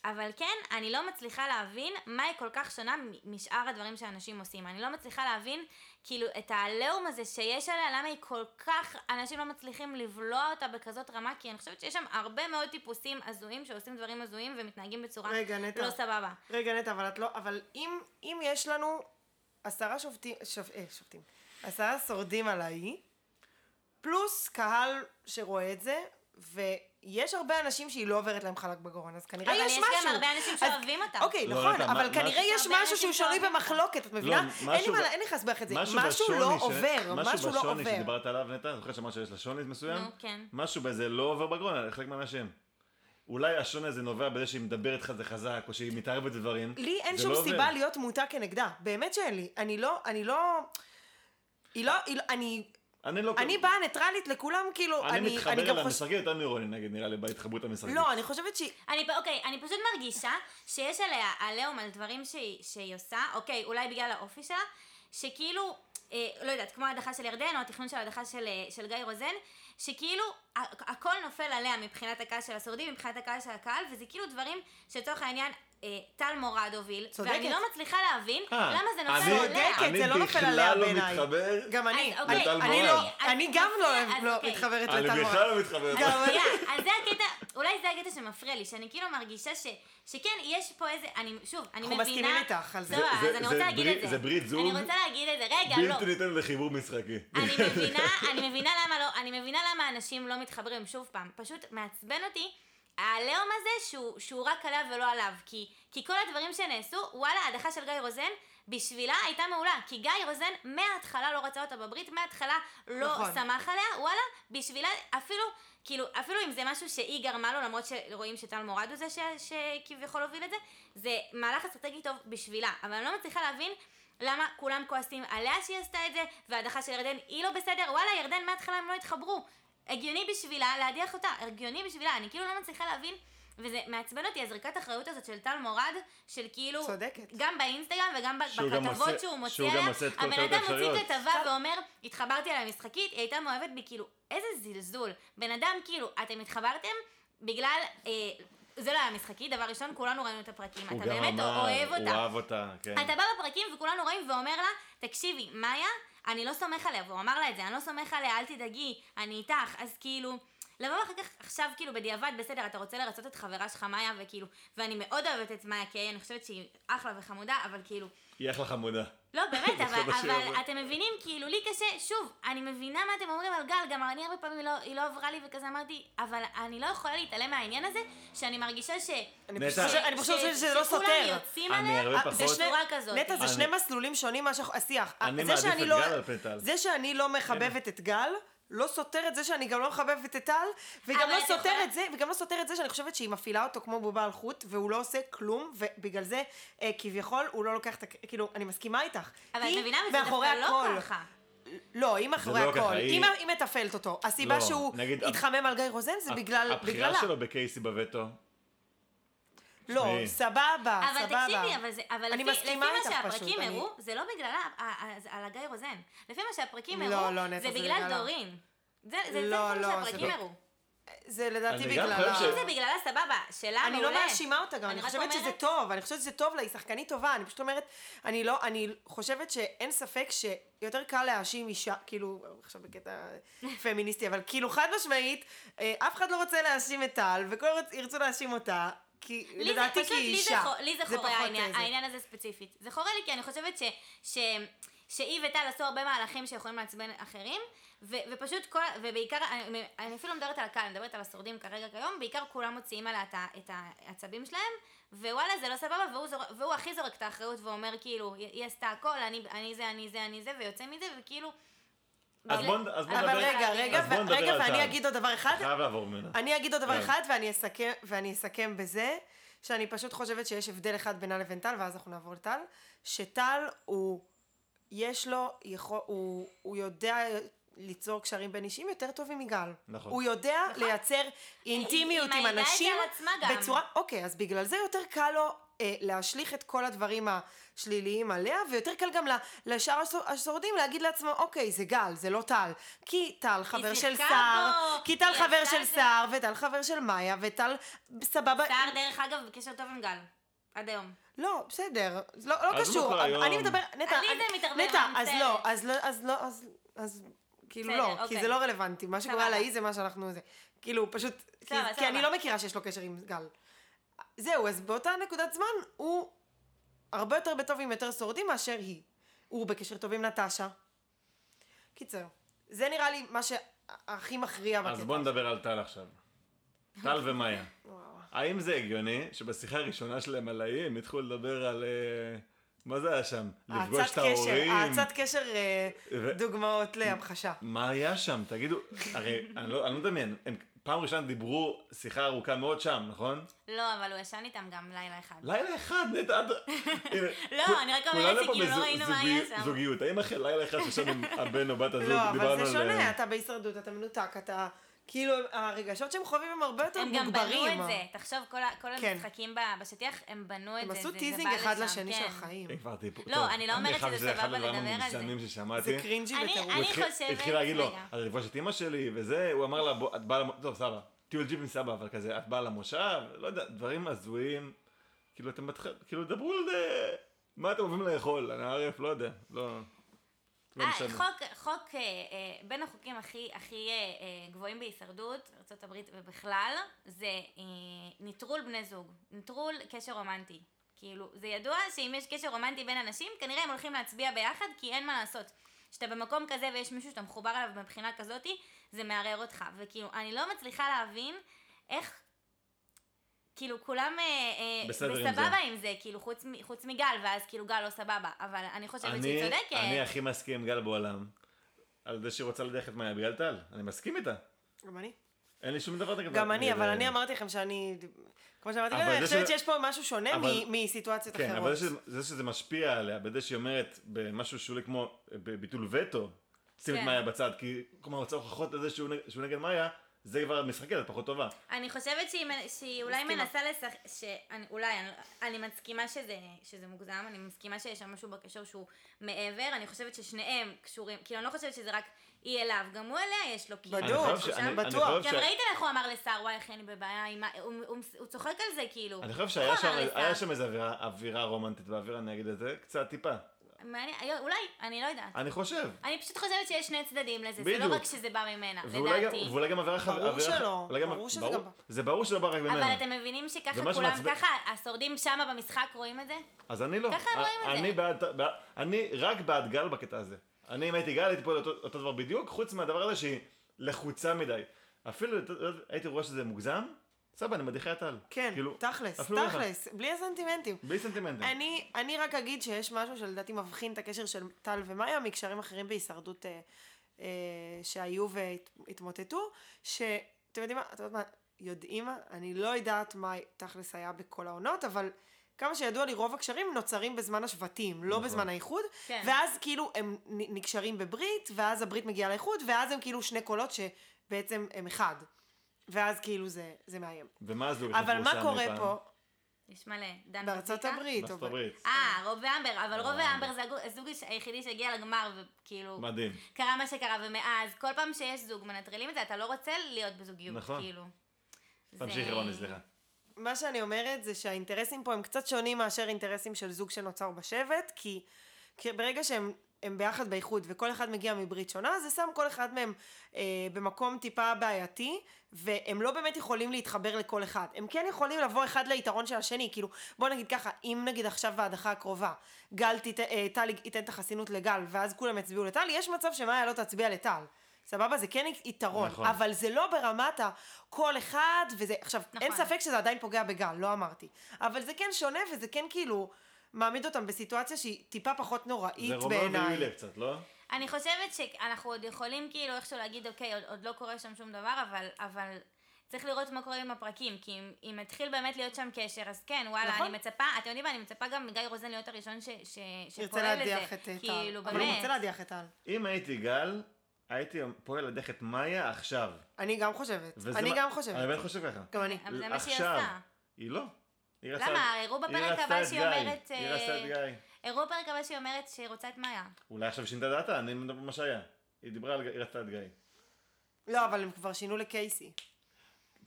Speaker 2: אבל כן, אני לא מצליחה להבין מה היא כל כך שונה מ- משאר הדברים שאנשים עושים. אני לא מצליחה להבין, כאילו, את העליהום הזה שיש עליה, למה היא כל כך, אנשים לא מצליחים לבלוע אותה בכזאת רמה, כי אני חושבת שיש שם הרבה מאוד טיפוסים הזויים שעושים דברים הזויים ומתנהגים בצורה
Speaker 3: רגע, נטע.
Speaker 2: לא סבבה.
Speaker 3: רגע, נטע, אבל את לא, אבל אם, אם יש לנו עשרה שופטים, שופ, אה, שופטים, עשרה שורדים על האי, פלוס קהל שרואה את זה, ויש הרבה אנשים שהיא לא עוברת להם חלק בגרון, אז כנראה
Speaker 2: אבל
Speaker 3: יש
Speaker 2: אה, יש
Speaker 3: משהו.
Speaker 2: גם הרבה אנשים
Speaker 3: אז-
Speaker 2: שאוהבים אותה.
Speaker 3: אוקיי,
Speaker 1: לא,
Speaker 3: נכון,
Speaker 1: נטע,
Speaker 3: אבל
Speaker 1: מה- לא,
Speaker 3: כנראה
Speaker 2: מה-
Speaker 3: יש
Speaker 2: הרבה
Speaker 3: משהו שהוא
Speaker 2: אנשים
Speaker 3: שנוי
Speaker 2: שאוהבים אותה.
Speaker 3: במחלוק, את מבינה?
Speaker 1: משהו
Speaker 3: אין לי
Speaker 1: ב-
Speaker 3: מה, אין לי להסבך את זה. משהו
Speaker 1: בשוני
Speaker 3: לא
Speaker 1: ש-
Speaker 3: עובר, משהו לא
Speaker 1: משהו בשוני
Speaker 3: עובר.
Speaker 1: שדיברת עליו נטע, זוכרת שאמרת שיש לה שוני מסוים?
Speaker 2: נו, כן.
Speaker 1: משהו בזה לא עובר בגרון, חלק מהאנשים. אולי השוני הזה נובע בזה שהיא מדברת לך זה חזק, או שהיא מתערבת בדברים.
Speaker 3: לי אין
Speaker 1: זה
Speaker 3: שום
Speaker 1: לא עובר.
Speaker 3: סיבה להיות מוטה כנגדה. באמת שאין לי. אני לא, אני לא... היא לא, היא לא, אני...
Speaker 1: אני לא...
Speaker 3: אני באה ניטרלית לכולם, כאילו,
Speaker 1: אני
Speaker 3: אני, אני
Speaker 1: מתחבר
Speaker 3: גם
Speaker 1: אל
Speaker 3: חושבת...
Speaker 1: המשחקים יותר מרוני, נגיד, נראה לי, בהתחברות המשחקים.
Speaker 3: לא, אני חושבת שהיא...
Speaker 2: אני, פ- אוקיי, אני פשוט מרגישה שיש עליה עליהום על דברים שהיא, שהיא עושה, אוקיי, אולי בגלל האופי שלה, שכאילו, אה, לא יודעת, כמו ההדחה של ירדן, או התכנון של ההדחה של, אה, של גיא רוזן, שכאילו ה- הכל נופל עליה מבחינת הקהל של השורדים, מבחינת הקהל של הקהל, וזה כאילו דברים שלצורך העניין... אה, טל מורד הוביל,
Speaker 3: צודקת.
Speaker 2: ואני לא מצליחה להבין
Speaker 1: אה,
Speaker 2: למה זה נופל
Speaker 1: אני-
Speaker 2: עליה.
Speaker 3: צודקת. זה לא
Speaker 1: אני
Speaker 3: נופל עליה
Speaker 1: בכלל לא
Speaker 3: בעיניי.
Speaker 1: מתחבר.
Speaker 3: גם אני.
Speaker 2: אז
Speaker 3: אני,
Speaker 1: אוקיי,
Speaker 3: אני,
Speaker 1: אז
Speaker 3: לא,
Speaker 2: אוקיי,
Speaker 3: אני
Speaker 2: אז
Speaker 3: גם לא,
Speaker 2: אוקיי,
Speaker 3: לא
Speaker 2: אז אוקיי.
Speaker 3: מתחברת
Speaker 1: אני
Speaker 3: לטל
Speaker 1: בכלל
Speaker 3: מורן.
Speaker 1: לא מתחבר.
Speaker 3: גם אני.
Speaker 2: שנייה, אז זה הקטע, אולי זה הקטע שמפריע לי, שאני כאילו מרגישה ש, שכן, יש פה איזה, אני, שוב, אני
Speaker 3: אנחנו
Speaker 2: מבינה...
Speaker 3: מסכימים איתך על זה.
Speaker 2: סבבה,
Speaker 1: זה-
Speaker 2: אז אני
Speaker 1: זה
Speaker 2: רוצה להגיד
Speaker 1: ברית-
Speaker 2: את זה.
Speaker 1: זה ברית זוג.
Speaker 2: אני רוצה להגיד את זה, רגע, לא.
Speaker 1: בלתי ניתן לחיבור משחקי.
Speaker 2: אני מבינה, אני מבינה למה לא, אני מבינה למה אנשים לא מתחברים, שוב פעם, פשוט מעצבן אותי העליהום הזה שהוא, שהוא רק עליו ולא עליו, כי, כי כל הדברים שנעשו, וואלה, ההדחה של גיא רוזן בשבילה הייתה מעולה, כי גיא רוזן מההתחלה לא רצה אותה בברית, מההתחלה לא
Speaker 3: נכון.
Speaker 2: סמך עליה, וואלה, בשבילה אפילו, כאילו, אפילו אם זה משהו שהיא גרמה לו, למרות שרואים שטל מורד הוא זה ש- שכביכול הוביל את זה, זה מהלך אסטרטגי טוב בשבילה, אבל אני לא מצליחה להבין למה כולם כועסים עליה שהיא עשתה את זה, וההדחה של ירדן היא לא בסדר, וואלה, ירדן מההתחלה הם לא התחברו. הגיוני בשבילה להדיח אותה, הגיוני בשבילה, אני כאילו לא מצליחה להבין, וזה מעצבן אותי הזריקת אחריות הזאת של טל מורד, של כאילו,
Speaker 3: צודקת.
Speaker 2: גם באינסטגרם וגם ב-
Speaker 1: שהוא גם
Speaker 2: בכתבות
Speaker 1: עושה-
Speaker 2: שהוא מוציא
Speaker 1: שהוא גם
Speaker 2: עליה,
Speaker 1: עושה את כל
Speaker 2: הבן
Speaker 1: הטעויות
Speaker 2: אדם מוציא
Speaker 1: האפשריות.
Speaker 2: כתבה ואומר, התחברתי אליה משחקית, היא הייתה מאוהבת בי, כאילו, איזה זלזול. בן אדם, כאילו, אתם התחברתם בגלל, אה, זה לא היה משחקי, דבר ראשון, כולנו ראינו את הפרקים,
Speaker 1: הוא
Speaker 2: אתה
Speaker 1: גם
Speaker 2: באמת
Speaker 1: אמר,
Speaker 2: אוהב
Speaker 1: הוא
Speaker 2: אותה.
Speaker 1: אהב אותה, כן.
Speaker 2: אתה בא בפרקים וכולנו רואים ואומר לה, תקשיבי, מאיה, אני לא סומך עליה, והוא אמר לה את זה, אני לא סומך עליה, אל תדאגי, אני איתך, אז כאילו... לבוא אחר כך, עכשיו כאילו בדיעבד, בסדר, אתה רוצה לרצות את חברה שלך מאיה, וכאילו, ואני מאוד אוהבת את מאיה קיי, אני חושבת שהיא אחלה וחמודה, אבל כאילו,
Speaker 1: היא אחלה חמודה.
Speaker 2: לא, באמת,
Speaker 1: בזכות
Speaker 2: אבל,
Speaker 1: השיר
Speaker 2: אבל
Speaker 1: הזה.
Speaker 2: אתם מבינים, כאילו, לי קשה, שוב, אני מבינה מה אתם אומרים על גל, גם אני הרבה פעמים לא, היא לא עברה לי וכזה אמרתי, אבל אני לא יכולה להתעלם מהעניין הזה, שאני מרגישה ש...
Speaker 3: אני
Speaker 1: נטע-
Speaker 3: פשוט חושבת- אני פשוט
Speaker 2: ש-
Speaker 3: חושבת שזה לא
Speaker 2: שכולם
Speaker 3: סותר.
Speaker 2: יוצאים
Speaker 1: אני
Speaker 2: עליה,
Speaker 1: הרבה
Speaker 3: אה, זה
Speaker 1: פחות...
Speaker 3: שני-
Speaker 2: בצורה כזאת.
Speaker 3: נטע, זה
Speaker 1: אני-
Speaker 3: שני מסלולים שונים מה שאנחנו... השיח.
Speaker 1: אני
Speaker 3: זה
Speaker 1: מעדיף
Speaker 3: שאני
Speaker 1: את
Speaker 3: לא-
Speaker 1: גל על פני טל.
Speaker 3: זה שאני לא מחבבת את גל, לא סותר את זה שאני גם לא מחבבת את טל, וגם
Speaker 2: אבל
Speaker 3: לא
Speaker 2: את
Speaker 3: סותר
Speaker 2: יכולה-
Speaker 3: את זה, וגם לא סותר את זה שאני חושבת שהיא מפעילה אותו כמו בובה על חוט, והוא לא עושה כלום, ובגלל זה, אה, כביכול, הוא לא לוקח את... הכ- כאילו, אני מסכימה איתך.
Speaker 2: אבל את
Speaker 3: היא
Speaker 2: מבינה, וזה
Speaker 3: מאחורי
Speaker 2: דווקא לא
Speaker 3: הכל.
Speaker 2: ככה.
Speaker 3: לא, היא מאחורי
Speaker 1: לא ככה,
Speaker 3: הכל.
Speaker 1: היא-
Speaker 3: היא היא מתפעלת אותו. הסיבה
Speaker 1: לא,
Speaker 3: שהוא
Speaker 1: נגיד,
Speaker 3: התחמם על גיא רוזן זה בגלל...
Speaker 1: הבחירה
Speaker 3: בגללה.
Speaker 1: שלו בקייסי בווטו,
Speaker 3: לא,
Speaker 1: תשמעי.
Speaker 3: סבבה, אה, סבבה.
Speaker 2: אבל תקשיבי, אבל זה, אבל
Speaker 3: אני
Speaker 2: לפי, לפי
Speaker 3: מסכימה
Speaker 2: מה
Speaker 3: איתך פשוט,
Speaker 2: שהפרקים
Speaker 3: אני-
Speaker 2: הראו, זה לא בגללה, ה- ה- ה- על הגיא רוזן. לפי מה שהפרקים
Speaker 3: לא,
Speaker 2: הראו,
Speaker 3: לא, נטע,
Speaker 2: זה
Speaker 3: זה
Speaker 2: בגלל
Speaker 3: בגללה.
Speaker 2: דורין. זה זה- זה
Speaker 3: לא,
Speaker 2: כל
Speaker 3: לא,
Speaker 2: מה
Speaker 3: זה
Speaker 2: שהפרקים
Speaker 1: לא.
Speaker 2: הראו.
Speaker 3: זה
Speaker 1: אני
Speaker 3: לדעתי
Speaker 1: גם
Speaker 3: בגללה.
Speaker 1: חושב
Speaker 2: אם זה בגללה, סבבה, שלה
Speaker 3: אני
Speaker 2: מעולה.
Speaker 3: לא מאשימה אותה גם,
Speaker 2: אני
Speaker 3: אני
Speaker 2: רק
Speaker 3: חושבת שזה
Speaker 2: אומרת-
Speaker 3: טוב, אני חושבת שזה טוב לה, היא שחקנית טובה, אני פשוט אומרת, אני לא, אני חושבת שאין ספק שיותר קל להאשים אישה, כאילו, עכשיו בקטע פמיניסטי, אבל כאילו חד משמעית, אה, אף אחד לא רוצה להאשים את טל, וכולם רוצ- ירצו להאשים אותה, כי
Speaker 2: לי זה-
Speaker 3: לדעתי
Speaker 2: פשוט
Speaker 3: כי
Speaker 2: לי
Speaker 3: היא
Speaker 2: זה
Speaker 3: אישה.
Speaker 2: חו- לי זה חורה
Speaker 3: פחות,
Speaker 2: העניין-
Speaker 3: אה, זה.
Speaker 2: העניין הזה ספציפית. זה חורה לי כי אני חושבת ש- ש- שהיא וטל עשו הרבה מהלכים שיכולים לעצבן אחרים, ו- ופשוט כל, ובעיקר, אני אני אפילו לא מדברת על הקהל, אני מדברת על השורדים כרגע כיום, בעיקר כולם מוציאים עליה את ה- את העצבים שלהם, ווואלה זה לא סבבה, והוא זור- והוא הכי זורק את האחריות ואומר כאילו, היא היא עשתה הכל, אני אני זה, אני זה, אני זה, ויוצא מזה, וכאילו...
Speaker 1: אז
Speaker 2: בגלל-
Speaker 1: בוא- אז בוא
Speaker 2: אבל
Speaker 3: אבל
Speaker 1: נדבר-
Speaker 3: רגע, רגע,
Speaker 1: אז בוא
Speaker 3: ו-
Speaker 1: נדבר
Speaker 3: רגע,
Speaker 1: על טל. אה,
Speaker 3: ואני אגיד עוד דבר אחד,
Speaker 1: חייב לעבור ממנה.
Speaker 3: אני אגיד עוד דבר
Speaker 1: כן.
Speaker 3: אחד ואני אסכם, ואני אסכם בזה, שאני פשוט חושבת שיש הבדל אחד בינה לבין טל, ואז אנחנו נעבור לטל, שטל הוא, יש לו, יכול, הוא, הוא יודע ליצור קשרים בין אישים יותר טובים מגל.
Speaker 1: נכון.
Speaker 3: הוא יודע
Speaker 2: נכון.
Speaker 3: לייצר אינטימיות עם אנשים.
Speaker 2: היא מעידה את זה על עצמה גם.
Speaker 3: בצורה, אוקיי, אז בגלל זה יותר קל לו אה, להשליך את כל הדברים השליליים עליה, ויותר קל גם ל- לשאר השור- השורדים להגיד לעצמו, אוקיי, זה גל, זה לא טל. כי טל חבר של
Speaker 2: שיחקה
Speaker 3: שר,
Speaker 2: בו,
Speaker 3: כי טל
Speaker 2: היא
Speaker 3: חבר
Speaker 2: עשתה
Speaker 3: של
Speaker 2: את זה.
Speaker 3: שר, וטל חבר של מאיה, וטל, סבבה.
Speaker 2: סער דרך אגב בקשר טוב עם גל, עד היום.
Speaker 3: לא, בסדר, זה לא, לא
Speaker 1: עזבו
Speaker 3: קשור,
Speaker 1: אותו היום.
Speaker 3: אני מדבר, נטע,
Speaker 2: אני זה מתערבב,
Speaker 3: נטע,
Speaker 2: אני
Speaker 3: אז
Speaker 2: מצטערת.
Speaker 3: לא, אז לא, אז לא, אז, אז, כאילו
Speaker 2: בסדר,
Speaker 3: לא,
Speaker 2: אוקיי.
Speaker 3: כי זה לא רלוונטי, מה שקורה על
Speaker 2: סבבה.
Speaker 3: האי זה מה שאנחנו, זה, כאילו, פשוט, כי-
Speaker 2: סבבה,
Speaker 3: כי
Speaker 2: סבבה.
Speaker 3: אני לא מכירה שיש לו קשר עם גל. זהו, אז באותה נקודת זמן, הוא הרבה יותר בטוב עם יותר שורדים מאשר היא. הוא בקשר טוב עם נטשה. קיצר, זה נראה לי מה שהכי מכריע בקטע.
Speaker 1: אז בוא נדבר על טל עכשיו. טל
Speaker 2: אוקיי.
Speaker 1: ומאיה.
Speaker 3: וואו.
Speaker 1: האם זה הגיוני שבשיחה הראשונה שלהם על האי הם התחילו לדבר על... אה, מה זה היה שם?
Speaker 2: אה,
Speaker 1: לפגוש
Speaker 3: האצת
Speaker 1: את
Speaker 3: קשר,
Speaker 1: ההורים?
Speaker 3: האצת קשר אה,
Speaker 1: ו-
Speaker 3: דוגמאות להמחשה.
Speaker 1: מה היה שם? תגידו, הרי אני לא אני לא מדמיין, הם פעם ראשונה דיברו שיחה ארוכה מאוד שם, נכון?
Speaker 2: לא, אבל הוא ישן איתם גם לילה אחד.
Speaker 1: לילה אחד, נטע, עד... הנה,
Speaker 2: לא,
Speaker 1: כול-
Speaker 2: אני רק אומרת
Speaker 1: כולנו
Speaker 2: שכאילו
Speaker 1: פה
Speaker 2: לא
Speaker 1: בזו-
Speaker 2: ראינו מה
Speaker 1: זוגי-
Speaker 2: היה שם.
Speaker 1: זוגיות, האם אחרי לילה אחד ששם עם הבן או בת הזוג,
Speaker 3: לא,
Speaker 1: דיברנו על...
Speaker 3: אבל זה שונה,
Speaker 1: אה,
Speaker 3: אתה בהישרדות, אתה מנותק, אתה... כאילו, הרגשות שהם חווים הם הרבה יותר
Speaker 2: הם גם
Speaker 3: מוגברים.
Speaker 2: בנו את זה, תחשוב, כל ה- כל
Speaker 3: כן.
Speaker 2: המשחקים ב- בשטיח, הם בנו את זה.
Speaker 3: הם עשו
Speaker 2: זה- זה
Speaker 3: טיזינג
Speaker 2: בא
Speaker 3: אחד
Speaker 2: לשם,
Speaker 3: לשני
Speaker 2: כן.
Speaker 3: של החיים.
Speaker 1: הם כבר טיפו.
Speaker 2: לא, אני לא אומרת שזה
Speaker 1: זה אחד
Speaker 2: סבבה
Speaker 1: הדברים
Speaker 2: לדבר על זה.
Speaker 1: המוזנים ששמעתי.
Speaker 3: זה קרינג'י
Speaker 2: אני-
Speaker 3: בטירוף.
Speaker 1: הוא
Speaker 2: אני
Speaker 1: התחיל-
Speaker 2: חושבת-
Speaker 1: התחיל להגיד לו,
Speaker 2: רגע.
Speaker 1: את תפגוש את אמא שלי, וזה, הוא אמר לה, "בוא, את באה, למ- טוב, סבבה, טיול ג'יפ עם סבא, אבל כזה, את באה למושב, לא יודע, דברים הזויים. כאילו, אתם מתחיל, כאילו, דברו על זה, מה אתם אוהבים לאכול, אני ערף, לא יודע, לא... לא
Speaker 2: אה,
Speaker 1: משנה.
Speaker 2: חוק, חוק, אה, אה, בין החוקים הכי, הכי אה, אה, גבוהים בהישרדות, ארה"ב ובכלל, זה אה, נטרול בני זוג, נטרול קשר רומנטי. כאילו, זה ידוע שאם יש קשר רומנטי בין אנשים, כנראה הם הולכים להצביע ביחד, כי אין מה לעשות. כשאתה במקום כזה ויש מישהו שאתה מחובר אליו מבחינה כזאתי, זה מערער אותך. וכאילו, אני לא מצליחה להבין איך כאילו כולם אה, אה,
Speaker 1: בסדר עם
Speaker 2: בסבבה
Speaker 1: זה.
Speaker 2: עם זה, כאילו חוץ, מ- חוץ מגל, ואז כאילו גל לא סבבה, אבל אני חושבת שהיא
Speaker 1: אני,
Speaker 2: צודקת.
Speaker 1: אני הכי מסכים עם גל בעולם, על זה שהיא רוצה לדרך את מאיה בגלל טל, אני מסכים איתה.
Speaker 3: גם אני.
Speaker 1: אין לי שום דבר נגד
Speaker 3: גם אני,
Speaker 1: נגד-
Speaker 3: אבל אני אמרתי לכם שאני... כמו שאמרתי,
Speaker 1: אה.
Speaker 3: לא,
Speaker 1: אבל
Speaker 3: אני
Speaker 1: זה
Speaker 3: חושבת
Speaker 1: שזה-
Speaker 3: שיש פה משהו שונה
Speaker 1: אבל-
Speaker 3: מ- מסיטואציות
Speaker 1: כן, אבל
Speaker 3: אחרות.
Speaker 1: זה, שזה- זה שזה משפיע עליה, בזה שהיא אומרת במשהו שולי כמו ביטול וטו, שים את
Speaker 2: כן.
Speaker 1: מאיה בצד, כי כלומר רוצה הוכחות לזה שהוא, נג- שהוא נגד מאיה, זה כבר משחקת, את פחות טובה.
Speaker 2: אני חושבת שהיא, מנ- שהיא אולי
Speaker 3: מסכימה.
Speaker 2: מנסה לשחק, שאני, אולי, אני, אני מסכימה שזה, שזה מוגזם, אני מסכימה שיש שם משהו בקשר שהוא מעבר, אני חושבת ששניהם קשורים, כאילו אני לא חושבת שזה רק היא אליו, גם הוא אליה יש לו כאילו.
Speaker 1: אני
Speaker 3: בדיוק,
Speaker 1: חושב ש-
Speaker 2: שם-
Speaker 1: אני- אני
Speaker 3: בטוח.
Speaker 1: חושב
Speaker 2: גם
Speaker 1: ש-
Speaker 2: ראית איך הוא אמר לשר, וואי איך אין לי בבעיה, עם ה- הוא- הוא- הוא צוחק על זה כאילו.
Speaker 1: אני חושב
Speaker 2: הוא
Speaker 1: שהיה שם,
Speaker 2: אמר לשר.
Speaker 1: היה שם איזו אווירה, אווירה רומנטית באווירה, אני אגיד את זה, קצת טיפה.
Speaker 2: מעניין, אולי, אני לא יודעת.
Speaker 1: אני חושב.
Speaker 2: אני פשוט חושבת שיש שני צדדים לזה, זה
Speaker 1: בדיוק. לא
Speaker 2: לא רק שזה בא ממנה,
Speaker 1: ואולי גם-
Speaker 2: לדעתי.
Speaker 1: ואולי גם עבירה חבר...
Speaker 3: ברור שלא,
Speaker 1: אולי גם-
Speaker 3: ברור שזה גם בא.
Speaker 1: זה ברור שלא בא רק
Speaker 2: אבל
Speaker 1: ממנה.
Speaker 2: אתם מבינים
Speaker 1: זה
Speaker 2: שככה
Speaker 1: מה
Speaker 2: כולם,
Speaker 1: שמעצבן-
Speaker 2: ככה השורדים שמה במשחק רואים את זה?
Speaker 1: אז אני לא.
Speaker 2: ככה רואים את
Speaker 1: אני
Speaker 2: זה.
Speaker 1: בעד, בעד- אני רק בעד גל בקטע הזה. אני אם הייתי גל הייתי פועל אותו, אותו דבר בדיוק, חוץ מהדבר הזה שהיא לחוצה מדי. אפילו אתה יודע, הייתי רואה שזה מוגזם, סבבה, אני מדיחה את טל.
Speaker 3: כן,
Speaker 1: כאילו,
Speaker 3: תכלס,
Speaker 1: אפילו לך.
Speaker 3: תכלס, בלי הסנטימנטים.
Speaker 1: בלי סנטימנטים.
Speaker 3: אני, אני רק אגיד שיש משהו שלדעתי מבחין את הקשר של טל ומאיה מקשרים אחרים בהישרדות אה, אה, שהיו והתמוטטו, שאתם יודעים מה, אתם יודעים מה, יודעים מה, אני לא יודעת מה תכלס היה בכל העונות, אבל כמה שידוע לי רוב הקשרים נוצרים בזמן השבטים, לא
Speaker 1: נכון.
Speaker 3: בזמן האיחוד,
Speaker 2: כן.
Speaker 3: ואז כאילו הם נ- נקשרים בברית, ואז הברית מגיעה לאיחוד, ואז הם כאילו שני קולות שבעצם הם אחד. ואז כאילו זה, זה מאיים.
Speaker 1: ומה הזוג
Speaker 3: אבל מה
Speaker 1: המפורסם
Speaker 3: קורה
Speaker 1: מפעם?
Speaker 3: פה?
Speaker 2: יש מלא. דן
Speaker 3: בארצות
Speaker 2: ופיקה?
Speaker 3: הברית. או
Speaker 1: בארצות
Speaker 3: ב-
Speaker 1: הברית.
Speaker 2: אה, רוב ואמבר, אבל רוב
Speaker 1: וואו.
Speaker 2: ואמבר זה הגו- הזוג הש- היחידי שהגיע לגמר, וכאילו,
Speaker 1: מדהים.
Speaker 2: קרה מה שקרה, ומאז, כל פעם שיש זוג מנטרלים את זה, אתה לא רוצה להיות בזוגיות,
Speaker 1: נכון.
Speaker 2: כאילו. זה-
Speaker 1: תמשיכי רוני, סליחה.
Speaker 3: מה שאני אומרת זה שהאינטרסים פה הם קצת שונים מאשר אינטרסים של זוג שנוצר בשבט, כי כי ברגע שהם הם ביחד באיחוד וכל אחד מגיע מברית שונה, זה שם כל אחד מהם אה, במקום טיפה בעייתי, והם לא באמת יכולים להתחבר לכל אחד. הם כן יכולים לבוא אחד ליתרון של השני, כאילו, בוא נגיד ככה, אם נגיד עכשיו בהדחה הקרובה, גל תיתן, אה, טל ייתן את החסינות לגל, ואז כולם יצביעו לטל, יש מצב שמאיה לא תצביע לטל. סבבה? זה כן יתרון,
Speaker 1: נכון.
Speaker 3: נכון. אבל זה לא ברמת הכל אחד, וזה... עכשיו, נכון. אין
Speaker 2: נכון.
Speaker 3: ספק שזה עדיין פוגע בגל, לא אמרתי. אבל זה כן שונה, וזה כן כאילו מעמיד אותם בסיטואציה שהיא טיפה פחות
Speaker 1: זה
Speaker 3: נוראית
Speaker 1: רומן
Speaker 3: בעיניי.
Speaker 1: ויוליה קצת, לא?
Speaker 2: אני חושבת שאנחנו עוד יכולים כאילו איכשהו להגיד, אוקיי, עוד, עוד לא קורה שם שום דבר, אבל, אבל צריך לראות מה קורה עם הפרקים, כי אם, אם התחיל באמת להיות שם קשר, אז כן, וואלה,
Speaker 3: נכון.
Speaker 2: אני מצפה, אתם יודעים מה, אני מצפה גם מגיא רוזן להיות הראשון ש, ש,
Speaker 3: ירצה
Speaker 2: שפועל
Speaker 3: להדיח
Speaker 2: לזה.
Speaker 3: את אה, טל.
Speaker 2: כאילו,
Speaker 3: אבל הוא רוצה
Speaker 2: באמת.
Speaker 3: להדיח את טל.
Speaker 1: אם הייתי גל, הייתי פועל לדרך את מאיה עכשיו.
Speaker 3: אני גם חושבת.
Speaker 1: וזה
Speaker 3: אני
Speaker 1: מה-
Speaker 3: גם
Speaker 1: אני
Speaker 3: חושבת.
Speaker 1: באמת חושב ככה.
Speaker 3: גם אני.
Speaker 2: אבל זה מה שהיא
Speaker 1: עכשיו.
Speaker 2: עושה.
Speaker 1: היא לא. היא רצה-
Speaker 2: למה? הראו
Speaker 1: היא
Speaker 2: בפרק
Speaker 1: רצתה
Speaker 2: הבא
Speaker 1: את
Speaker 2: שהיא
Speaker 1: גיא.
Speaker 2: אומרת,
Speaker 1: היא רצתה את
Speaker 2: אה,
Speaker 1: גיא.
Speaker 2: הראו בפרק הבא שהיא אומרת שהיא רוצה את מאיה.
Speaker 1: אולי עכשיו שינתה דעתה, אני מדבר מה שהיה. היא דיברה על, היא רצתה את גיא.
Speaker 3: לא, אבל הם כבר שינו לקייסי.
Speaker 1: כן.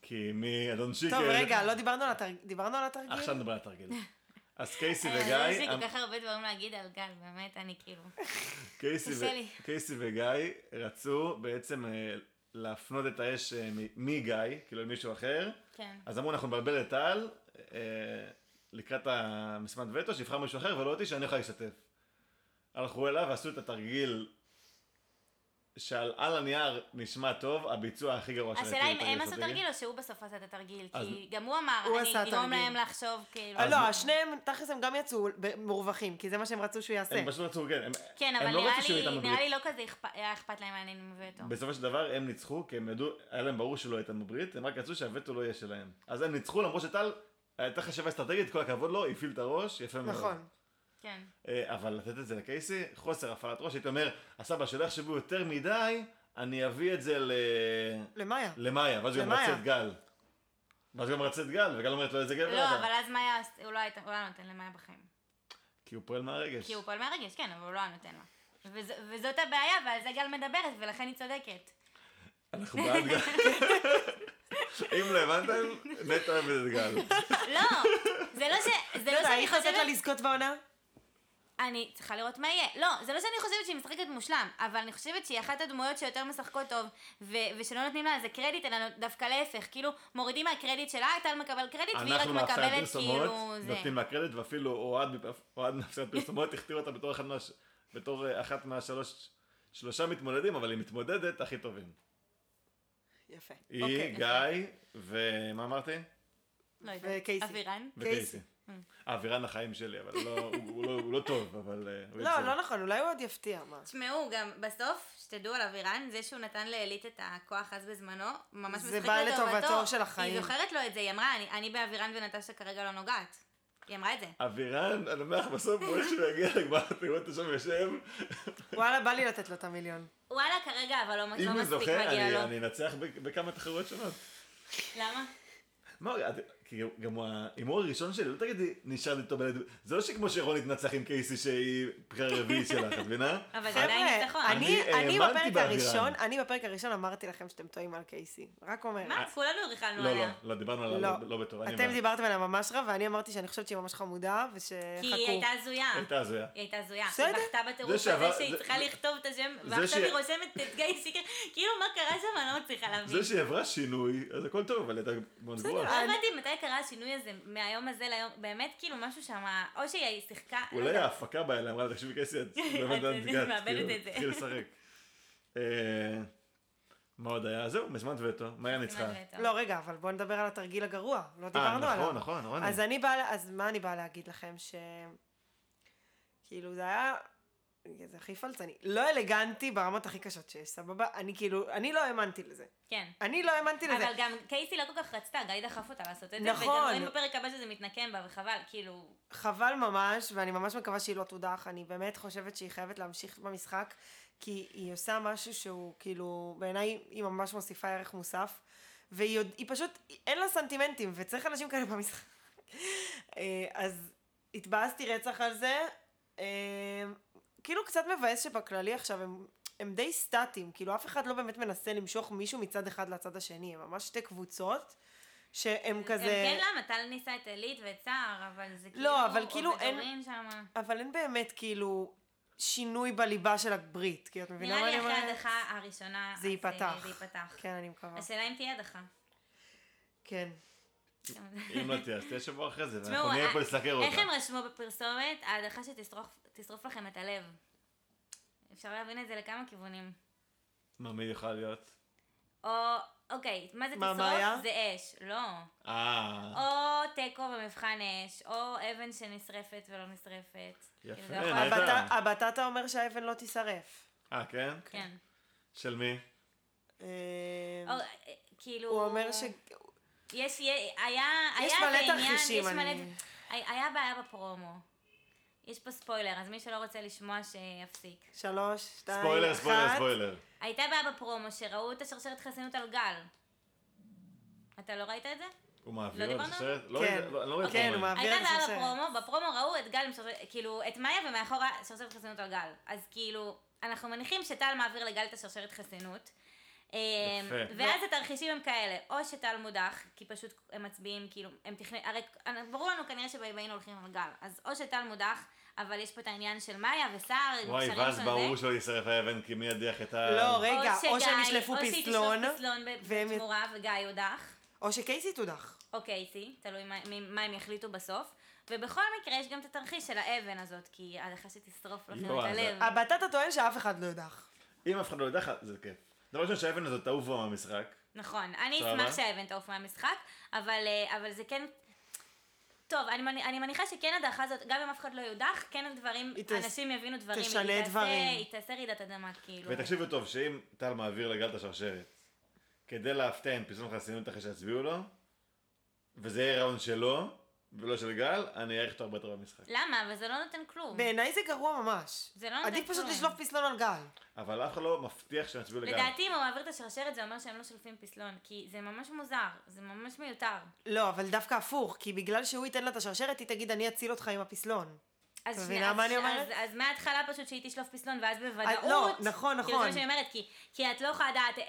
Speaker 1: כי מאדון שיקר...
Speaker 3: טוב, רגע, לא דיברנו על התרגיל? דיברנו על התרגיל?
Speaker 1: עכשיו נדבר על התרגיל. אז קייסי
Speaker 2: אה, יש לי
Speaker 1: וגיא... אמ,
Speaker 2: כל כך הרבה דברים להגיד על גל, באמת, אני כאילו...
Speaker 1: קייסי,
Speaker 2: קשה לי.
Speaker 1: ו... קייסי וגיא רצו בעצם אה, להפנות את האש אה, מ- מגיא, כאילו למישהו אחר.
Speaker 2: כן.
Speaker 1: אז אמרו, אנחנו נבלבל את טל אה, לקראת המסמת וטו, שיבחר מישהו אחר ולא אותי, שאני יכול להשתתף. הלכו אליו ועשו את התרגיל שעל על הנייר נשמע טוב, הביצוע הכי גרוע שראיתי
Speaker 2: השאלה אם
Speaker 1: בתרגיל
Speaker 2: הם עשו
Speaker 1: האסטרטגי.
Speaker 2: תרגיל או שהוא בסוף עשה את התרגיל,
Speaker 1: אז-
Speaker 2: כי גם הוא אמר,
Speaker 3: הוא עשה
Speaker 2: אני אגרום
Speaker 3: תרגיל.
Speaker 2: להם לחשוב, כאילו...
Speaker 3: אה,
Speaker 1: אז
Speaker 3: לא,
Speaker 1: מה-
Speaker 3: שניהם, תכלס הם גם יצאו ב- מרווחים, כי זה מה שהם רצו שהוא יעשה.
Speaker 1: הם פשוט רצו, כן. הם-
Speaker 2: כן,
Speaker 1: הם
Speaker 2: אבל
Speaker 1: לא
Speaker 2: נראה
Speaker 1: רצו שהוא
Speaker 2: לי,
Speaker 1: איתם בברית.
Speaker 2: נראה לי לא כזה אכפ- היה אכפת להם מעניין אם הביאו אותו.
Speaker 1: בסופו של דבר הם ניצחו, כי הם ידעו, היה להם ברור שלא הייתם בברית, הם רק רצו שהווטו לא יהיה שלהם. אז הם ניצחו, למרות שטל הייתה חשיבה אסטרטגית, כל הכבוד לו, הפעיל את הראש, יפה מאוד.
Speaker 3: נכון.
Speaker 2: כן.
Speaker 1: אה, אבל לתת את זה לקייסי, חוסר הפעלת ראש, הייתי אומר, הסבא שלא יחשבו יותר מדי, אני אביא את זה ל...
Speaker 3: למאיה.
Speaker 2: לא,
Speaker 1: למאיה, ואז הוא גם
Speaker 3: למאיה.
Speaker 1: מרצה את גל. ואז הוא גם מרצה את גל, וגל אומרת לו איזה גבר
Speaker 2: לא,
Speaker 1: אתה.
Speaker 2: אבל אז מאיה, עש- הוא לא הייתה- הוא לא היה נותן למאיה בחיים.
Speaker 1: כי הוא פועל מהרגש.
Speaker 2: כי הוא פועל מהרגש, כן, אבל הוא לא היה נותן לה. וז- וזאת הבעיה, ועל זה גל מדברת, ולכן היא צודקת.
Speaker 1: אנחנו בעד גל. אם לא הבנתם, נטע אוהבת את גל.
Speaker 2: לא, זה לא ש... זה לא
Speaker 3: בסדר,
Speaker 2: שאני
Speaker 3: היית נותנת לה
Speaker 2: חושבת...
Speaker 3: לזכות בעונה?
Speaker 2: אני צריכה לראות מה יהיה. לא, זה לא שאני חושבת שהיא משחקת מושלם, אבל אני חושבת שהיא אחת הדמויות שיותר משחקות טוב, ו- ושלא נותנים לה על זה קרדיט, אלא דווקא להפך, כאילו, מורידים מהקרדיט שלה, טל מקבל קרדיט, והיא רק
Speaker 1: אנחנו מהפסקת
Speaker 2: מקבלת
Speaker 1: פרסומות,
Speaker 2: כאילו... זה.
Speaker 1: נותנים לה קרדיט, ואפילו אוהד מפ- אוהד מהפסקת פרסומות הכתיר אותה בתור אחד מה- בתור אה, אחת מהשלוש... שלושה מתמודדים, אבל היא מתמודדת הכי טובים.
Speaker 3: יפה.
Speaker 1: היא,
Speaker 3: אוקיי.
Speaker 1: גיא, ומה אמרתי?
Speaker 2: לא יודעת.
Speaker 3: וקייסי.
Speaker 2: אבירן?
Speaker 1: וקייסי.
Speaker 2: Mm.
Speaker 1: האווירן לחיים שלי, אבל לא, הוא, הוא, לא, הוא לא טוב, אבל... אה, הוא
Speaker 3: לא,
Speaker 1: יצא.
Speaker 3: לא נכון, אולי הוא עוד יפתיע, מה?
Speaker 2: תשמעו, גם בסוף, שתדעו על אבירן, זה שהוא נתן לאלית את הכוח אז בזמנו, ממש
Speaker 3: זה
Speaker 2: משחק לטובתו.
Speaker 3: בא לטובתו של
Speaker 2: היא
Speaker 3: החיים.
Speaker 2: זוכרת לו את זה, היא אמרה, "אני- אני באבירן ונטשה כרגע לא נוגעת. היא אמרה את זה.
Speaker 1: אבירן, אני אומר לך, בסוף הוא איכשהו יגיע לגמר, תראו אותו שם יושב.
Speaker 3: וואלה, בא לי לתת לו את המיליון.
Speaker 2: וואלה, כרגע, אבל לא לא
Speaker 1: אם הוא
Speaker 2: מספיק
Speaker 1: זוכה,
Speaker 2: מגיע
Speaker 1: אני-
Speaker 2: לו.
Speaker 1: אני אנצח ב- בכמה תחרויות שונות.
Speaker 2: למה?
Speaker 1: מה, את- כי גם ההימור הראשון שלי, לא תגידי, נשאר לי טוב, בלד", זה לא שכמו שרון התנצח עם קייסי שהיא בחירה רביעית שלך, את מבינה?
Speaker 2: אבל זה עדיין ניצחון.
Speaker 3: חבר'ה, אני-
Speaker 1: אני אה, האמנתי
Speaker 3: אני בפרק
Speaker 1: באבירן.
Speaker 3: הראשון, אני בפרק הראשון אמרתי לכם שאתם טועים על קייסי. רק אומרת.
Speaker 2: מה? כולנו ריחלנו
Speaker 1: אה, לא, לא,
Speaker 2: עליה.
Speaker 1: לא, דיברנו עליו
Speaker 3: לא.
Speaker 1: לא- לא בטוב. אני
Speaker 3: אתם
Speaker 1: אומר,
Speaker 3: דיברתם עליה ממש רע, ואני אמרתי שאני חושבת שהיא ממש חמודה, ושחכו.
Speaker 2: כי היא הייתה הזויה.
Speaker 1: הייתה הזויה.
Speaker 2: היא הייתה הזויה.
Speaker 3: בסדר.
Speaker 2: היא בכתה בטירוף
Speaker 1: זה
Speaker 2: הזה
Speaker 1: שעבר-
Speaker 2: שהיא
Speaker 1: זה-
Speaker 2: צריכה לכתוב את השם,
Speaker 1: זה
Speaker 2: ועכשיו
Speaker 1: ש-
Speaker 2: היא רושמת את גיא סיקר. כאילו, מה קרה שם? אני לא מצליחה להבין.
Speaker 1: זה שהיא עברה שינוי, אז הכל טוב, אבל היא הייתה מאוד
Speaker 2: לא
Speaker 1: גרועה.
Speaker 2: הבנתי מתי קרה השינוי הזה, מהיום הזה ליום, באמת כאילו משהו שם, או שהיא שיחקה, לא
Speaker 1: אולי
Speaker 2: יודעת.
Speaker 1: ההפקה באה אליי, אמרה לה, תקשיבי קייסי, את באמת
Speaker 2: את
Speaker 1: נגעת,
Speaker 2: מאבדת
Speaker 1: כאילו,
Speaker 2: את זה.
Speaker 1: תתחיל לשחק. אה, מה עוד היה? זהו, מזמן וטו, מאיה ניצחה.
Speaker 2: סימן וטו.
Speaker 3: לא, רגע, אבל בואו נדבר על התרגיל הגרוע. לא דיברנו
Speaker 1: אה,
Speaker 3: עליו.
Speaker 1: נכון, נכון, רוני.
Speaker 3: אז אני באה, אז מה אני באה להגיד לכם? ש... כאילו זה היה, זה הכי פלצני. לא אלגנטי ברמות הכי קשות שיש, סבבה? אני כאילו, אני לא האמנתי לזה.
Speaker 2: כן.
Speaker 3: אני לא האמנתי לזה.
Speaker 2: אבל גם קייסי לא כל כך רצתה, גיא דחף אותה לעשות את זה,
Speaker 3: נכון.
Speaker 2: וגם רואים בפרק הבא שזה מתנקם בה, וחבל, כאילו,
Speaker 3: חבל ממש, ואני ממש מקווה שהיא לא תודח. אני באמת חושבת שהיא חייבת להמשיך במשחק, כי היא עושה משהו שהוא כאילו, בעיניי היא ממש מוסיפה ערך מוסף, והיא עוד, היא פשוט, אין לה סנטימנטים, וצריך אנשים כאלה במשחק. אה, אז התבאסתי רצח על זה. אה, כאילו קצת מבאס שבכללי עכשיו הם... הם די סטטיים, כאילו אף אחד לא באמת מנסה למשוך מישהו מצד אחד לצד השני, הם ממש שתי קבוצות שהם
Speaker 2: גם
Speaker 3: כזה...
Speaker 2: כן למה, טל ניסה את אלית ואת סער, אבל זה כאילו,
Speaker 3: אבל כאילו
Speaker 2: או
Speaker 3: אין-
Speaker 2: בדורין שמה.
Speaker 3: אבל אין באמת כאילו שינוי בליבה של הברית, כי את מבינה
Speaker 2: נראה
Speaker 3: מה
Speaker 2: לי
Speaker 3: אני
Speaker 2: אחרי
Speaker 3: אומרת?
Speaker 2: ההדחה הראשונה,
Speaker 3: זה
Speaker 2: אז,
Speaker 3: ייפתח.
Speaker 2: אה, זה ייפתח.
Speaker 3: כן, אני מקווה.
Speaker 2: השאלה אם תהיה הדחה.
Speaker 3: כן.
Speaker 1: אם לא תהיה, אז תהיה שבוע אחרי זה,
Speaker 2: תשמעו,
Speaker 1: ואנחנו נהיה פה
Speaker 2: אה,
Speaker 1: לסקר
Speaker 2: איך
Speaker 1: אותה.
Speaker 2: הם רשמו בפרסומת? ההדחה שתשרוף תשרוף לכם את הלב. אפשר להבין את זה לכמה כיוונים.
Speaker 1: מה, מי יוכל להיות?
Speaker 2: או, אוקיי, מה זה
Speaker 3: מה, מה היה?
Speaker 2: תשרוף? זה אש, לא.
Speaker 1: אה,
Speaker 2: או תיקו במבחן אש, או אבן שנשרפת ולא נשרפת.
Speaker 1: יפה,
Speaker 2: כאילו, זה יכול-
Speaker 1: מה הייתה?
Speaker 3: הבטט- הבטטה אומר שהאבן לא תישרף.
Speaker 1: אה, כן?
Speaker 2: כן.
Speaker 1: של מי?
Speaker 3: אה,
Speaker 2: או, אה, כאילו...
Speaker 3: הוא אומר ש...
Speaker 2: יש, יה- היה,
Speaker 3: יש
Speaker 2: היה
Speaker 3: מלא
Speaker 2: איזה עניין,
Speaker 3: תרחישים,
Speaker 2: יש מלא-
Speaker 3: אני-
Speaker 2: היה- היה בעיה בפרומו. יש פה ספוילר, אז מי שלא רוצה לשמוע שיפסיק.
Speaker 3: שלוש, שתיים, אחת.
Speaker 1: ספוילר, ספוילר, ספוילר.
Speaker 2: הייתה בעיה בפרומו שראו את השרשרת חסינות על גל. אתה לא ראית את זה?
Speaker 1: הוא מעביר
Speaker 2: לא
Speaker 1: עוד
Speaker 2: דיברנו?
Speaker 1: שרשרת? לא
Speaker 3: כן.
Speaker 1: יודע, לא- אני לא רואה את
Speaker 3: כן,
Speaker 1: זה.
Speaker 3: הוא מעביר.
Speaker 2: הייתה
Speaker 3: את
Speaker 2: בעיה
Speaker 3: השרשרת.
Speaker 2: בפרומו, בפרומו ראו את גל, עם שרשרת- כאילו, את מאיה ומאחורה שרשרת חסינות על גל. אז כאילו, אנחנו מניחים שטל מעביר לגל את השרשרת חסינות. אמ,
Speaker 1: יפה.
Speaker 2: ואז התרחישים הם כאלה, או שטל מודח, כי פשוט הם מצביעים, כאילו, הם תכנן, הרי ברור לנו כנראה שבאים הולכים על גל, אז או שטל מודח, אבל יש פה את העניין של מאיה וסער, עם
Speaker 1: וואי,
Speaker 2: קשרים
Speaker 1: ואז
Speaker 2: של
Speaker 1: ברור
Speaker 2: זה.
Speaker 1: שלא יישרף האבן, כי מי ידיח את ה...
Speaker 3: לא, רגע, או
Speaker 2: שגיא-
Speaker 3: שהם ישלפו
Speaker 2: או שהיא תשלוף
Speaker 3: פסלון,
Speaker 2: פסלון ב-
Speaker 3: והם-
Speaker 2: בתמורה וגיא יודח.
Speaker 3: או שקייסי תודח.
Speaker 2: או קייסי, תלוי מה, מי- מה הם יחליטו בסוף. ובכל מקרה יש גם את התרחיש של האבן הזאת, כי ההלכה שתשרוף לכם
Speaker 1: יואו,
Speaker 2: את הלב.
Speaker 3: הבטטה טוען שאף אחד לא יודח.
Speaker 2: אוקיי.
Speaker 1: אם אף אחד לא יודע לך, זה כיף. דבר ראשון שהאבן הזאת תעוף בו מהמשחק.
Speaker 2: נכון, אני
Speaker 1: סבבה.
Speaker 2: אשמח שהאבן תעוף מהמשחק, אבל, אה, אבל זה כן... טוב, אני, מני- אני מניחה שכן הדרכה הזאת, גם אם אף אחד לא יודח, כן הדברים,
Speaker 3: היא תס-
Speaker 2: אנשים יבינו דברים.
Speaker 3: תשנה
Speaker 2: היא תעשה-
Speaker 3: דברים.
Speaker 2: היא תעשה רעידת אדמה, כאילו.
Speaker 1: ותקשיבו טוב, שאם טל מעביר לגל את השרשרת, כדי להפתיע עם פסלון חסינות אחרי שיצביעו לו, וזה יהיה רעיון שלו, ולא של גל, אני אעריך אותו הרבה יותר במשחק.
Speaker 2: למה? אבל זה לא נותן כלום.
Speaker 3: בעיניי זה גרוע ממש.
Speaker 2: זה לא נותן
Speaker 3: עדיף פשוט
Speaker 2: כלום.
Speaker 3: לשלוף פסלון על גל.
Speaker 1: אבל אף אחד לא מבטיח שהם יצביעו לגל.
Speaker 2: לדעתי, אם הוא מעביר את השרשרת, זה אומר שהם לא שולפים פסלון, כי זה ממש מוזר, זה ממש מיותר.
Speaker 3: לא, אבל דווקא הפוך, כי בגלל שהוא ייתן לה את השרשרת, היא תגיד, אני אציל אותך עם הפסלון.
Speaker 2: אז
Speaker 3: אתה
Speaker 2: שנייה,
Speaker 3: מבינה
Speaker 2: אז-
Speaker 3: מה אני
Speaker 2: אז-
Speaker 3: אומרת?
Speaker 2: אז מההתחלה פשוט שהיא תשלוף פסלון, ואז בוודאות...
Speaker 3: אה, לא,
Speaker 2: כאילו
Speaker 3: נכון,
Speaker 2: זה
Speaker 3: נכון.
Speaker 2: מה שאני אומרת, כי- כי את לא יכולה לדעת אה, אה,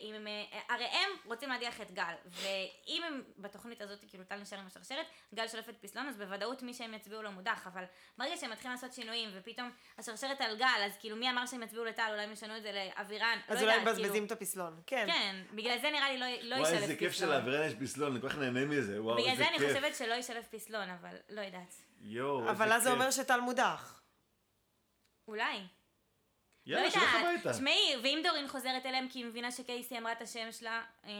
Speaker 2: אם... הם, אה, הרי הם רוצים להדיח את גל, ואם הם בתוכנית הזאת, כאילו טל נשאר עם השרשרת, גל שולפת פסלון, אז בוודאות מי שהם יצביעו לו מודח, אבל ברגע שהם מתחילים לעשות שינויים, ופתאום השרשרת על גל, אז כאילו מי אמר שהם יצביעו לטל, אולי הם ישנו את זה לאבירן, לא
Speaker 3: אז אולי
Speaker 2: יודעת,
Speaker 3: הם מבזבזים
Speaker 2: כאילו...
Speaker 3: את הפסלון. כן.
Speaker 2: כן, בגלל זה נראה לי לא לא ישלף
Speaker 1: וואי,
Speaker 2: פסלון.
Speaker 1: איזה כיף שלאווירן יש פסלון, אני כל כך נהנה מזה, וואו, איזה
Speaker 2: בגלל
Speaker 1: כיף.
Speaker 2: זה אני חושבת שלא ישלף פסלון, אבל לא יודעת.
Speaker 1: יואו, איזה
Speaker 3: אבל אז זה
Speaker 1: כיף.
Speaker 3: אומר שטל מודח.
Speaker 2: אולי.
Speaker 1: יאללה,
Speaker 2: לא
Speaker 1: שילך
Speaker 2: יודעת.
Speaker 1: הביתה.
Speaker 2: תשמעי, ואם דורין חוזרת אליהם כי היא מבינה שקייסי אמרה את השם שלה... אמ,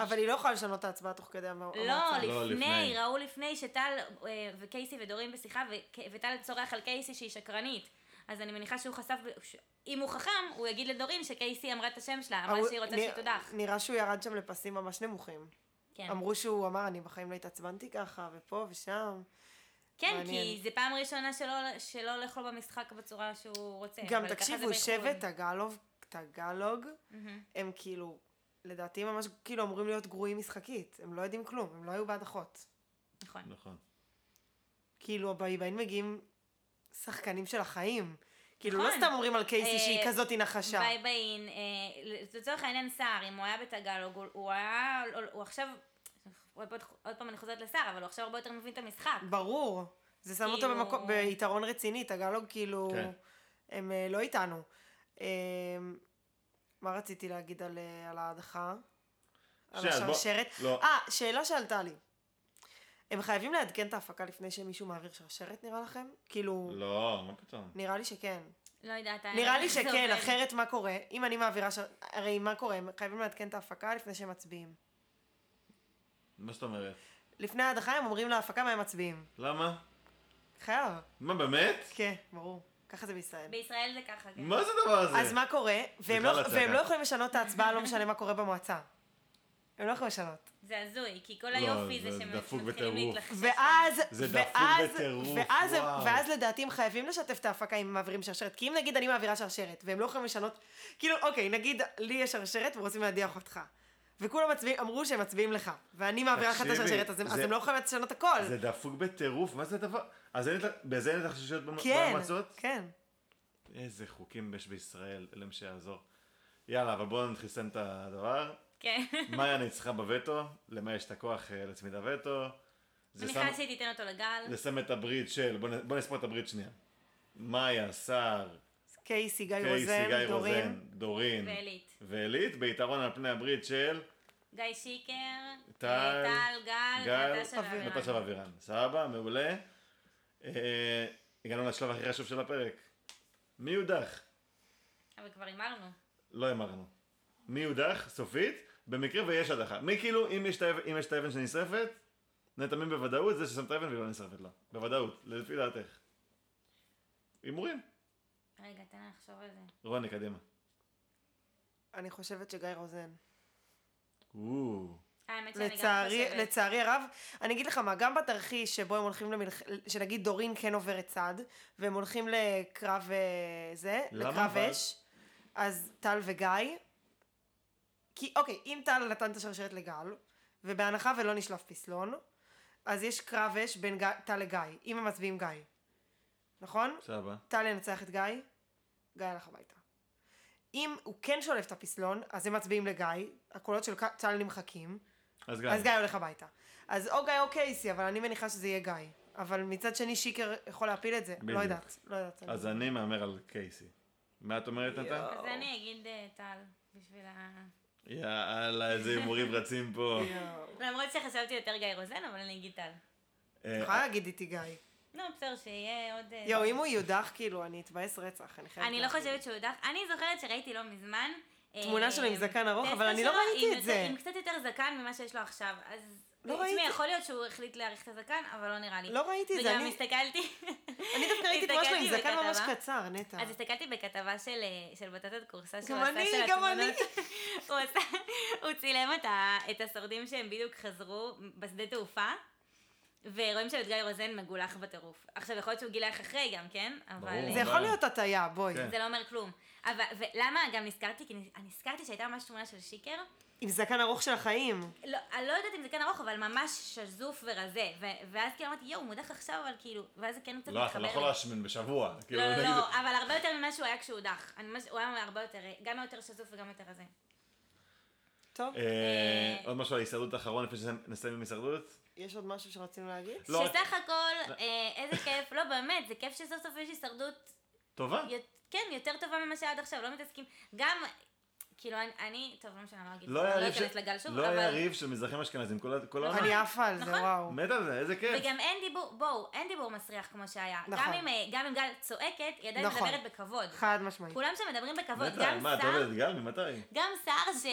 Speaker 3: אבל היא לא יכולה לשנות את ההצבעה תוך כדי המ-
Speaker 2: לא,
Speaker 3: המועצה.
Speaker 1: לא,
Speaker 2: לפני,
Speaker 1: לפני.
Speaker 2: ראו לפני שטל אה, וקייסי ודורין בשיחה, וק- וטל צורח על קייסי שהיא שקרנית. אז אני מניחה שהוא חשף, ב- ש- אם הוא חכם, הוא יגיד לדורין שקייסי אמרה את השם שלה, אמרה
Speaker 3: אבל
Speaker 2: שהיא רוצה
Speaker 3: נרא-
Speaker 2: שהיא תודח.
Speaker 3: נראה שהוא ירד שם לפסים ממש נמוכים.
Speaker 2: כן.
Speaker 3: אמרו שהוא אמר, אני בחיים לא התעצבנתי ככה, ופה ושם.
Speaker 2: כן, כי
Speaker 3: מעניין.
Speaker 2: זו פעם ראשונה שלא- שלא לאכול במשחק בצורה שהוא רוצה.
Speaker 3: גם
Speaker 2: כן, אבל ככה זה
Speaker 3: תקשיבו,
Speaker 2: באיחוד.
Speaker 3: שבט טגלוג, טגלוג,
Speaker 2: מהמם.
Speaker 3: הם כאילו, לדעתי ממש כאילו אמורים להיות גרועים משחקית. הם לא יודעים כלום, הם לא היו בהדחות.
Speaker 2: נכון.
Speaker 1: נכון.
Speaker 3: כאילו, באיבאין מגיעים שחקנים של החיים. כאילו, לא
Speaker 2: נכון.
Speaker 3: סתם אומרים על קייסי
Speaker 2: אה,
Speaker 3: שהיא כזאת נחשה.
Speaker 2: ביי ביין, אה, לצורך העניין סער, אם הוא היה בטגלוג, הוא- הוא היה, הוא עכשיו, עוד פעם- עוד פעם אני חוזרת לסער, אבל הוא עכשיו הרבה יותר מבין את המשחק.
Speaker 3: ברור. זה שם אותו
Speaker 2: כאילו-
Speaker 3: במקום, ביתרון רציני, טגלוג כאילו,
Speaker 1: כן.
Speaker 3: הם אה, לא איתנו. אה, מה רציתי להגיד על אה, על ההדחה? על
Speaker 1: שנייה, אז בוא-
Speaker 3: השרשרת?
Speaker 1: לא,
Speaker 3: אה, שאלה שעלתה לי. הם חייבים לעדכן את ההפקה לפני שמישהו מעביר שרשרת, נראה לכם? כאילו,
Speaker 1: לא, מה פתאום.
Speaker 3: נראה לי שכן.
Speaker 2: לא יודעת. האמת,
Speaker 3: נראה לי
Speaker 2: איך זה
Speaker 3: שכן,
Speaker 2: עובד.
Speaker 3: אחרת מה קורה? אם אני מעבירה שר... הרי מה קורה? הם חייבים לעדכן את ההפקה לפני שהם מצביעים.
Speaker 1: מה זאת אומרת?
Speaker 3: לפני ההדחה הם אומרים להפקה מה הם מצביעים.
Speaker 1: למה?
Speaker 3: חייב.
Speaker 1: מה, באמת?
Speaker 3: כן, ברור. ככה זה בישראל.
Speaker 2: בישראל זה ככה, כן.
Speaker 1: מה זה הדבר הזה?
Speaker 3: אז מה קורה? והם לא,
Speaker 1: בכלל הצגה.
Speaker 3: והם לא יכולים לשנות את ההצבעה, לא משנה מה קורה במועצה. הם לא יכולים לשנות.
Speaker 2: זה הזוי, כי כל
Speaker 1: לא,
Speaker 2: היופי זה
Speaker 1: זה
Speaker 2: שהם
Speaker 1: דפוק
Speaker 2: מתחילים
Speaker 1: וטירוף.
Speaker 2: להתלחש.
Speaker 3: ואז,
Speaker 1: זה דפוק
Speaker 3: ואז,
Speaker 1: בטירוף,
Speaker 3: ואז, הם-
Speaker 1: וואו.
Speaker 3: ואז לדעתי הם חייבים לשתף את ההפקה אם הם מעבירים שרשרת. כי אם נגיד אני מעבירה שרשרת, והם לא יכולים לשנות, כאילו, אוקיי, נגיד לי יש שרשרת ורוצים להדיח אותך. וכולם מצביעים, אמרו שהם מצביעים לך. ואני מעבירה לך את
Speaker 1: תקשיבי,
Speaker 3: השרשרת, אז הם- אז
Speaker 1: זה-
Speaker 3: הם לא יכולים לשנות הכל.
Speaker 1: זה דפוק בטירוף, מה זה הדבר? אז אין את ה- בזה אין את החששות במ-
Speaker 3: כן,
Speaker 1: בהמצות?
Speaker 3: כן.
Speaker 1: איזה חוקים יש בישראל, אלוהים שיעזור. יאללה, אבל בואו נתחיל לסיים את הדבר.
Speaker 2: כן.
Speaker 1: מאיה ניצחה בווטו, למה יש את הכוח אה, להצמיד הווטו? זה
Speaker 2: מניחה
Speaker 1: שם-
Speaker 2: שהיא תיתן אותו לגל.
Speaker 1: זה שם את הברית של, בואו נ- בואו נספור את הברית שנייה. מאיה, סער,
Speaker 3: קייסי, גיא
Speaker 1: קייסי,
Speaker 3: רוזן,
Speaker 1: גיא
Speaker 3: דורין.
Speaker 1: רוזן, דורין.
Speaker 2: ואלית.
Speaker 1: ואלית, ביתרון על פני הברית של
Speaker 2: גיא שיקר,
Speaker 1: טל,
Speaker 2: אה, טל, גל,
Speaker 1: גל,
Speaker 2: נטשה ואבירן.
Speaker 1: נטשה ואבירן. סבבה, מעולה. אה, הגענו לשלב הכי חשוב של הפרק. מי יודח?
Speaker 2: אבל כבר הימרנו.
Speaker 1: לא אמרנו. מי יודח, סופית, במקרה ויש הדחה. מי כאילו, אם יש את האבן- אם יש את האבן שנשרפת, נתמים בוודאות זה ששם את האבן והיא לא נשרפת לה. בוודאות, לפי דעתך. הימורים.
Speaker 2: רגע, תן לי לחשוב על זה.
Speaker 1: רוני, קדימה.
Speaker 3: אני חושבת שגיא רוזן.
Speaker 1: או,
Speaker 2: אה, האמת שאני גם
Speaker 3: לצערי,
Speaker 2: חושבת.
Speaker 3: לצערי הרב, אני אגיד לך מה, גם בתרחיש שבו הם הולכים למלח... שנגיד דורין כן עוברת צד, והם הולכים לקרב אה, זה,
Speaker 1: למה
Speaker 3: לקרב
Speaker 1: אבל?
Speaker 3: אש, אז טל וגיא, כי אוקיי, אם טל נתן את השרשרת לגל, ובהנחה ולא נשלף פסלון, אז יש קרב אש בין גיא, טל לגיא, אם הם מצביעים גיא, נכון?
Speaker 1: סבבה.
Speaker 3: טל ינצח את גיא, גיא הלך הביתה. אם הוא כן שולף את הפסלון, אז הם מצביעים לגיא, הקולות של ק- טל נמחקים,
Speaker 1: אז
Speaker 3: אז
Speaker 1: גיא.
Speaker 3: גיא הולך הביתה. אז או גיא או קייסי, אבל אני מניחה שזה יהיה גיא. אבל מצד שני שיקר יכול להפיל את זה.
Speaker 1: בדיוק.
Speaker 3: לא יודעת, לא יודעת.
Speaker 1: אז אני מהמר על קייסי. מה את אומרת, נתן?
Speaker 3: יואו.
Speaker 2: אז אני אגיד אה, טל, בשביל ה...
Speaker 1: יאללה, איזה הימורים רצים פה.
Speaker 2: למרות שחשבתי יותר גיא רוזן, אבל אני אגיד טל.
Speaker 1: אה,
Speaker 3: יכולה להגיד איתי גיא.
Speaker 2: נו, בסדר, שיהיה עוד... אה,
Speaker 3: יואו, אם הוא יודח, כאילו, אני אתבאס רצח, אני חייבת.
Speaker 2: אני לא
Speaker 3: להגיד.
Speaker 2: חושבת שהוא הודח. אני זוכרת שראיתי לא מזמן.
Speaker 3: תמונה שלו עם זקן ארוך,
Speaker 2: טסלה
Speaker 3: אבל אני לא
Speaker 2: שלו
Speaker 3: ראיתי
Speaker 2: עם
Speaker 3: את
Speaker 2: יותר-
Speaker 3: זה.
Speaker 2: עם קצת יותר זקן ממה שיש לו עכשיו. אז... אה,
Speaker 3: לא
Speaker 2: תשמעי,
Speaker 3: ראיתי.
Speaker 2: יכול להיות שהוא החליט להאריך את הזקן, אבל לא נראה לי.
Speaker 3: לא ראיתי את זה,
Speaker 2: וגם
Speaker 3: אני-
Speaker 2: הסתכלתי...
Speaker 3: אני דווקא ראיתי את שלו עם
Speaker 2: הסתכלתי
Speaker 3: זקן ממש
Speaker 2: בכתבה.
Speaker 3: קצר, נטע.
Speaker 2: אז הסתכלתי בכתבה של, אה, של בטטת קורסה שהוא
Speaker 3: גם
Speaker 2: עשה
Speaker 3: אני,
Speaker 2: של
Speaker 3: גם אני.
Speaker 2: הוא, עשה, הוא צילם את, ה, את השורדים שהם בדיוק חזרו בשדה תעופה, ורואים שם את גיא רוזן מגולח בטירוף. עכשיו, יכול להיות שהוא גילח אחרי גם, כן? אבל...
Speaker 1: ברור.
Speaker 2: אה,
Speaker 3: זה יכול להיות הטעיה, בואי.
Speaker 1: כן.
Speaker 2: זה לא אומר כלום. אבל, ולמה גם נזכרתי? כי נז- נזכרתי שהייתה ממש תמונה של שיקר.
Speaker 3: עם זקן ארוך של החיים.
Speaker 2: לא, אני לא יודעת אם זה כן ארוך, אבל ממש שזוף ורזה. ו- ואז כאילו אמרתי, יואו, הוא מודח עכשיו, אבל כאילו... ואז זה כן קצת
Speaker 1: לא, אתה לא
Speaker 2: מתחבר
Speaker 1: יכול
Speaker 2: לי.
Speaker 1: להשמין בשבוע. כאילו,
Speaker 2: לא, לא,
Speaker 1: נגיד-
Speaker 2: לא, אבל הרבה יותר ממה שהוא היה כשהוא הודח. אני ממש- הוא היה הרבה יותר, גם יותר שזוף וגם יותר רזה.
Speaker 3: טוב,
Speaker 1: אה, עוד משהו על ההישרדות האחרון לפני שנסיים עם הישרדות?
Speaker 3: יש עוד משהו שרצינו להגיד?
Speaker 1: לא, רק-
Speaker 2: שסך הכל, אה, איזה כיף, לא באמת, זה כיף שסוף סוף יש הישרדות,
Speaker 1: טובה.
Speaker 2: יות- כן, יותר טובה ממה שהיה עד עכשיו, לא מתעסקים. גם, כאילו, אני- אני, טוב, לא משנה, אני לא אגיד,
Speaker 1: לא
Speaker 2: אני
Speaker 1: היה
Speaker 2: לא
Speaker 1: ריב ש-
Speaker 2: אכנס לגל שוב,
Speaker 1: לא היה
Speaker 2: אבל...
Speaker 1: ריב של מזרחים אשכנזים, כל ה- כל העונה.
Speaker 3: אני עפה על זה,
Speaker 2: נכון.
Speaker 3: וואו.
Speaker 1: מת על זה, איזה כיף.
Speaker 2: וגם אין דיבור, בואו, אין דיבור מסריח כמו שהיה.
Speaker 3: נכון.
Speaker 2: גם אם, אה, גם אם גל צועקת, היא עדיין
Speaker 3: נכון.
Speaker 2: מדברת בכבוד.
Speaker 3: חד משמעית.
Speaker 2: כולם שם מדברים בכבוד.
Speaker 1: מת על-
Speaker 2: גם
Speaker 1: מה, את
Speaker 2: סער,
Speaker 1: אוהבת את גל? ממתי?
Speaker 2: גם סער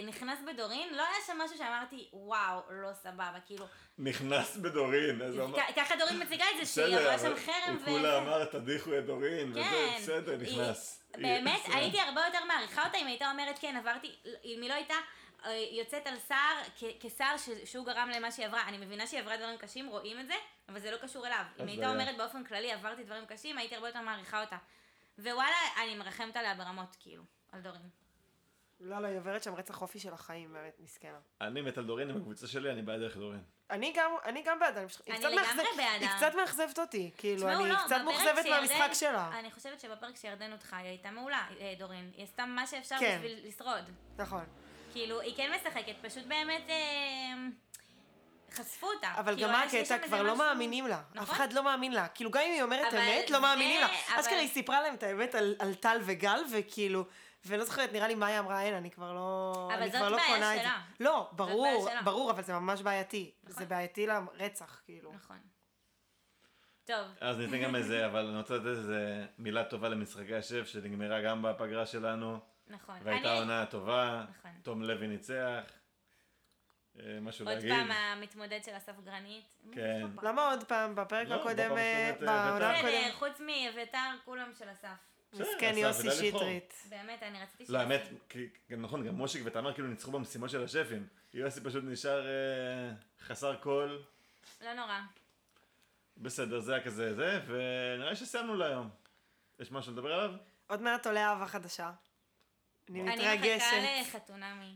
Speaker 2: שנכנס בדורין, לא היה שם משהו שאמרתי, וואו, לא סבבה, כאילו.
Speaker 1: נכנס בדורין, אז הוא אמר...
Speaker 2: כ- ככה דורין מציגה את זה, שהיא
Speaker 1: בסדר,
Speaker 2: עברה
Speaker 1: אבל
Speaker 2: שם חרם
Speaker 1: הוא כולה אמר, תדיחו את דורין, וזה,
Speaker 2: כן.
Speaker 1: בסדר, נכנס.
Speaker 2: היא- באמת,
Speaker 1: בסדר.
Speaker 2: הייתי הרבה יותר מעריכה אותה אם הייתה אומרת כן, עברתי, אם היא לא הייתה אה, יוצאת על סער, כ- כסער ש- שהוא גרם למה שהיא עברה. אני מבינה שהיא עברה דברים קשים, רואים את זה, אבל זה לא קשור אליו. אם
Speaker 1: אז
Speaker 2: הייתה
Speaker 1: היה.
Speaker 2: אומרת באופן כללי עברתי דברים קשים, הייתי הרבה יותר מעריכה אותה. ווואלה, אני מרחמת עליה ברמות, כאילו, על דורין.
Speaker 3: לא, לא, היא עוברת שם רצח אופי של החיים, באמת, מסכנה.
Speaker 1: אני מת על דורין עם הקבוצה שלי, אני בעד דרך דורין.
Speaker 3: אני גם, אני גם בעדה, אני פשוט- היא
Speaker 2: אני
Speaker 3: קצת
Speaker 2: לגמרי
Speaker 3: מאכזבת- היא
Speaker 2: בעדה.
Speaker 3: קצת מאכזבת אותי, כאילו,
Speaker 2: תשמעו,
Speaker 3: אני
Speaker 2: לא,
Speaker 3: קצת
Speaker 2: בפרק
Speaker 3: מאוכזבת
Speaker 2: שירדן-
Speaker 3: מהמשחק שלה.
Speaker 2: אני חושבת שבפרק שירדן אותך, היא הייתה מעולה, אה, דורין. היא עשתה מה שאפשר
Speaker 3: כן.
Speaker 2: בשביל לשרוד.
Speaker 3: נכון.
Speaker 2: כאילו, היא כן משחקת, פשוט באמת אה, חשפו אותה.
Speaker 3: אבל
Speaker 2: כאילו,
Speaker 3: גם מה
Speaker 2: היה שיש שם
Speaker 3: הקטע?
Speaker 2: איזה
Speaker 3: כבר לא
Speaker 2: משהו-
Speaker 3: מאמינים לה. אף
Speaker 2: נכון?
Speaker 3: אחד לא מאמין לה. כאילו, גם אם היא אומרת
Speaker 2: אבל
Speaker 3: אמת, לא
Speaker 2: זה-
Speaker 3: מאמינים לה.
Speaker 2: אבל-
Speaker 3: אשכרה היא סיפרה להם את האמת על על טל וגל, וכאילו... ולא זוכרת, נראה לי מה היא אמרה, אין, אני כבר לא...
Speaker 2: אבל
Speaker 3: אני
Speaker 2: זאת
Speaker 3: כבר לא
Speaker 2: בעיה
Speaker 3: קונה את זה.
Speaker 2: שלה.
Speaker 3: לא, ברור,
Speaker 2: בעיה שלה.
Speaker 3: ברור, אבל זה ממש בעייתי. זה
Speaker 2: נכון.
Speaker 3: בעייתי לרצח, כאילו.
Speaker 2: נכון. טוב,
Speaker 1: אז ניתן גם איזה, אבל אני רוצה לתת איזה מילה טובה למשחקי השף, שנגמרה גם בפגרה שלנו,
Speaker 2: נכון.
Speaker 1: והייתה
Speaker 2: אני-
Speaker 1: עונה טובה,
Speaker 2: נכון.
Speaker 1: תום לוי ניצח. אה, משהו
Speaker 2: עוד
Speaker 1: להגיד.
Speaker 2: פעם המתמודד של הספגרנית.
Speaker 1: כן.
Speaker 2: נכון.
Speaker 3: למה עוד פעם? בפרק
Speaker 1: לא,
Speaker 3: הקודם,
Speaker 1: בפעם
Speaker 3: אה,
Speaker 1: הקודמת, אה,
Speaker 3: בעונה
Speaker 1: בטח.
Speaker 2: בסדר,
Speaker 3: הקודמת.
Speaker 2: חוץ מאביתר, כולם של אסף.
Speaker 1: בסדר,
Speaker 3: מסכן
Speaker 1: אסף
Speaker 3: יוסי
Speaker 1: ידע לבחור.
Speaker 3: שטרית.
Speaker 2: באמת, אני רציתי
Speaker 1: לא,
Speaker 2: שיעשו.
Speaker 1: האמת, כי- גם נכון, גם מושיק ותמר כאילו ניצחו במשימות של השפים. יוסי פשוט נשאר אה, חסר קול.
Speaker 2: לא נורא.
Speaker 1: בסדר, זה היה כזה זה, ונראה לי שסיימנו להיום. יש משהו לדבר עליו?
Speaker 3: עוד מעט עולה אהבה חדשה. אני
Speaker 2: אני מחכה
Speaker 3: מתרגשת.
Speaker 2: לחתונמי.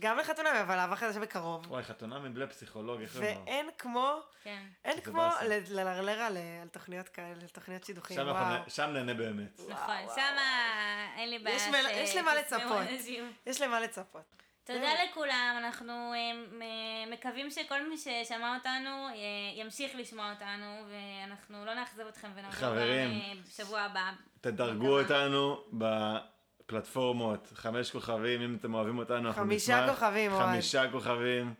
Speaker 3: גם לחתונה, אבל אהבה חדשה בקרוב.
Speaker 1: וואי, חתונה מבלי הפסיכולוג, איך לומר?
Speaker 3: ואין כמו,
Speaker 2: כן.
Speaker 3: אין
Speaker 1: זה
Speaker 3: כמו
Speaker 1: באסה.
Speaker 3: ל- ללרלר על אה, על תוכניות כאלה, על תוכניות שידוכים.
Speaker 1: שם אנחנו
Speaker 3: אוקיי, וואו.
Speaker 1: נ- שם נהנה באמת.
Speaker 2: נכון, שמה אין לי בעיה.
Speaker 3: יש מל- יש למה
Speaker 2: שתשמעו
Speaker 3: לצפות.
Speaker 2: אנשים.
Speaker 3: יש למה לצפות.
Speaker 2: תודה לכולם, אנחנו אה, מ- מקווים שכל מי ששמע אותנו אה, ימשיך לשמוע אותנו, ואנחנו לא נאכזב אתכם ונעבור גם
Speaker 1: חברים.
Speaker 2: אה, בשבוע הבא.
Speaker 1: תדרגו
Speaker 2: מקווה.
Speaker 1: אותנו בפלטפורמות, חמש כוכבים, אם אתם אוהבים אותנו, אנחנו נשמח.
Speaker 3: חמישה כוכבים, אוהד.
Speaker 1: חמישה כוכבים.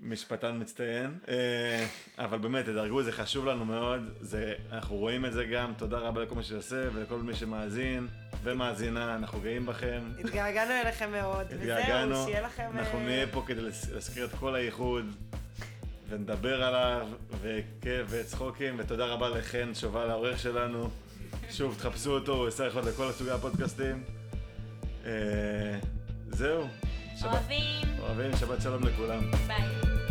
Speaker 1: משפטן מצטיין. אה, אבל באמת, תדרגו, זה חשוב לנו מאוד. זה, אנחנו רואים את זה גם. תודה רבה לכל מי שעושה ולכל מי שמאזין ומאזינה, אנחנו גאים בכם.
Speaker 3: התגעגענו אליכם מאוד.
Speaker 1: התגעגענו,
Speaker 3: וזהו, שיהיה לכם...
Speaker 1: אנחנו
Speaker 3: אה,
Speaker 1: נהיה פה כדי לס- להזכיר את כל האיחוד ונדבר עליו, וכיף וצחוקים, ותודה רבה לחן שובל העורך שלנו. שוב, תחפשו אותו, הוא עושה איכות לכל סוגי הפודקאסטים. אה, זהו, שבת,
Speaker 2: אוהבים,
Speaker 1: אוהבים, שבת שלום לכולם.
Speaker 2: ביי.